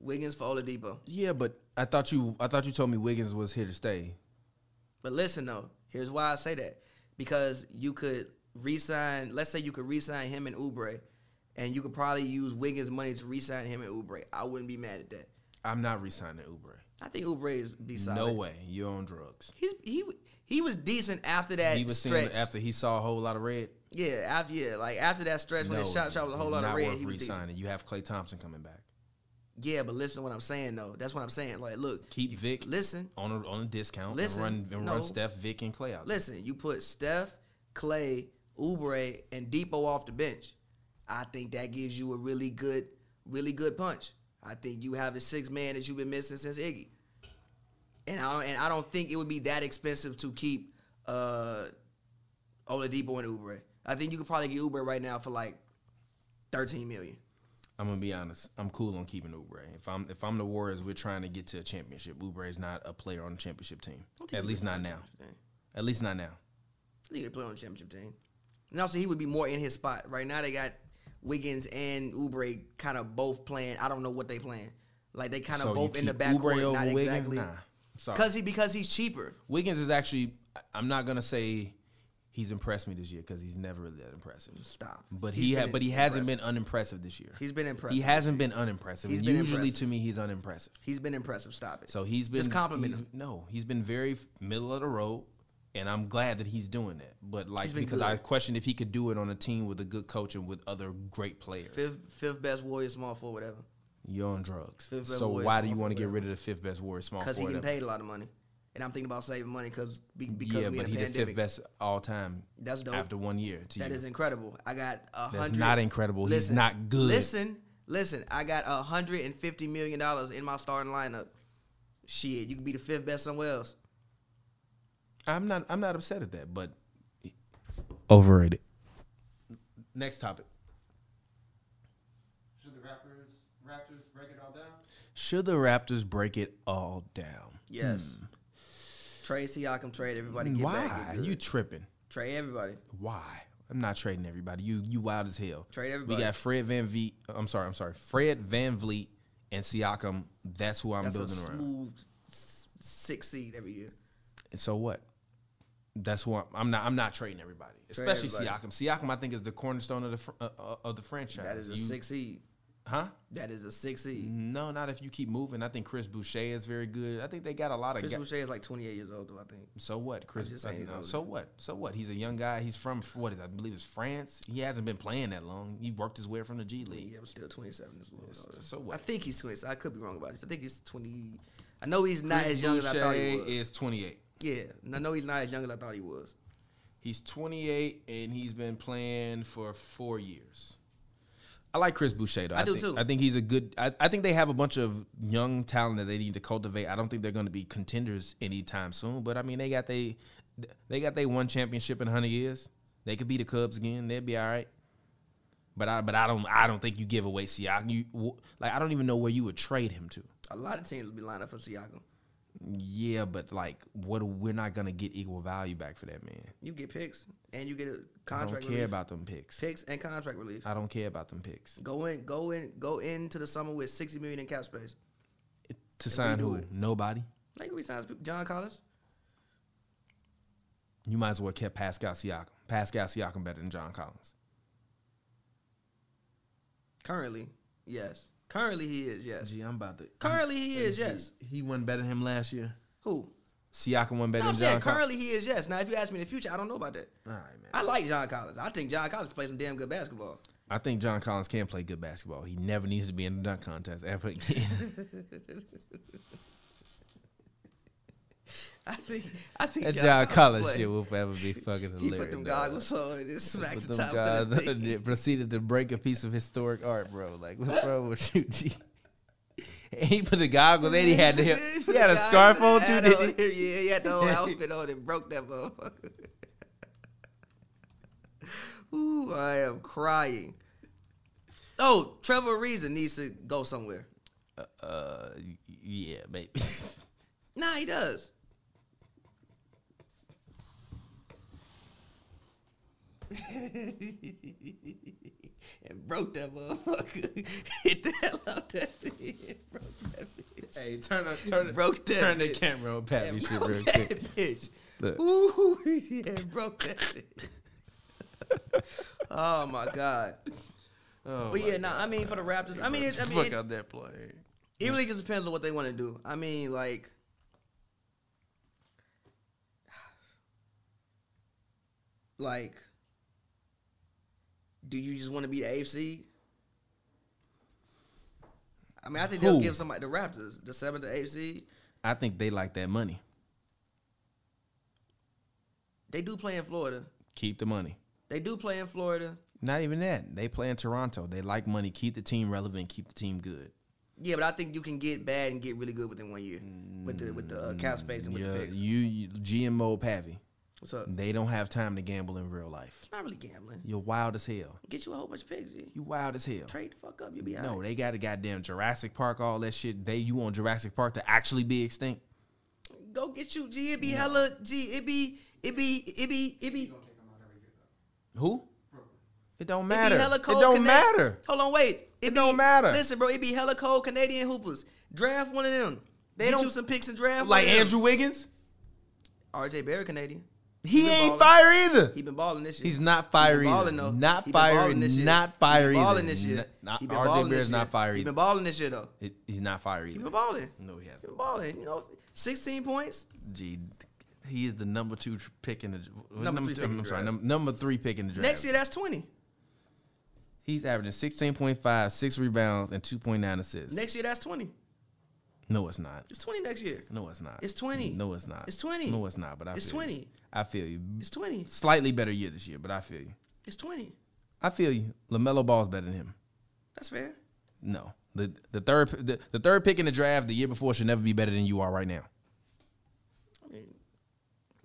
[SPEAKER 4] Wiggins for Oladipo.
[SPEAKER 3] Yeah, but I thought you I thought you told me Wiggins was here to stay.
[SPEAKER 4] But listen though, here's why I say that because you could re-sign. Let's say you could re-sign him and Ubre, and you could probably use Wiggins' money to re-sign him and Ubre. I wouldn't be mad at that.
[SPEAKER 3] I'm not resigning Uber.
[SPEAKER 4] I think Ubre is be solid.
[SPEAKER 3] No way. You're on drugs.
[SPEAKER 4] He's he he was decent after that
[SPEAKER 3] He was seeing
[SPEAKER 4] stretch.
[SPEAKER 3] after he saw a whole lot of red.
[SPEAKER 4] yeah, after yeah, like after that stretch when
[SPEAKER 3] no,
[SPEAKER 4] his shot shot was a whole
[SPEAKER 3] he's
[SPEAKER 4] lot of
[SPEAKER 3] not
[SPEAKER 4] red.
[SPEAKER 3] worth
[SPEAKER 4] He was decent.
[SPEAKER 3] resigning. You have Clay Thompson coming back.
[SPEAKER 4] Yeah, but listen to what I'm saying though. That's what I'm saying. Like, look,
[SPEAKER 3] Keep Vic
[SPEAKER 4] listen,
[SPEAKER 3] on a on a discount.
[SPEAKER 4] Listen,
[SPEAKER 3] and run and
[SPEAKER 4] no.
[SPEAKER 3] run Steph, Vic, and Clay out. there.
[SPEAKER 4] listen. You put Steph, Clay, Oubre, and Depot off the bench. I think that gives you a really good, really good punch. I think you have a six man that you've been missing since Iggy. And I don't, and I don't think it would be that expensive to keep uh, Oladipo and Oubre. I think you could probably get Oubre right now for like thirteen million.
[SPEAKER 3] I'm gonna be honest. I'm cool on keeping Oubre. If I'm if I'm the Warriors, we're trying to get to a championship. Oubre is not a player on the championship team. At least not now. At least not now.
[SPEAKER 4] I think he'd play on the championship team. And also, he would be more in his spot. Right now, they got Wiggins and Oubre kind of both playing. I don't know what they playing. Like they kind
[SPEAKER 3] So
[SPEAKER 4] of
[SPEAKER 3] you
[SPEAKER 4] both in the
[SPEAKER 3] keep Oubre
[SPEAKER 4] backcourt,
[SPEAKER 3] over
[SPEAKER 4] not
[SPEAKER 3] Wiggins?
[SPEAKER 4] exactly.
[SPEAKER 3] Nah. Sorry.
[SPEAKER 4] Cause he because he's cheaper.
[SPEAKER 3] Wiggins is actually. I- I'm not gonna say he's impressed me this year because he's never really that impressive.
[SPEAKER 4] Stop.
[SPEAKER 3] But
[SPEAKER 4] He's
[SPEAKER 3] he
[SPEAKER 4] been
[SPEAKER 3] ha- but he hasn't
[SPEAKER 4] impressive.
[SPEAKER 3] been unimpressive this year.
[SPEAKER 4] He's been
[SPEAKER 3] He
[SPEAKER 4] impressive.
[SPEAKER 3] hasn't been unimpressive.
[SPEAKER 4] He's
[SPEAKER 3] and
[SPEAKER 4] been
[SPEAKER 3] usually
[SPEAKER 4] impressive.
[SPEAKER 3] to me he's unimpressive.
[SPEAKER 4] He's been impressive. Stop it.
[SPEAKER 3] So he's been
[SPEAKER 4] just compliment
[SPEAKER 3] he's-
[SPEAKER 4] him.
[SPEAKER 3] No, he's been very f- middle of the road, and I'm glad that he's doing that. But like
[SPEAKER 4] He's been
[SPEAKER 3] because
[SPEAKER 4] good.
[SPEAKER 3] I questioned if he could do it on a team with a good coach and with other great players.
[SPEAKER 4] Fifth fifth best warrior small forward whatever.
[SPEAKER 3] You're on drugs.
[SPEAKER 4] Fifth best
[SPEAKER 3] so
[SPEAKER 4] warrior
[SPEAKER 3] why do
[SPEAKER 4] small
[SPEAKER 3] you want to get
[SPEAKER 4] forward.
[SPEAKER 3] rid of the fifth best warrior small
[SPEAKER 4] Because
[SPEAKER 3] forward?
[SPEAKER 4] he getting
[SPEAKER 3] ever?
[SPEAKER 4] paid a lot of money, and I'm thinking about saving money because because
[SPEAKER 3] Yeah,
[SPEAKER 4] we in
[SPEAKER 3] but
[SPEAKER 4] a
[SPEAKER 3] he the fifth
[SPEAKER 4] pandemic.
[SPEAKER 3] best all time.
[SPEAKER 4] That's dope.
[SPEAKER 3] After one year, to
[SPEAKER 4] That
[SPEAKER 3] you.
[SPEAKER 4] is incredible. I got a hundred.
[SPEAKER 3] That's not incredible. He's not good.
[SPEAKER 4] Listen, listen. I got a hundred and fifty million dollars in my starting lineup. Shit, you could be the fifth best somewhere else.
[SPEAKER 3] I'm not. I'm not upset at that, but overrated. Next topic.
[SPEAKER 5] Should the Raptors, Raptors break it all down?
[SPEAKER 3] Should the Raptors break it all down?
[SPEAKER 4] Yes. Trade Siakam, trade everybody. Get Back,
[SPEAKER 3] Hmm. Why?
[SPEAKER 4] get good.
[SPEAKER 3] You tripping?
[SPEAKER 4] trade everybody.
[SPEAKER 3] Why? I'm not trading everybody. You you wild as hell.
[SPEAKER 4] Trade everybody.
[SPEAKER 3] We got Fred Van V. I'm sorry. I'm sorry. Fred Van Vliet and Siakam. That's who I'm
[SPEAKER 4] That's a
[SPEAKER 3] building around.
[SPEAKER 4] smooth s- six seed every year.
[SPEAKER 3] And so what? That's what I'm, I'm not. I'm not trading everybody, especially
[SPEAKER 4] everybody.
[SPEAKER 3] Siakam. Siakam, I think, is the cornerstone of the fr- uh, uh, of the franchise.
[SPEAKER 4] That is a
[SPEAKER 3] You- Mm.
[SPEAKER 4] six seed.
[SPEAKER 3] huh?
[SPEAKER 4] That is a six seed.
[SPEAKER 3] No, not if you keep moving. I think Chris Boucher is very good. I think they got a lot of
[SPEAKER 4] Chris
[SPEAKER 3] guys.
[SPEAKER 4] Boucher is like 28 years old, though, I think.
[SPEAKER 3] So what, Chris?
[SPEAKER 4] just
[SPEAKER 3] I
[SPEAKER 4] saying he's
[SPEAKER 3] know.
[SPEAKER 4] older.
[SPEAKER 3] so what? So what? He's a young guy. He's from f- what is? I believe it's France. He hasn't been playing that long. He worked his way from the G League.
[SPEAKER 4] Yeah, I'm still 27 years old.
[SPEAKER 3] So
[SPEAKER 4] I
[SPEAKER 3] what?
[SPEAKER 4] think he's 27. I could be wrong about this. I think he's 20. I know he's not
[SPEAKER 3] Chris
[SPEAKER 4] as young as I thought he
[SPEAKER 3] Boucher
[SPEAKER 4] was.
[SPEAKER 3] is 28.
[SPEAKER 4] Yeah, and I know he's not as young as I thought he was.
[SPEAKER 3] He's 28 and he's been playing for four years. I like Chris Boucher though.
[SPEAKER 4] I do
[SPEAKER 3] think,
[SPEAKER 4] too.
[SPEAKER 3] I think he's a good. I, I think they have a bunch of young talent that they need to cultivate. I don't think they're going to be contenders anytime soon. But I mean, they got they they got they one championship in 100 years. They could be the Cubs again. They'd be all right. But I but I don't I don't think you give away Siakam. You wh- like I don't even know where you would trade him to.
[SPEAKER 4] A lot of teams will be lined up for Siakam.
[SPEAKER 3] Yeah, but like what we're not going to get equal value back for that man.
[SPEAKER 4] You get picks and you get a
[SPEAKER 3] I don't
[SPEAKER 4] contract
[SPEAKER 3] care
[SPEAKER 4] relief.
[SPEAKER 3] about them picks.
[SPEAKER 4] picks and contract relief.
[SPEAKER 3] I don't care about them picks.
[SPEAKER 4] Go in, go in, go into the summer with 60 million in cap space.
[SPEAKER 3] To sign
[SPEAKER 4] do
[SPEAKER 3] who?
[SPEAKER 4] it.
[SPEAKER 3] Nobody.
[SPEAKER 4] Like we signs people- John Collins.
[SPEAKER 3] You might as well kept Pascal Siakam. Pascal Siakam better than John Collins.
[SPEAKER 4] Currently, yes. Currently he is, yes.
[SPEAKER 3] Gee, I'm about to.
[SPEAKER 4] Currently he is, yes.
[SPEAKER 3] He won better than him last year.
[SPEAKER 4] Who?
[SPEAKER 3] Siakam won better
[SPEAKER 4] No,
[SPEAKER 3] than John
[SPEAKER 4] I'm saying
[SPEAKER 3] Collins.
[SPEAKER 4] currently he is, yes. Now if you ask me in the future, I don't know about that.
[SPEAKER 3] All right, man.
[SPEAKER 4] I like John Collins. I think John Collins plays some damn good basketball.
[SPEAKER 3] I think John Collins can play good basketball. He never needs to be in the dunk contest ever again.
[SPEAKER 4] I think I think
[SPEAKER 3] that John Collins
[SPEAKER 4] play.
[SPEAKER 3] shit will forever be fucking
[SPEAKER 4] He
[SPEAKER 3] hilarious.
[SPEAKER 4] put them
[SPEAKER 3] dog.
[SPEAKER 4] goggles on and smacked
[SPEAKER 3] Put
[SPEAKER 4] the
[SPEAKER 3] them
[SPEAKER 4] top of
[SPEAKER 3] guys
[SPEAKER 4] the
[SPEAKER 3] *laughs*
[SPEAKER 4] thing.
[SPEAKER 3] under it, proceeded to break a piece of historic art, bro. Like, what's wrong with you, G? *laughs* And he put the goggles and he had
[SPEAKER 4] *laughs*
[SPEAKER 3] to. He had a
[SPEAKER 4] Guys,
[SPEAKER 3] scarf on too,
[SPEAKER 4] had
[SPEAKER 3] did
[SPEAKER 4] on-
[SPEAKER 3] he?
[SPEAKER 4] *laughs* Yeah, he had the
[SPEAKER 3] *laughs*
[SPEAKER 4] whole outfit on and broke that motherfucker. *laughs* Ooh, I am crying. Oh, Trevor Reason needs to go somewhere.
[SPEAKER 3] Uh, yeah, maybe.
[SPEAKER 4] Nah, he does. *laughs* and broke that motherfucker. *laughs* Hit the hell out that thing. and Broke that
[SPEAKER 3] *laughs*
[SPEAKER 4] bitch.
[SPEAKER 3] hey, turn up, turn it,
[SPEAKER 4] Broke that
[SPEAKER 3] turn the
[SPEAKER 4] bitch.
[SPEAKER 3] camera on Pat.
[SPEAKER 4] And
[SPEAKER 3] You shit
[SPEAKER 4] broke
[SPEAKER 3] real
[SPEAKER 4] that
[SPEAKER 3] quick.
[SPEAKER 4] bitch.
[SPEAKER 3] Look.
[SPEAKER 4] Ooh, *laughs* yeah, broke that shit.
[SPEAKER 3] *laughs*
[SPEAKER 4] oh my god.
[SPEAKER 3] Oh,
[SPEAKER 4] But yeah, no, I mean for the Raptors, I mean, it, I mean,
[SPEAKER 3] fuck
[SPEAKER 4] it,
[SPEAKER 3] out that play.
[SPEAKER 4] it really just depends on what they want to do. I mean, like, like, do you just want to be the AFC? I mean, I think they'll
[SPEAKER 3] Who?
[SPEAKER 4] give somebody the Raptors the seventh to eighth seed.
[SPEAKER 3] I think they like that money.
[SPEAKER 4] They do play in Florida.
[SPEAKER 3] Keep the money.
[SPEAKER 4] They do play in Florida.
[SPEAKER 3] Not even that. They play in Toronto. They like money. Keep the team relevant. Keep the team good.
[SPEAKER 4] Yeah, but I think you can get bad and get really good within one year with the with the uh, cap
[SPEAKER 6] Mm,
[SPEAKER 4] space and with
[SPEAKER 3] Yeah,
[SPEAKER 4] the picks.
[SPEAKER 3] you, you GMO Pavy.
[SPEAKER 4] What's up?
[SPEAKER 3] They don't have time to gamble in real life.
[SPEAKER 4] It's not really gambling.
[SPEAKER 3] You're wild as hell.
[SPEAKER 4] Get you a whole bunch of picks. G.
[SPEAKER 3] You wild as hell.
[SPEAKER 4] Trade the fuck up. You'll be
[SPEAKER 3] No,
[SPEAKER 4] out.
[SPEAKER 3] they got a goddamn Jurassic Park, all that shit. They you want Jurassic Park to actually be extinct?
[SPEAKER 4] Go get you. G. It be hella. G. It be. It be. It be. It be.
[SPEAKER 3] Who? It don't
[SPEAKER 4] It
[SPEAKER 3] matter.
[SPEAKER 4] be hella
[SPEAKER 3] It
[SPEAKER 4] cold.
[SPEAKER 3] don't
[SPEAKER 4] Cana-
[SPEAKER 3] matter.
[SPEAKER 4] Hold on, wait. It,
[SPEAKER 3] don't
[SPEAKER 4] be-
[SPEAKER 3] matter.
[SPEAKER 4] Listen, bro. It be hella cold Canadian hoopers. Draft one of them. They
[SPEAKER 6] Get
[SPEAKER 4] don't
[SPEAKER 6] you
[SPEAKER 4] some picks and draft
[SPEAKER 6] like
[SPEAKER 4] with him.
[SPEAKER 6] Andrew Wiggins.
[SPEAKER 4] R.J. Barrett, Canadian.
[SPEAKER 6] He
[SPEAKER 4] been
[SPEAKER 6] ain't
[SPEAKER 4] balling.
[SPEAKER 6] fire either.
[SPEAKER 4] He been balling this year.
[SPEAKER 6] He's not fire
[SPEAKER 4] He been balling,
[SPEAKER 6] either.
[SPEAKER 4] though.
[SPEAKER 6] Not
[SPEAKER 4] He been
[SPEAKER 6] fire-
[SPEAKER 4] balling this year.
[SPEAKER 6] not fire
[SPEAKER 4] He been
[SPEAKER 6] either.
[SPEAKER 4] balling this year.
[SPEAKER 6] N- not-
[SPEAKER 4] He been
[SPEAKER 6] RJ
[SPEAKER 4] balling
[SPEAKER 6] Barrett's
[SPEAKER 4] this
[SPEAKER 6] not
[SPEAKER 4] year.
[SPEAKER 6] fire
[SPEAKER 4] He
[SPEAKER 6] either.
[SPEAKER 4] been balling this year though.
[SPEAKER 6] It- he's not fire
[SPEAKER 4] He
[SPEAKER 6] either.
[SPEAKER 4] been balling.
[SPEAKER 3] No, he hasn't.
[SPEAKER 4] He been balling. You know, 16 points.
[SPEAKER 3] Gee, he is the number two tr- pick in the number,
[SPEAKER 4] three
[SPEAKER 3] two,
[SPEAKER 4] pick in
[SPEAKER 3] I'm
[SPEAKER 4] the
[SPEAKER 3] sorry,
[SPEAKER 4] draft.
[SPEAKER 3] num- number three pick in the draft.
[SPEAKER 4] Next year, that's 20.
[SPEAKER 3] he's averaging sixteen point five, six rebounds, and two point nine assists.
[SPEAKER 4] Next year, that's 20.
[SPEAKER 3] no, it's not.
[SPEAKER 4] It's 20 next year.
[SPEAKER 3] No, it's not.
[SPEAKER 4] It's 20.
[SPEAKER 3] No, it's not.
[SPEAKER 4] It's 20.
[SPEAKER 3] No, it's not. But I
[SPEAKER 4] It's
[SPEAKER 3] feel you.
[SPEAKER 4] 20.
[SPEAKER 3] I feel you.
[SPEAKER 4] It's 20.
[SPEAKER 3] Slightly better year this year, but I feel you.
[SPEAKER 4] It's 20.
[SPEAKER 3] I feel you. Lamelo Ball's better than him.
[SPEAKER 4] That's fair.
[SPEAKER 3] No, the the third the, the third pick in the draft the year before should never be better than you are right now.
[SPEAKER 4] I mean,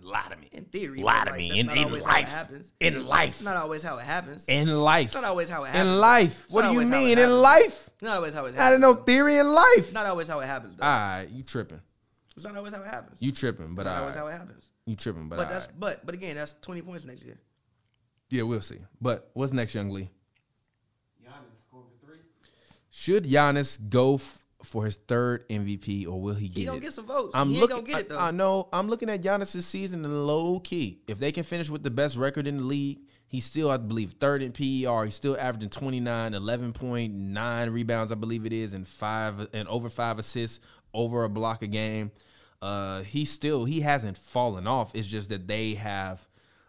[SPEAKER 3] Lie to me.
[SPEAKER 4] in theory.
[SPEAKER 3] Lie
[SPEAKER 4] but,
[SPEAKER 3] to
[SPEAKER 4] like,
[SPEAKER 3] me.
[SPEAKER 4] that's
[SPEAKER 3] In,
[SPEAKER 4] not
[SPEAKER 3] in
[SPEAKER 4] always
[SPEAKER 3] life.
[SPEAKER 4] How it happens.
[SPEAKER 3] In life.
[SPEAKER 4] It's not always how it happens.
[SPEAKER 3] In life.
[SPEAKER 4] It's not always how it
[SPEAKER 3] In
[SPEAKER 4] happens.
[SPEAKER 3] life. What
[SPEAKER 4] not
[SPEAKER 3] do you
[SPEAKER 4] always how it
[SPEAKER 3] mean in
[SPEAKER 4] happens.
[SPEAKER 3] life?
[SPEAKER 4] It's not always how it happens.
[SPEAKER 3] I don't know
[SPEAKER 4] though.
[SPEAKER 3] theory in life.
[SPEAKER 4] It's not always how it happens. Though.
[SPEAKER 3] All right, you tripping.
[SPEAKER 4] It's not always how it happens.
[SPEAKER 3] You tripping, but
[SPEAKER 4] it's not
[SPEAKER 3] all
[SPEAKER 4] always
[SPEAKER 3] right.
[SPEAKER 4] how it happens.
[SPEAKER 3] you tripping, but,
[SPEAKER 4] But
[SPEAKER 3] all
[SPEAKER 4] that's
[SPEAKER 3] right.
[SPEAKER 4] but but again, that's 20 points next year.
[SPEAKER 3] yeah, we'll see. But what's next, Young Lee?
[SPEAKER 7] Giannis scoring for three.
[SPEAKER 3] Should Giannis go f- for his third MVP, or will he get
[SPEAKER 4] He
[SPEAKER 3] it?
[SPEAKER 4] gonna get some votes.
[SPEAKER 3] I'm
[SPEAKER 4] he
[SPEAKER 3] looking.
[SPEAKER 4] ain't gonna get it though.
[SPEAKER 3] I, I know. I'm looking at Giannis's season in low key. If they can finish with the best record in the league, he's still, I believe, third in PER. He's still averaging 29, 11.9 rebounds, I believe it is, and five and over five assists, over a block a game. Uh, he still he hasn't fallen off. It's just that they have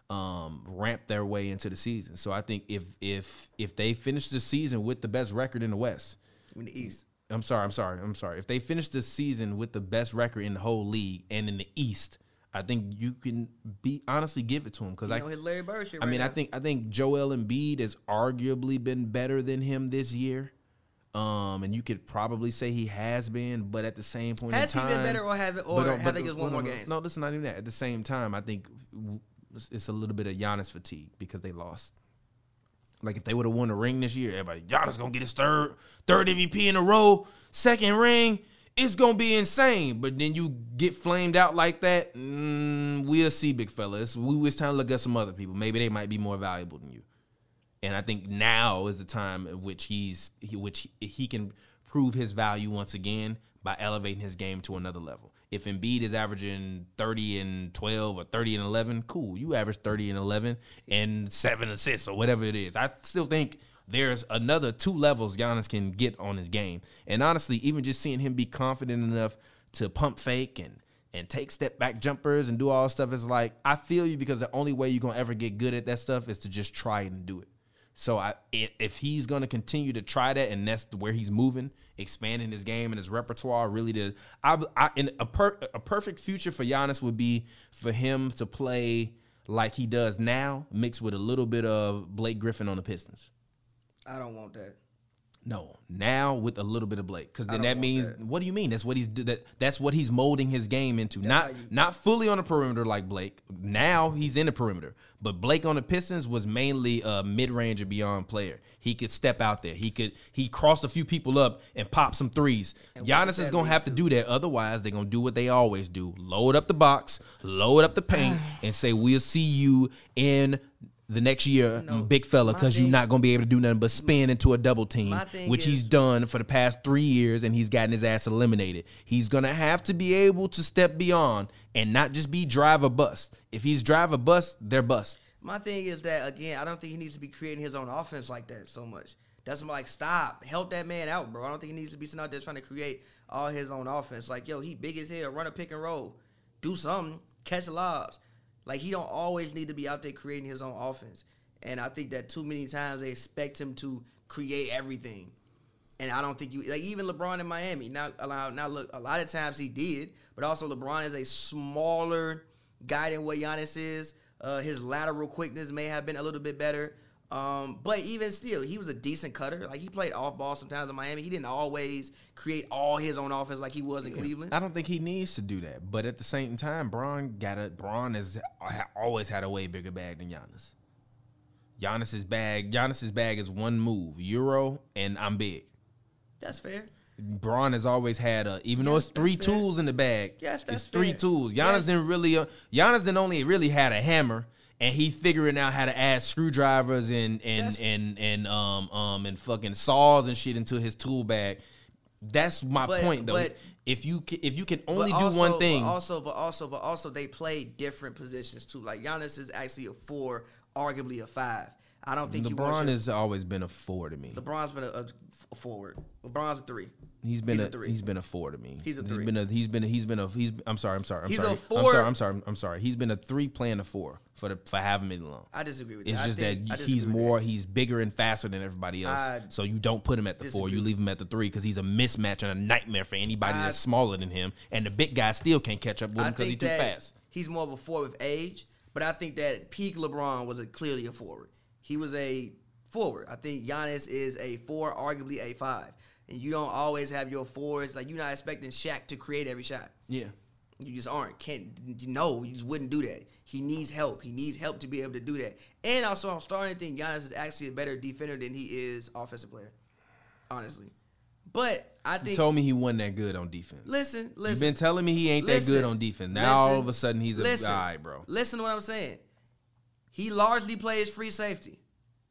[SPEAKER 3] um ramped their way into the season. So I think if if if they finish the season with the best record in the West,
[SPEAKER 4] I mean, the East.
[SPEAKER 3] I'm sorry, I'm sorry, I'm sorry. If they finish the season with the best record in the whole league and in the East, I think you can be honestly give it to him because
[SPEAKER 4] You
[SPEAKER 3] I,
[SPEAKER 4] know his Larry Bird shit.
[SPEAKER 3] I
[SPEAKER 4] right
[SPEAKER 3] mean, I
[SPEAKER 4] now.
[SPEAKER 3] think I think Joel Embiid has arguably been better than him this year. Um, and you could probably say he has been, but at the same point,
[SPEAKER 4] Has
[SPEAKER 3] in
[SPEAKER 4] he
[SPEAKER 3] time,
[SPEAKER 4] been better or have it- or
[SPEAKER 3] uh,
[SPEAKER 4] have they just won
[SPEAKER 3] no,
[SPEAKER 4] more
[SPEAKER 3] no,
[SPEAKER 4] games?
[SPEAKER 3] No, listen, not even that. At the same time, I think w- it's- it's a little bit of Giannis fatigue because they lost. Like if they would have won a ring this year, everybody Giannis gonna get his third third MVP in a row, second ring. It's gonna be insane. But then you get flamed out like that. Mm, we'll see, big fella. It's, we it's time to look at some other people. Maybe they might be more valuable than you. And I think now is the time at which he's he, which he can prove his value once again by elevating his game to another level. If Embiid is averaging 30 and 12 or 30 and 11, cool. You average 30 and 11 and 7 assists or whatever it is. I still think there's another two levels Giannis can get on his game. And honestly, even just seeing him be confident enough to pump fake and and take step back jumpers and do all this stuff is like I feel you because the only way you're gonna ever get good at that stuff is to just try it and do it. So I if, if he's going to continue to try that and that's where he's moving, expanding his game and his repertoire, really to I, I in a per, a perfect future for Giannis would be for him to play like he does now, mixed with a little bit of Blake Griffin on the Pistons.
[SPEAKER 4] I don't want that.
[SPEAKER 3] No, now with a little bit of Blake, because then
[SPEAKER 4] don't
[SPEAKER 3] that
[SPEAKER 4] want
[SPEAKER 3] means
[SPEAKER 4] that.
[SPEAKER 3] what do you mean? That's what he's do- that. That's what he's molding his game into. not
[SPEAKER 4] how you-
[SPEAKER 3] not fully on the perimeter like Blake. Now he's in the perimeter, but Blake on the Pistons was mainly a mid range and beyond player. He could step out there. He could he crossed a few people up and pop some threes. Giannis is gonna have to do that. Otherwise, they're gonna do what they always do: load up the box, load up the
[SPEAKER 4] *sighs*
[SPEAKER 3] paint, and say we'll see you in. The next year, big fella,
[SPEAKER 4] my
[SPEAKER 3] because you're
[SPEAKER 4] thing-
[SPEAKER 3] not gonna be able to do nothing but spin into a double team,
[SPEAKER 4] My thing
[SPEAKER 3] which he's
[SPEAKER 4] is-
[SPEAKER 3] done for the past three years and he's gotten his ass eliminated. He's gonna have to be able to step beyond and not just be drive or bust. If he's drive or bust, they're bust.
[SPEAKER 4] My thing is that again, I don't think he needs to be creating his own offense like that so much. That's my, like stop, help that man out, bro. I don't think he needs to be sitting out there trying to create all his own offense. Like yo, he big as hell, run a pick and roll, do something, catch lobs. Like he don't always need to be out there creating his own offense. And I think that too many times they expect him to create everything. And I don't think you like even LeBron in Miami. Now, allow now look, a lot of times he did, but also LeBron is a smaller guy than what Giannis is. Uh, his lateral quickness may have been a little bit better, um, but even still, he was a decent cutter. Like he played off ball sometimes in Miami. He didn't always create all his own offense like he was in Cleveland.
[SPEAKER 3] I don't think he needs to do that. But at the same time, Braun got a Braun has ha- always had a way bigger bag than Giannis. Giannis's bag, Giannis's bag is one move, Euro, and I'm big.
[SPEAKER 4] That's fair.
[SPEAKER 3] Braun has always had a even though
[SPEAKER 4] Yes,
[SPEAKER 3] it's three
[SPEAKER 4] that's fair.
[SPEAKER 3] tools in the bag.
[SPEAKER 4] Yes, that's
[SPEAKER 3] it's three
[SPEAKER 4] fair.
[SPEAKER 3] tools. Giannis
[SPEAKER 4] Yes.
[SPEAKER 3] didn't really uh, Giannis didn't only really had a hammer and he figuring out how to add screwdrivers and and
[SPEAKER 4] That's-
[SPEAKER 3] and and um um and fucking saws and shit into his tool bag. That's my
[SPEAKER 4] But-
[SPEAKER 3] point, though.
[SPEAKER 4] but-
[SPEAKER 3] if you can, if you can
[SPEAKER 4] But
[SPEAKER 3] only do
[SPEAKER 4] also-
[SPEAKER 3] one thing,
[SPEAKER 4] But also, but also, but also, they play different positions too. Like Giannis is actually a four, arguably a five. I don't think you want
[SPEAKER 3] LeBron
[SPEAKER 4] your-
[SPEAKER 3] has always been a four to me.
[SPEAKER 4] LeBron's been a, a f- forward. LeBron's a three.
[SPEAKER 3] He's been
[SPEAKER 4] He's
[SPEAKER 3] a,
[SPEAKER 4] a three.
[SPEAKER 3] he's been a four to me.
[SPEAKER 4] He's a three.
[SPEAKER 3] He's been a he's been a, he's been a he's I'm sorry I'm sorry I'm
[SPEAKER 4] He's a
[SPEAKER 3] sorry I'm
[SPEAKER 4] four.
[SPEAKER 3] sorry I'm sorry I'm sorry. He's been a three playing a four for the for having me alone.
[SPEAKER 4] I disagree with
[SPEAKER 3] It's
[SPEAKER 4] that. I
[SPEAKER 3] just
[SPEAKER 4] think- I
[SPEAKER 3] that
[SPEAKER 4] disagree
[SPEAKER 3] he's
[SPEAKER 4] with that.
[SPEAKER 3] more he's bigger and faster than everybody else.
[SPEAKER 4] I
[SPEAKER 3] so you don't put him at the four. You
[SPEAKER 4] disagree.
[SPEAKER 3] leave him at the three because he's a mismatch and a nightmare for anybody
[SPEAKER 4] I-
[SPEAKER 3] that's smaller than him. And the big guy still can't catch up with
[SPEAKER 4] I
[SPEAKER 3] him because
[SPEAKER 4] think
[SPEAKER 3] he's too
[SPEAKER 4] that
[SPEAKER 3] fast.
[SPEAKER 4] he's more of a four with age, but I think that peak LeBron was a, clearly a forward. He was a forward. I think Giannis is a four, arguably a five. And you don't always have your fours. Like you're not expecting Shaq to create every shot.
[SPEAKER 3] Yeah.
[SPEAKER 4] You just aren't. Can't. You know, you just wouldn't do that. He needs help. He needs help to be able to do that. And also, I'm starting to think Giannis is actually a better defender than he is offensive player. Honestly, but I
[SPEAKER 3] You
[SPEAKER 4] think.
[SPEAKER 3] told me he wasn't that good on defense.
[SPEAKER 4] Listen, listen.
[SPEAKER 3] You've been telling me he ain't
[SPEAKER 4] Listen.
[SPEAKER 3] that good on defense. Now all
[SPEAKER 4] Listen.
[SPEAKER 3] of a sudden he's a
[SPEAKER 4] Listen.
[SPEAKER 3] guy, bro.
[SPEAKER 4] Listen to what I'm saying. He largely plays free safety.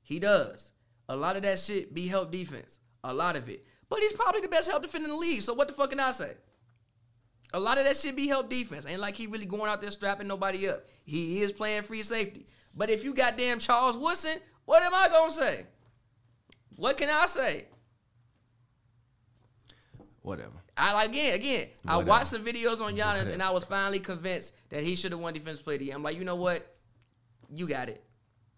[SPEAKER 4] He does. A lot of that shit be help defense. A lot of it. But he's probably the best help defender in the league. So what the fuck can I say? A lot of that shit be help defense. Ain't like he really going out there strapping nobody up. He is playing free safety. But if you got damn Charles Woodson, what am I gonna say? What can I say?
[SPEAKER 3] Whatever.
[SPEAKER 4] I like again, again. I
[SPEAKER 3] Whatever.
[SPEAKER 4] watched the videos on Giannis,
[SPEAKER 3] Whatever.
[SPEAKER 4] and I was finally convinced that he should have won Defensive Player of the Year. I'm like, you know what? You got it.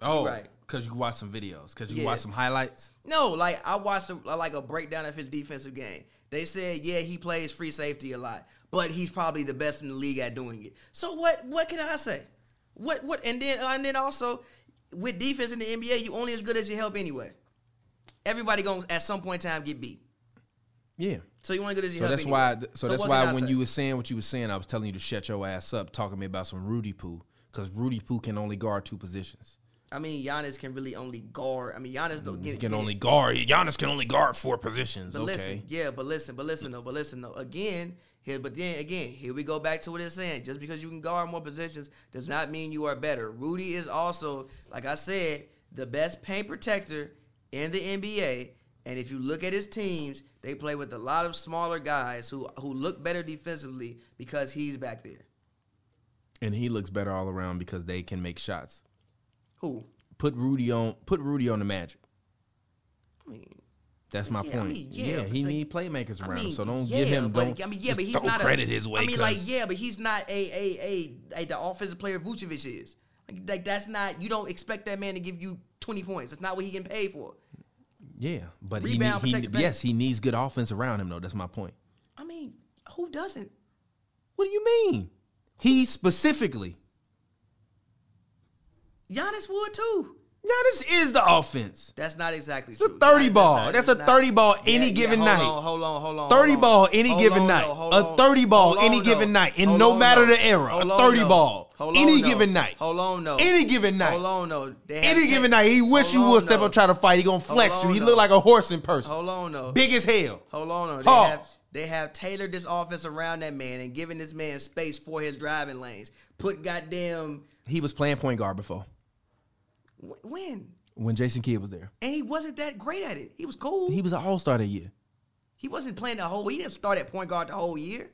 [SPEAKER 3] Oh,
[SPEAKER 4] right.
[SPEAKER 3] Because you watch some videos. Because you
[SPEAKER 4] Yeah.
[SPEAKER 3] watch some highlights.
[SPEAKER 4] No, like I watched a, like a breakdown of his defensive game. They said, yeah, he plays free safety a lot, but he's probably the best in the league at doing it. So what? What can I say? What? What? And then uh, and then also with defense in the NBA, you only as good as your help anyway. Everybody gonna at some point in time get beat.
[SPEAKER 3] Yeah.
[SPEAKER 4] So you only good as your
[SPEAKER 3] So
[SPEAKER 4] help.
[SPEAKER 3] that's
[SPEAKER 4] anyway.
[SPEAKER 3] why. th- So, that's
[SPEAKER 4] what can
[SPEAKER 3] why
[SPEAKER 4] I
[SPEAKER 3] when
[SPEAKER 4] say?
[SPEAKER 3] you were saying what you were saying, I was telling you to shut your ass up, talking to me about some Rudy poo, because Rudy poo can only guard two positions.
[SPEAKER 4] I mean, Giannis can really only guard. I mean, Giannis don't
[SPEAKER 3] Mm, He
[SPEAKER 4] get,
[SPEAKER 3] can
[SPEAKER 4] get-
[SPEAKER 3] only guard. Giannis can only guard four positions.
[SPEAKER 4] But
[SPEAKER 3] okay.
[SPEAKER 4] listen, yeah, but listen, but listen though, but listen though. Again, here, but then again, here we go back to what it's saying. Just because you can guard more positions does not mean you are better. Rudy is also, like I said, the best paint protector in the NBA. And if you look at his teams, they play with a lot of smaller guys who who look better defensively because he's back there.
[SPEAKER 3] And he looks better all around because they can make shots.
[SPEAKER 4] Who?
[SPEAKER 3] Put Rudy on. Put Rudy on the Magic.
[SPEAKER 4] I mean,
[SPEAKER 3] That's my
[SPEAKER 4] Yeah, I
[SPEAKER 3] point.
[SPEAKER 4] mean, yeah,
[SPEAKER 3] yeah,
[SPEAKER 4] but
[SPEAKER 3] he
[SPEAKER 4] the-
[SPEAKER 3] need playmakers
[SPEAKER 4] I
[SPEAKER 3] around. him,
[SPEAKER 4] mean,
[SPEAKER 3] so don't
[SPEAKER 4] yeah,
[SPEAKER 3] give him.
[SPEAKER 4] But,
[SPEAKER 3] Don't.
[SPEAKER 4] I mean, yeah, but he's
[SPEAKER 3] throw
[SPEAKER 4] not
[SPEAKER 3] credit
[SPEAKER 4] a,
[SPEAKER 3] his way.
[SPEAKER 4] I mean, like,
[SPEAKER 3] 'cause-
[SPEAKER 4] yeah, but he's not a a a, a the offensive player Vucevic is. Like, like, that's not you don't expect that man to give you twenty points. That's not what he getting paid for.
[SPEAKER 3] yeah, but he,
[SPEAKER 4] Rebound,
[SPEAKER 3] need- he,
[SPEAKER 4] protect the paint.
[SPEAKER 3] yes, he needs good offense around him though. That's my point.
[SPEAKER 4] I mean, who doesn't?
[SPEAKER 3] What do you mean? He specifically.
[SPEAKER 4] Giannis would too.
[SPEAKER 3] Now this is the offense.
[SPEAKER 4] That's not exactly
[SPEAKER 3] a
[SPEAKER 4] true.
[SPEAKER 3] 30
[SPEAKER 4] That-
[SPEAKER 3] ball.
[SPEAKER 4] not-
[SPEAKER 3] That's a 30 ball any given
[SPEAKER 4] hold
[SPEAKER 3] night.
[SPEAKER 4] On, hold on, hold on.
[SPEAKER 3] 30
[SPEAKER 4] hold on.
[SPEAKER 3] ball any
[SPEAKER 4] Hold
[SPEAKER 3] given
[SPEAKER 4] on,
[SPEAKER 3] night.
[SPEAKER 4] though, hold
[SPEAKER 3] A
[SPEAKER 4] on.
[SPEAKER 3] 30 ball
[SPEAKER 4] Hold
[SPEAKER 3] any
[SPEAKER 4] on,
[SPEAKER 3] given
[SPEAKER 4] though.
[SPEAKER 3] night. And
[SPEAKER 4] Hold
[SPEAKER 3] no
[SPEAKER 4] on,
[SPEAKER 3] matter
[SPEAKER 4] though.
[SPEAKER 3] the era, a
[SPEAKER 4] Hold on,
[SPEAKER 3] 30
[SPEAKER 4] though.
[SPEAKER 3] ball
[SPEAKER 4] Hold
[SPEAKER 3] any
[SPEAKER 4] on, though.
[SPEAKER 3] given night.
[SPEAKER 4] Hold on, no.
[SPEAKER 3] Any given night.
[SPEAKER 4] Hold on, no.
[SPEAKER 3] Any given night, he wish you would step up, try to fight. He gonna flex
[SPEAKER 4] Hold
[SPEAKER 3] you.
[SPEAKER 4] on,
[SPEAKER 3] He
[SPEAKER 4] though.
[SPEAKER 3] look like a horse in person,
[SPEAKER 4] Hold on, no.
[SPEAKER 3] big as hell.
[SPEAKER 4] Hold on, though. they
[SPEAKER 3] Pause.
[SPEAKER 4] have they have tailored this offense around that man and giving this man space for his driving lanes. Put goddamn
[SPEAKER 3] He was playing point guard before
[SPEAKER 4] wh- when,
[SPEAKER 3] when Jason Kidd was there.
[SPEAKER 4] and he wasn't that great at it. He was cool.
[SPEAKER 3] He
[SPEAKER 4] He,
[SPEAKER 3] was an all star that year.
[SPEAKER 4] wasn't playing the whole. He didn't start at point guard the whole year.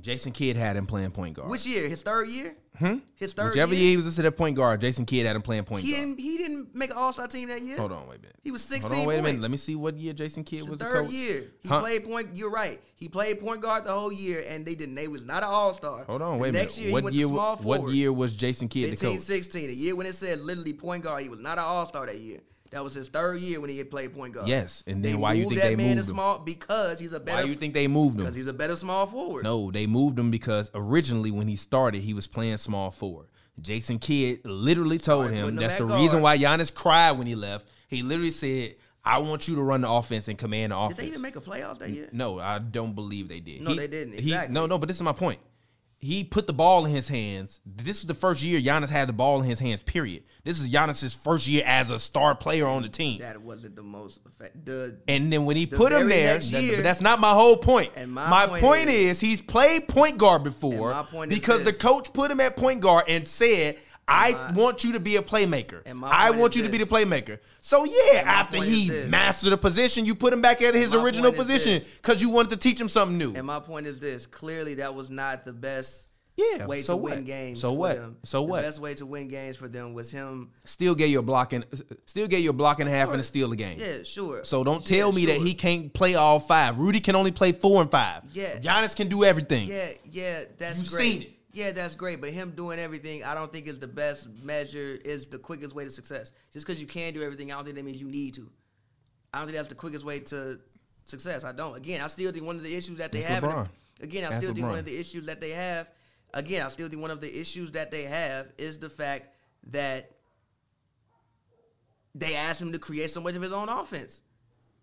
[SPEAKER 3] Jason Kidd had him playing point guard.
[SPEAKER 4] Which year? His third year. Hmm. His third
[SPEAKER 3] Whichever year he
[SPEAKER 4] year.
[SPEAKER 3] was listed at point guard, Jason Kidd had him playing point
[SPEAKER 4] he
[SPEAKER 3] guard.
[SPEAKER 4] didn't. He didn't make an All Star team that year.
[SPEAKER 3] Hold on, wait a minute.
[SPEAKER 4] He was
[SPEAKER 3] Hold
[SPEAKER 4] 16
[SPEAKER 3] on, wait a minute.
[SPEAKER 4] points.
[SPEAKER 3] Let me see what year Jason Kidd
[SPEAKER 4] His
[SPEAKER 3] was the
[SPEAKER 4] third
[SPEAKER 3] coach.
[SPEAKER 4] year. He
[SPEAKER 3] Huh?
[SPEAKER 4] played point. You're right. He played point guard the whole year, and they didn't. They was not an All Star.
[SPEAKER 3] Hold on, wait a
[SPEAKER 4] Next
[SPEAKER 3] minute.
[SPEAKER 4] year,
[SPEAKER 3] what
[SPEAKER 4] he went
[SPEAKER 3] year?
[SPEAKER 4] to
[SPEAKER 3] wa-
[SPEAKER 4] small
[SPEAKER 3] what
[SPEAKER 4] forward.
[SPEAKER 3] year was Jason Kidd the
[SPEAKER 4] 15,
[SPEAKER 3] coach?
[SPEAKER 4] 16, the year when it said literally point guard, he was not an all star that year. That was his third year when he had played point guard.
[SPEAKER 3] Yes, and then why you think they
[SPEAKER 4] man to
[SPEAKER 3] moved him?
[SPEAKER 4] small because he's a better
[SPEAKER 3] Why you think they moved
[SPEAKER 4] because
[SPEAKER 3] him?
[SPEAKER 4] he's a better small forward.
[SPEAKER 3] No, they moved him because originally when he started, he was playing small forward. Jason Kidd literally told
[SPEAKER 4] Started
[SPEAKER 3] him
[SPEAKER 4] putting him
[SPEAKER 3] that's the
[SPEAKER 4] at
[SPEAKER 3] reason
[SPEAKER 4] guard.
[SPEAKER 3] why Giannis cried when he left. He literally said, "I want you to run the offense and command the
[SPEAKER 4] Did
[SPEAKER 3] offense."
[SPEAKER 4] they even make a playoff that year?
[SPEAKER 3] No, I don't believe they did.
[SPEAKER 4] No, they didn't.
[SPEAKER 3] he-
[SPEAKER 4] Exactly.
[SPEAKER 3] no, no, but this is my point. He put the ball in his hands. This is the first year Giannis had the ball in his hands, period. This is Giannis's first year as a star player on the team.
[SPEAKER 4] That wasn't the most effect. The
[SPEAKER 3] and then when he put him
[SPEAKER 4] very
[SPEAKER 3] there,
[SPEAKER 4] next
[SPEAKER 3] that-
[SPEAKER 4] year-
[SPEAKER 3] but that's not my whole point.
[SPEAKER 4] And
[SPEAKER 3] my
[SPEAKER 4] my
[SPEAKER 3] point,
[SPEAKER 4] point
[SPEAKER 3] is,
[SPEAKER 4] is-
[SPEAKER 3] he's played point guard before
[SPEAKER 4] And my point is
[SPEAKER 3] because the
[SPEAKER 4] this.
[SPEAKER 3] coach put him at point guard and said, I want you to be a playmaker.
[SPEAKER 4] and my
[SPEAKER 3] I
[SPEAKER 4] point
[SPEAKER 3] want
[SPEAKER 4] is
[SPEAKER 3] you to be the
[SPEAKER 4] this.
[SPEAKER 3] playmaker. So yeah,
[SPEAKER 4] my
[SPEAKER 3] after
[SPEAKER 4] point is
[SPEAKER 3] he
[SPEAKER 4] this.
[SPEAKER 3] mastered a position, you put him back at his
[SPEAKER 4] my
[SPEAKER 3] original
[SPEAKER 4] point is
[SPEAKER 3] position
[SPEAKER 4] this.
[SPEAKER 3] because you wanted to teach him something new.
[SPEAKER 4] And my point is this: clearly, that was not the best
[SPEAKER 3] Yeah,
[SPEAKER 4] way
[SPEAKER 3] so
[SPEAKER 4] to win
[SPEAKER 3] what?
[SPEAKER 4] games.
[SPEAKER 3] So
[SPEAKER 4] for
[SPEAKER 3] what?
[SPEAKER 4] Them.
[SPEAKER 3] So
[SPEAKER 4] the
[SPEAKER 3] what?
[SPEAKER 4] best way to win games for them was him.
[SPEAKER 3] still get your block and still get your block in half and steal the game.
[SPEAKER 4] Yeah, sure.
[SPEAKER 3] So don't
[SPEAKER 4] Yeah,
[SPEAKER 3] tell me that
[SPEAKER 4] sure.
[SPEAKER 3] he can't play all five. Rudy can only play four and five.
[SPEAKER 4] Yeah.
[SPEAKER 3] Giannis can do everything.
[SPEAKER 4] Yeah, yeah, that's
[SPEAKER 3] You've
[SPEAKER 4] great.
[SPEAKER 3] seen it.
[SPEAKER 4] Yeah, that's great. But him doing everything, I don't think is the best measure. Is the quickest way to success. Just because you can do everything, I don't think that means you need to. I don't think that's the quickest way to success. I don't. Again, I still think one of the issues that they
[SPEAKER 3] That's
[SPEAKER 4] have. in-
[SPEAKER 3] LeBron.
[SPEAKER 4] Again, I
[SPEAKER 3] That's
[SPEAKER 4] still think one
[SPEAKER 3] LeBron.
[SPEAKER 4] of the issues that they have. Again, I still think one of the issues that they have is the fact that they asked him to create so much of his own offense.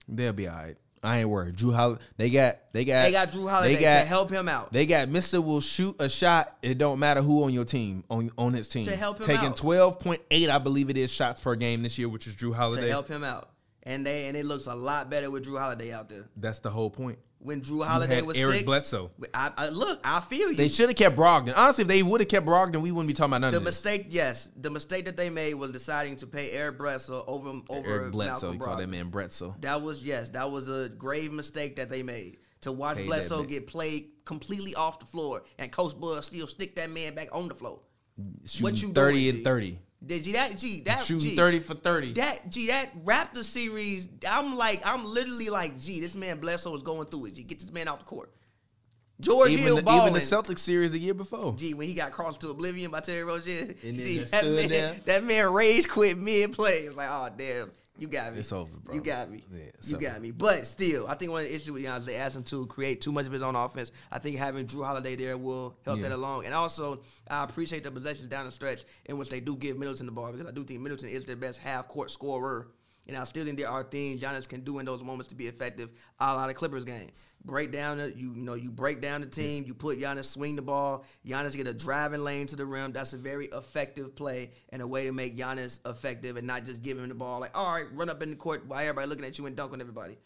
[SPEAKER 3] They'll be all right. I ain't worried. Drew Holiday. They got. They got.
[SPEAKER 4] They got Drew Holiday
[SPEAKER 3] They got,
[SPEAKER 4] to help him out.
[SPEAKER 3] They got Mister will shoot a shot. It don't matter who on your team on on his team
[SPEAKER 4] To help him
[SPEAKER 3] taking
[SPEAKER 4] out.
[SPEAKER 3] twelve point eight, I believe it is shots per game this year, which is Drew
[SPEAKER 4] to
[SPEAKER 3] Holiday.
[SPEAKER 4] help him out. And they and it looks a lot better with Drew Holiday out there.
[SPEAKER 3] That's the whole point.
[SPEAKER 4] When Drew
[SPEAKER 3] You
[SPEAKER 4] Holiday
[SPEAKER 3] had
[SPEAKER 4] was
[SPEAKER 3] Eric
[SPEAKER 4] sick,
[SPEAKER 3] Bledsoe.
[SPEAKER 4] I, I look, I feel you.
[SPEAKER 3] They should have kept Brogdon. Honestly, if they would have kept Brogdon, we wouldn't be talking about none
[SPEAKER 4] the
[SPEAKER 3] of this.
[SPEAKER 4] mistake, yes, the mistake that they made was deciding to pay Eric Bledsoe over over
[SPEAKER 3] Eric Bledsoe.
[SPEAKER 4] Malcolm
[SPEAKER 3] You call that
[SPEAKER 4] Brogdon.
[SPEAKER 3] man Bledsoe.
[SPEAKER 4] That was yes, that was a grave mistake that they made. To watch
[SPEAKER 3] Paid that
[SPEAKER 4] Bledsoe
[SPEAKER 3] man.
[SPEAKER 4] get played completely off the floor and Coach Bud still stick that man back on the floor.
[SPEAKER 3] Shooting
[SPEAKER 4] you
[SPEAKER 3] thirty
[SPEAKER 4] doing,
[SPEAKER 3] and
[SPEAKER 4] G?
[SPEAKER 3] thirty.
[SPEAKER 4] Did you that gee that
[SPEAKER 3] Shooting
[SPEAKER 4] gee,
[SPEAKER 3] thirty for thirty.
[SPEAKER 4] That gee, that Raptor series, I'm like, I'm literally like, gee, this man Bledsoe is going through it. Gee, get this man off the court. George
[SPEAKER 3] even,
[SPEAKER 4] Hill
[SPEAKER 3] the, even
[SPEAKER 4] balling.
[SPEAKER 3] the Celtics series the year before.
[SPEAKER 4] gee, when he got crossed to oblivion by Terry Rozier,
[SPEAKER 3] And then
[SPEAKER 4] see,
[SPEAKER 3] just
[SPEAKER 4] that
[SPEAKER 3] stood
[SPEAKER 4] man,
[SPEAKER 3] there.
[SPEAKER 4] that man rage quit mid play. Like, oh damn, you got me.
[SPEAKER 3] It's over, bro.
[SPEAKER 4] You got me.
[SPEAKER 3] Yeah, it's
[SPEAKER 4] you
[SPEAKER 3] over.
[SPEAKER 4] got me. But still, I think one of the issues with Giannis, they asked him to create too much of his own offense. I think having Drew Holiday there will help
[SPEAKER 3] Yeah.
[SPEAKER 4] that along. And also, I appreciate the possessions down the stretch in which they do give Middleton the ball because I do think Middleton is their best half court scorer. And I still think there are things Giannis can do in those moments to be effective, a la the Clippers game. Break down the you, you know you break down the team. You put Giannis swing the ball. Giannis get a driving lane to the rim. That's a very effective play and a way to make Giannis effective and not just give him the ball like all right, run up in the court while everybody looking at you and dunk on everybody.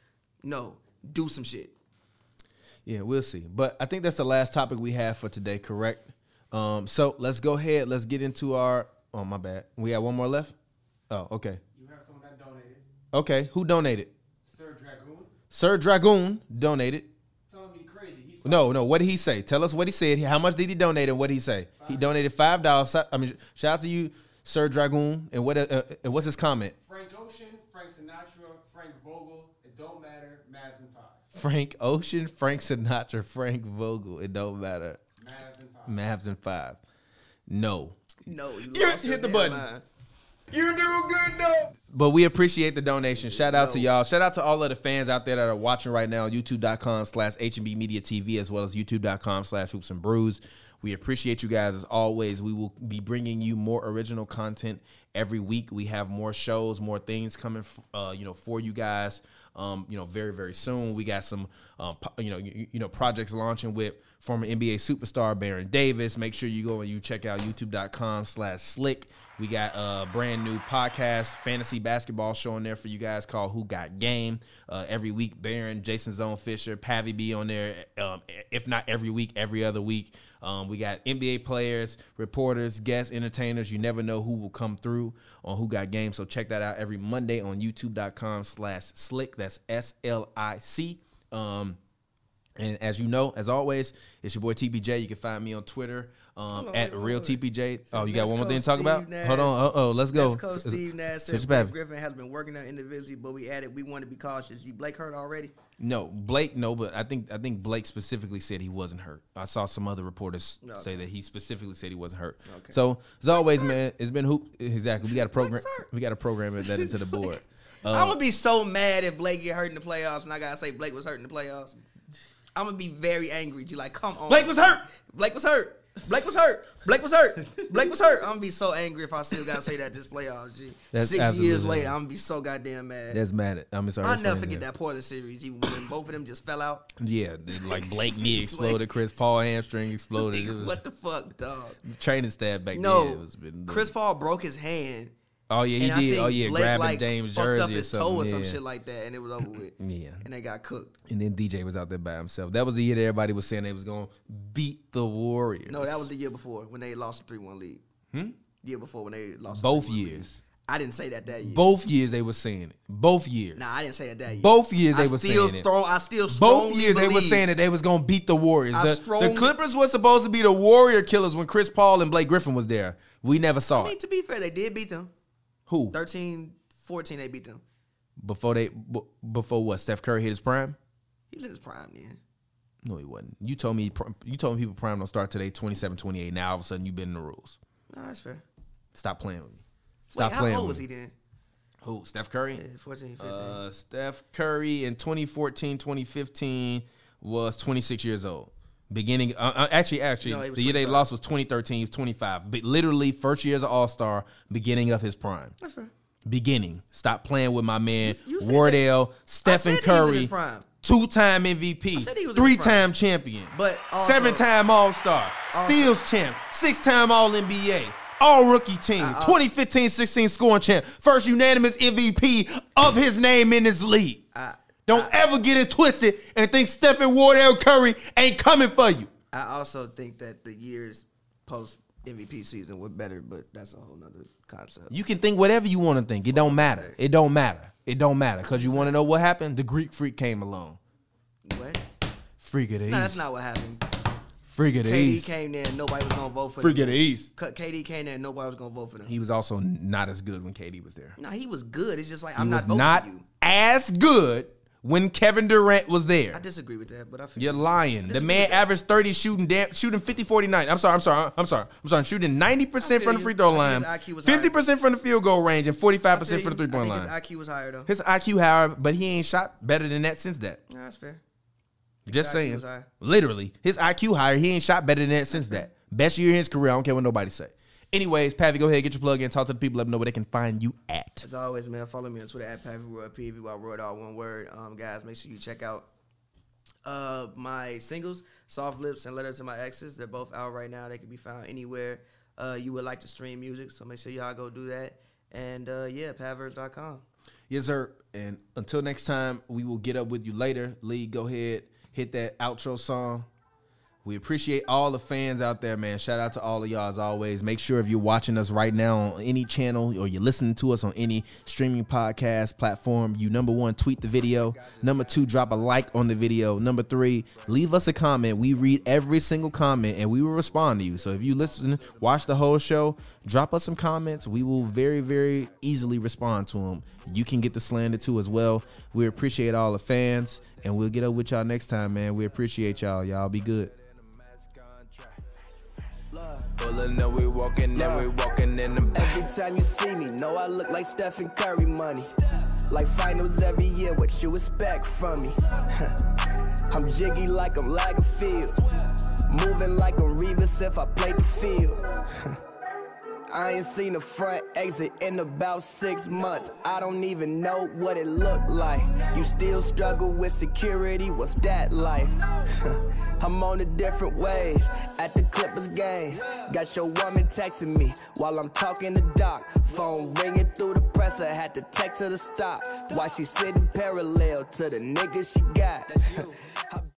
[SPEAKER 4] No, do some shit.
[SPEAKER 3] Yeah, we'll see. But I think that's the last topic we have for today, correct? Um, so let's go ahead. Let's get into our. Oh, my bad. We got one more left? Oh, okay.
[SPEAKER 5] You have someone that donated.
[SPEAKER 3] Okay. Who donated?
[SPEAKER 5] Sir Dragoon.
[SPEAKER 3] Sir Dragoon donated.
[SPEAKER 5] Telling me crazy. He's
[SPEAKER 3] No, no. What did he say? Tell us what he said. How much did he donate and what did he say? He donated $5. So- I mean, shout out to you, Sir Dragoon. And what? Uh, uh, and what's his comment?
[SPEAKER 5] Frank Ocean, Frank Sinatra, Frank Vogel. It don't matter. Mavs and five.
[SPEAKER 3] Frank Ocean, Frank Sinatra, Frank Vogel. It don't matter.
[SPEAKER 5] Mavs and five.
[SPEAKER 3] Mavs and five. No.
[SPEAKER 4] No, you
[SPEAKER 3] You
[SPEAKER 4] lost your
[SPEAKER 3] hit the
[SPEAKER 4] damn
[SPEAKER 3] button.
[SPEAKER 4] mind.
[SPEAKER 3] But we appreciate the donation. Shout out to y'all. Shout out to all of the fans out there that are watching right now. YouTube.com slash HB Media TV as well as YouTube.com slash Hoops and Brews. We appreciate you guys as always. We will be bringing you more original content every week. We have more shows, more things coming, f- uh, you know, for you guys. Um, you know, very very soon. We got some, um, po- you know, you, you know, projects launching with former NBA superstar Baron Davis. Make sure you go and you check out YouTube.com/slick. We got a brand new podcast, fantasy basketball show on there for you guys called Who Got Game. Uh, every week, Baron, Jason Zone Fisher, Pavi B on there. Um, if not every week, every other week. Um, we got NBA players, reporters, guests, entertainers. You never know who will come through on Who Got Game. So check that out every Monday on youtube.com slash slick. That's S L I C. Um, and as you know, as always, it's your boy TPJ. You can find me on Twitter um, at real TPJ. Oh, you got
[SPEAKER 4] Let's
[SPEAKER 3] one more
[SPEAKER 4] go,
[SPEAKER 3] thing to talk
[SPEAKER 4] Steve
[SPEAKER 3] about?
[SPEAKER 4] Nash.
[SPEAKER 3] Hold on. Oh, let's go.
[SPEAKER 4] Let's go, Steve Nash.
[SPEAKER 3] Switch
[SPEAKER 4] said
[SPEAKER 3] it back.
[SPEAKER 4] Blake Griffin has been working out individually, but we added we want to be cautious. You Blake hurt already?
[SPEAKER 3] No, Blake. No, but I think I think Blake specifically said he wasn't hurt. I saw some other reporters
[SPEAKER 4] Okay.
[SPEAKER 3] say that he specifically said he wasn't hurt. So as always, man, it's been hoop. Exactly. We got a program.
[SPEAKER 4] hurt?
[SPEAKER 3] We got a program that into the
[SPEAKER 4] *laughs*
[SPEAKER 3] board. Uh,
[SPEAKER 4] I'm gonna be so mad if Blake get hurt in the playoffs, and I gotta say Blake was hurt in the playoffs. I'm gonna be very angry. G, like, come on.
[SPEAKER 3] Blake was hurt.
[SPEAKER 4] Blake was hurt. Blake was hurt. Blake was hurt. Blake was hurt. I'm gonna be so angry if I still gotta say that this playoffs. G,
[SPEAKER 3] That's
[SPEAKER 4] six years
[SPEAKER 3] absolutely-
[SPEAKER 4] later, I'm gonna be so goddamn mad.
[SPEAKER 3] That's mad. I'm sorry.
[SPEAKER 4] I'll
[SPEAKER 3] that's
[SPEAKER 4] never
[SPEAKER 3] funny as
[SPEAKER 4] forget
[SPEAKER 3] hell.
[SPEAKER 4] that Portland series. G, when both of them just fell out.
[SPEAKER 3] Yeah, they-
[SPEAKER 4] *laughs*
[SPEAKER 3] like Blake knee exploded. Chris Paul hamstring exploded. It was
[SPEAKER 4] what the fuck, dog?
[SPEAKER 3] training staff back
[SPEAKER 4] No,
[SPEAKER 3] then. It was been
[SPEAKER 4] Chris Paul broke his hand.
[SPEAKER 3] Oh yeah, he
[SPEAKER 4] and I
[SPEAKER 3] did.
[SPEAKER 4] think
[SPEAKER 3] Oh yeah,
[SPEAKER 4] Blake
[SPEAKER 3] grabbing
[SPEAKER 4] like
[SPEAKER 3] Dame's
[SPEAKER 4] fucked
[SPEAKER 3] jersey
[SPEAKER 4] up his
[SPEAKER 3] or something.
[SPEAKER 4] toe or
[SPEAKER 3] yeah.
[SPEAKER 4] some shit like that, and it was over with.
[SPEAKER 3] Yeah.
[SPEAKER 4] and they got cooked.
[SPEAKER 3] and then DJ was out there by himself. That was the year that everybody was saying they was gonna beat the Warriors.
[SPEAKER 4] No, that was the year before when they lost the three one lead. Hmm? year before when they lost. to
[SPEAKER 3] Both
[SPEAKER 4] the Warriors.
[SPEAKER 3] years.
[SPEAKER 4] I didn't say that that year.
[SPEAKER 3] Both years they were saying it. Both years.
[SPEAKER 4] Nah, I didn't say that that year.
[SPEAKER 3] Both years
[SPEAKER 4] I
[SPEAKER 3] they were
[SPEAKER 4] still
[SPEAKER 3] saying it.
[SPEAKER 4] throw, I still
[SPEAKER 3] Both
[SPEAKER 4] strongly
[SPEAKER 3] years they were
[SPEAKER 4] believe-
[SPEAKER 3] saying that they was gonna beat the Warriors.
[SPEAKER 4] I
[SPEAKER 3] The,
[SPEAKER 4] strongly-
[SPEAKER 3] the Clippers were supposed to be the Warrior killers when Chris Paul and Blake Griffin was there. We never saw
[SPEAKER 4] I mean,
[SPEAKER 3] it.
[SPEAKER 4] to be fair, they did beat them.
[SPEAKER 3] Who
[SPEAKER 4] 13, 14, they beat them.
[SPEAKER 3] before they b- before what? Steph Curry hit his prime.
[SPEAKER 4] He was in his prime then.
[SPEAKER 3] No, he wasn't. You told me pr- you told me people prime don't start today 27, 28. Now all of a sudden you bend the rules.
[SPEAKER 4] No, that's fair.
[SPEAKER 3] Stop playing with me. Stop
[SPEAKER 4] Wait, how
[SPEAKER 3] playing
[SPEAKER 4] old
[SPEAKER 3] with
[SPEAKER 4] was
[SPEAKER 3] me.
[SPEAKER 4] he then?
[SPEAKER 3] Who? Steph Curry?
[SPEAKER 4] Yeah, 14, 15.
[SPEAKER 3] Uh, Steph Curry in 2014, 2015 was 26 years old. Beginning, uh, uh, actually, actually,
[SPEAKER 4] No, he
[SPEAKER 3] the
[SPEAKER 4] was
[SPEAKER 3] year they
[SPEAKER 4] 25.
[SPEAKER 3] lost was 2013. He was 25, but literally first year as an All Star, beginning of his prime.
[SPEAKER 4] that's fair.
[SPEAKER 3] Beginning. Stop playing with my man
[SPEAKER 4] You- you said
[SPEAKER 3] Wardell,
[SPEAKER 4] I
[SPEAKER 3] Stephen
[SPEAKER 4] said he was in his
[SPEAKER 3] Curry,
[SPEAKER 4] prime.
[SPEAKER 3] two time
[SPEAKER 4] said he was
[SPEAKER 3] MVP,
[SPEAKER 4] in his
[SPEAKER 3] three
[SPEAKER 4] prime.
[SPEAKER 3] time champion,
[SPEAKER 4] But also-
[SPEAKER 3] seven time All Star, steals champ, six time All NBA, All Rookie Team, 2015-16 scoring champ, first unanimous MVP of his name in this league.
[SPEAKER 4] Uh,
[SPEAKER 3] Don't ever get it twisted and think Stephen Wardell Curry ain't coming for you.
[SPEAKER 4] I also think that the years post MVP season were better, but that's a whole nother concept.
[SPEAKER 3] You can think whatever you want to think. It don't matter. It don't matter. It don't matter because you want to know what happened. The Greek Freak came along.
[SPEAKER 4] what?
[SPEAKER 3] Freak of the
[SPEAKER 4] No, that's
[SPEAKER 3] East.
[SPEAKER 4] not what happened.
[SPEAKER 3] Freak of the
[SPEAKER 4] KD
[SPEAKER 3] East.
[SPEAKER 4] came there and nobody was gonna vote for
[SPEAKER 3] Freak of
[SPEAKER 4] him.
[SPEAKER 3] the East.
[SPEAKER 4] Cut KD came there and nobody was gonna vote for him.
[SPEAKER 3] He was also not as good when KD was there.
[SPEAKER 4] nah, he was good. It's just like
[SPEAKER 3] He
[SPEAKER 4] I'm not
[SPEAKER 3] was
[SPEAKER 4] voting
[SPEAKER 3] not
[SPEAKER 4] for you.
[SPEAKER 3] as good when Kevin Durant was
[SPEAKER 4] I
[SPEAKER 3] there.
[SPEAKER 4] disagree with that, but I feel
[SPEAKER 3] You're lying. The
[SPEAKER 4] Disagree
[SPEAKER 3] man
[SPEAKER 4] with that.
[SPEAKER 3] averaged 30 shooting damn, shooting 50 49. I'm sorry, I'm sorry. I'm sorry. I'm sorry. Shooting 90% from the
[SPEAKER 4] you.
[SPEAKER 3] free throw
[SPEAKER 4] I
[SPEAKER 3] line,
[SPEAKER 4] think his IQ was higher.
[SPEAKER 3] 50% from the field goal range and 45% from the
[SPEAKER 4] I
[SPEAKER 3] three-point
[SPEAKER 4] think
[SPEAKER 3] line.
[SPEAKER 4] His IQ was higher though.
[SPEAKER 3] His IQ however, but he ain't shot better than that since that.
[SPEAKER 4] Nah, that's fair.
[SPEAKER 3] Just
[SPEAKER 4] IQ
[SPEAKER 3] saying.
[SPEAKER 4] was high.
[SPEAKER 3] Literally, his IQ higher. He ain't shot better than that since that. Best year in his career. I don't care what nobody say. Anyways, Pavi, go ahead, get your plug in. Talk to the people. Let them know where they can find you at.
[SPEAKER 4] As always, man, follow me on Twitter at Pavyroy, P-A-V-Y-Roy, all one word. Um, guys, make sure you check out uh, my singles, Soft Lips and Letters to My Exes. They're both out right now. They can be found anywhere uh, you would like to stream music. So make sure y'all go do that. And uh, yeah, Pavers.com.
[SPEAKER 3] Yes, sir. And until next time, we will get up with you later. Lee, go ahead, hit that outro song. We appreciate all the fans out there, man. Shout out to all of y'all as always. Make sure if you're watching us right now on any channel or you're listening to us on any streaming podcast platform, you number one, tweet the video. Number two, drop a like on the video. Number three, leave us a comment. We read every single comment and we will respond to you. So if you listen, watch the whole show, drop us some comments. We will very, very easily respond to them. You can get the slander too as well. We appreciate all the fans and we'll get up with y'all next time, man. We appreciate y'all. Y'all be good.
[SPEAKER 1] Pulling up, we walking and we walking in the back.
[SPEAKER 2] Every time you see me, know I look like Stephen Curry money. Like finals every year, what you expect from me? *laughs* I'm jiggy like I'm Lagerfield. Moving like I'm Revis if I played the field. I ain't seen the front exit in about six months. I don't even know what it looked like. You still struggle with security, what's that life? *laughs* I'm on a different wave at the Clippers game. Got your woman texting me while I'm talking to Doc. Phone ringing through the presser, had to text her to stop. While she sitting parallel to the niggas she got. *laughs*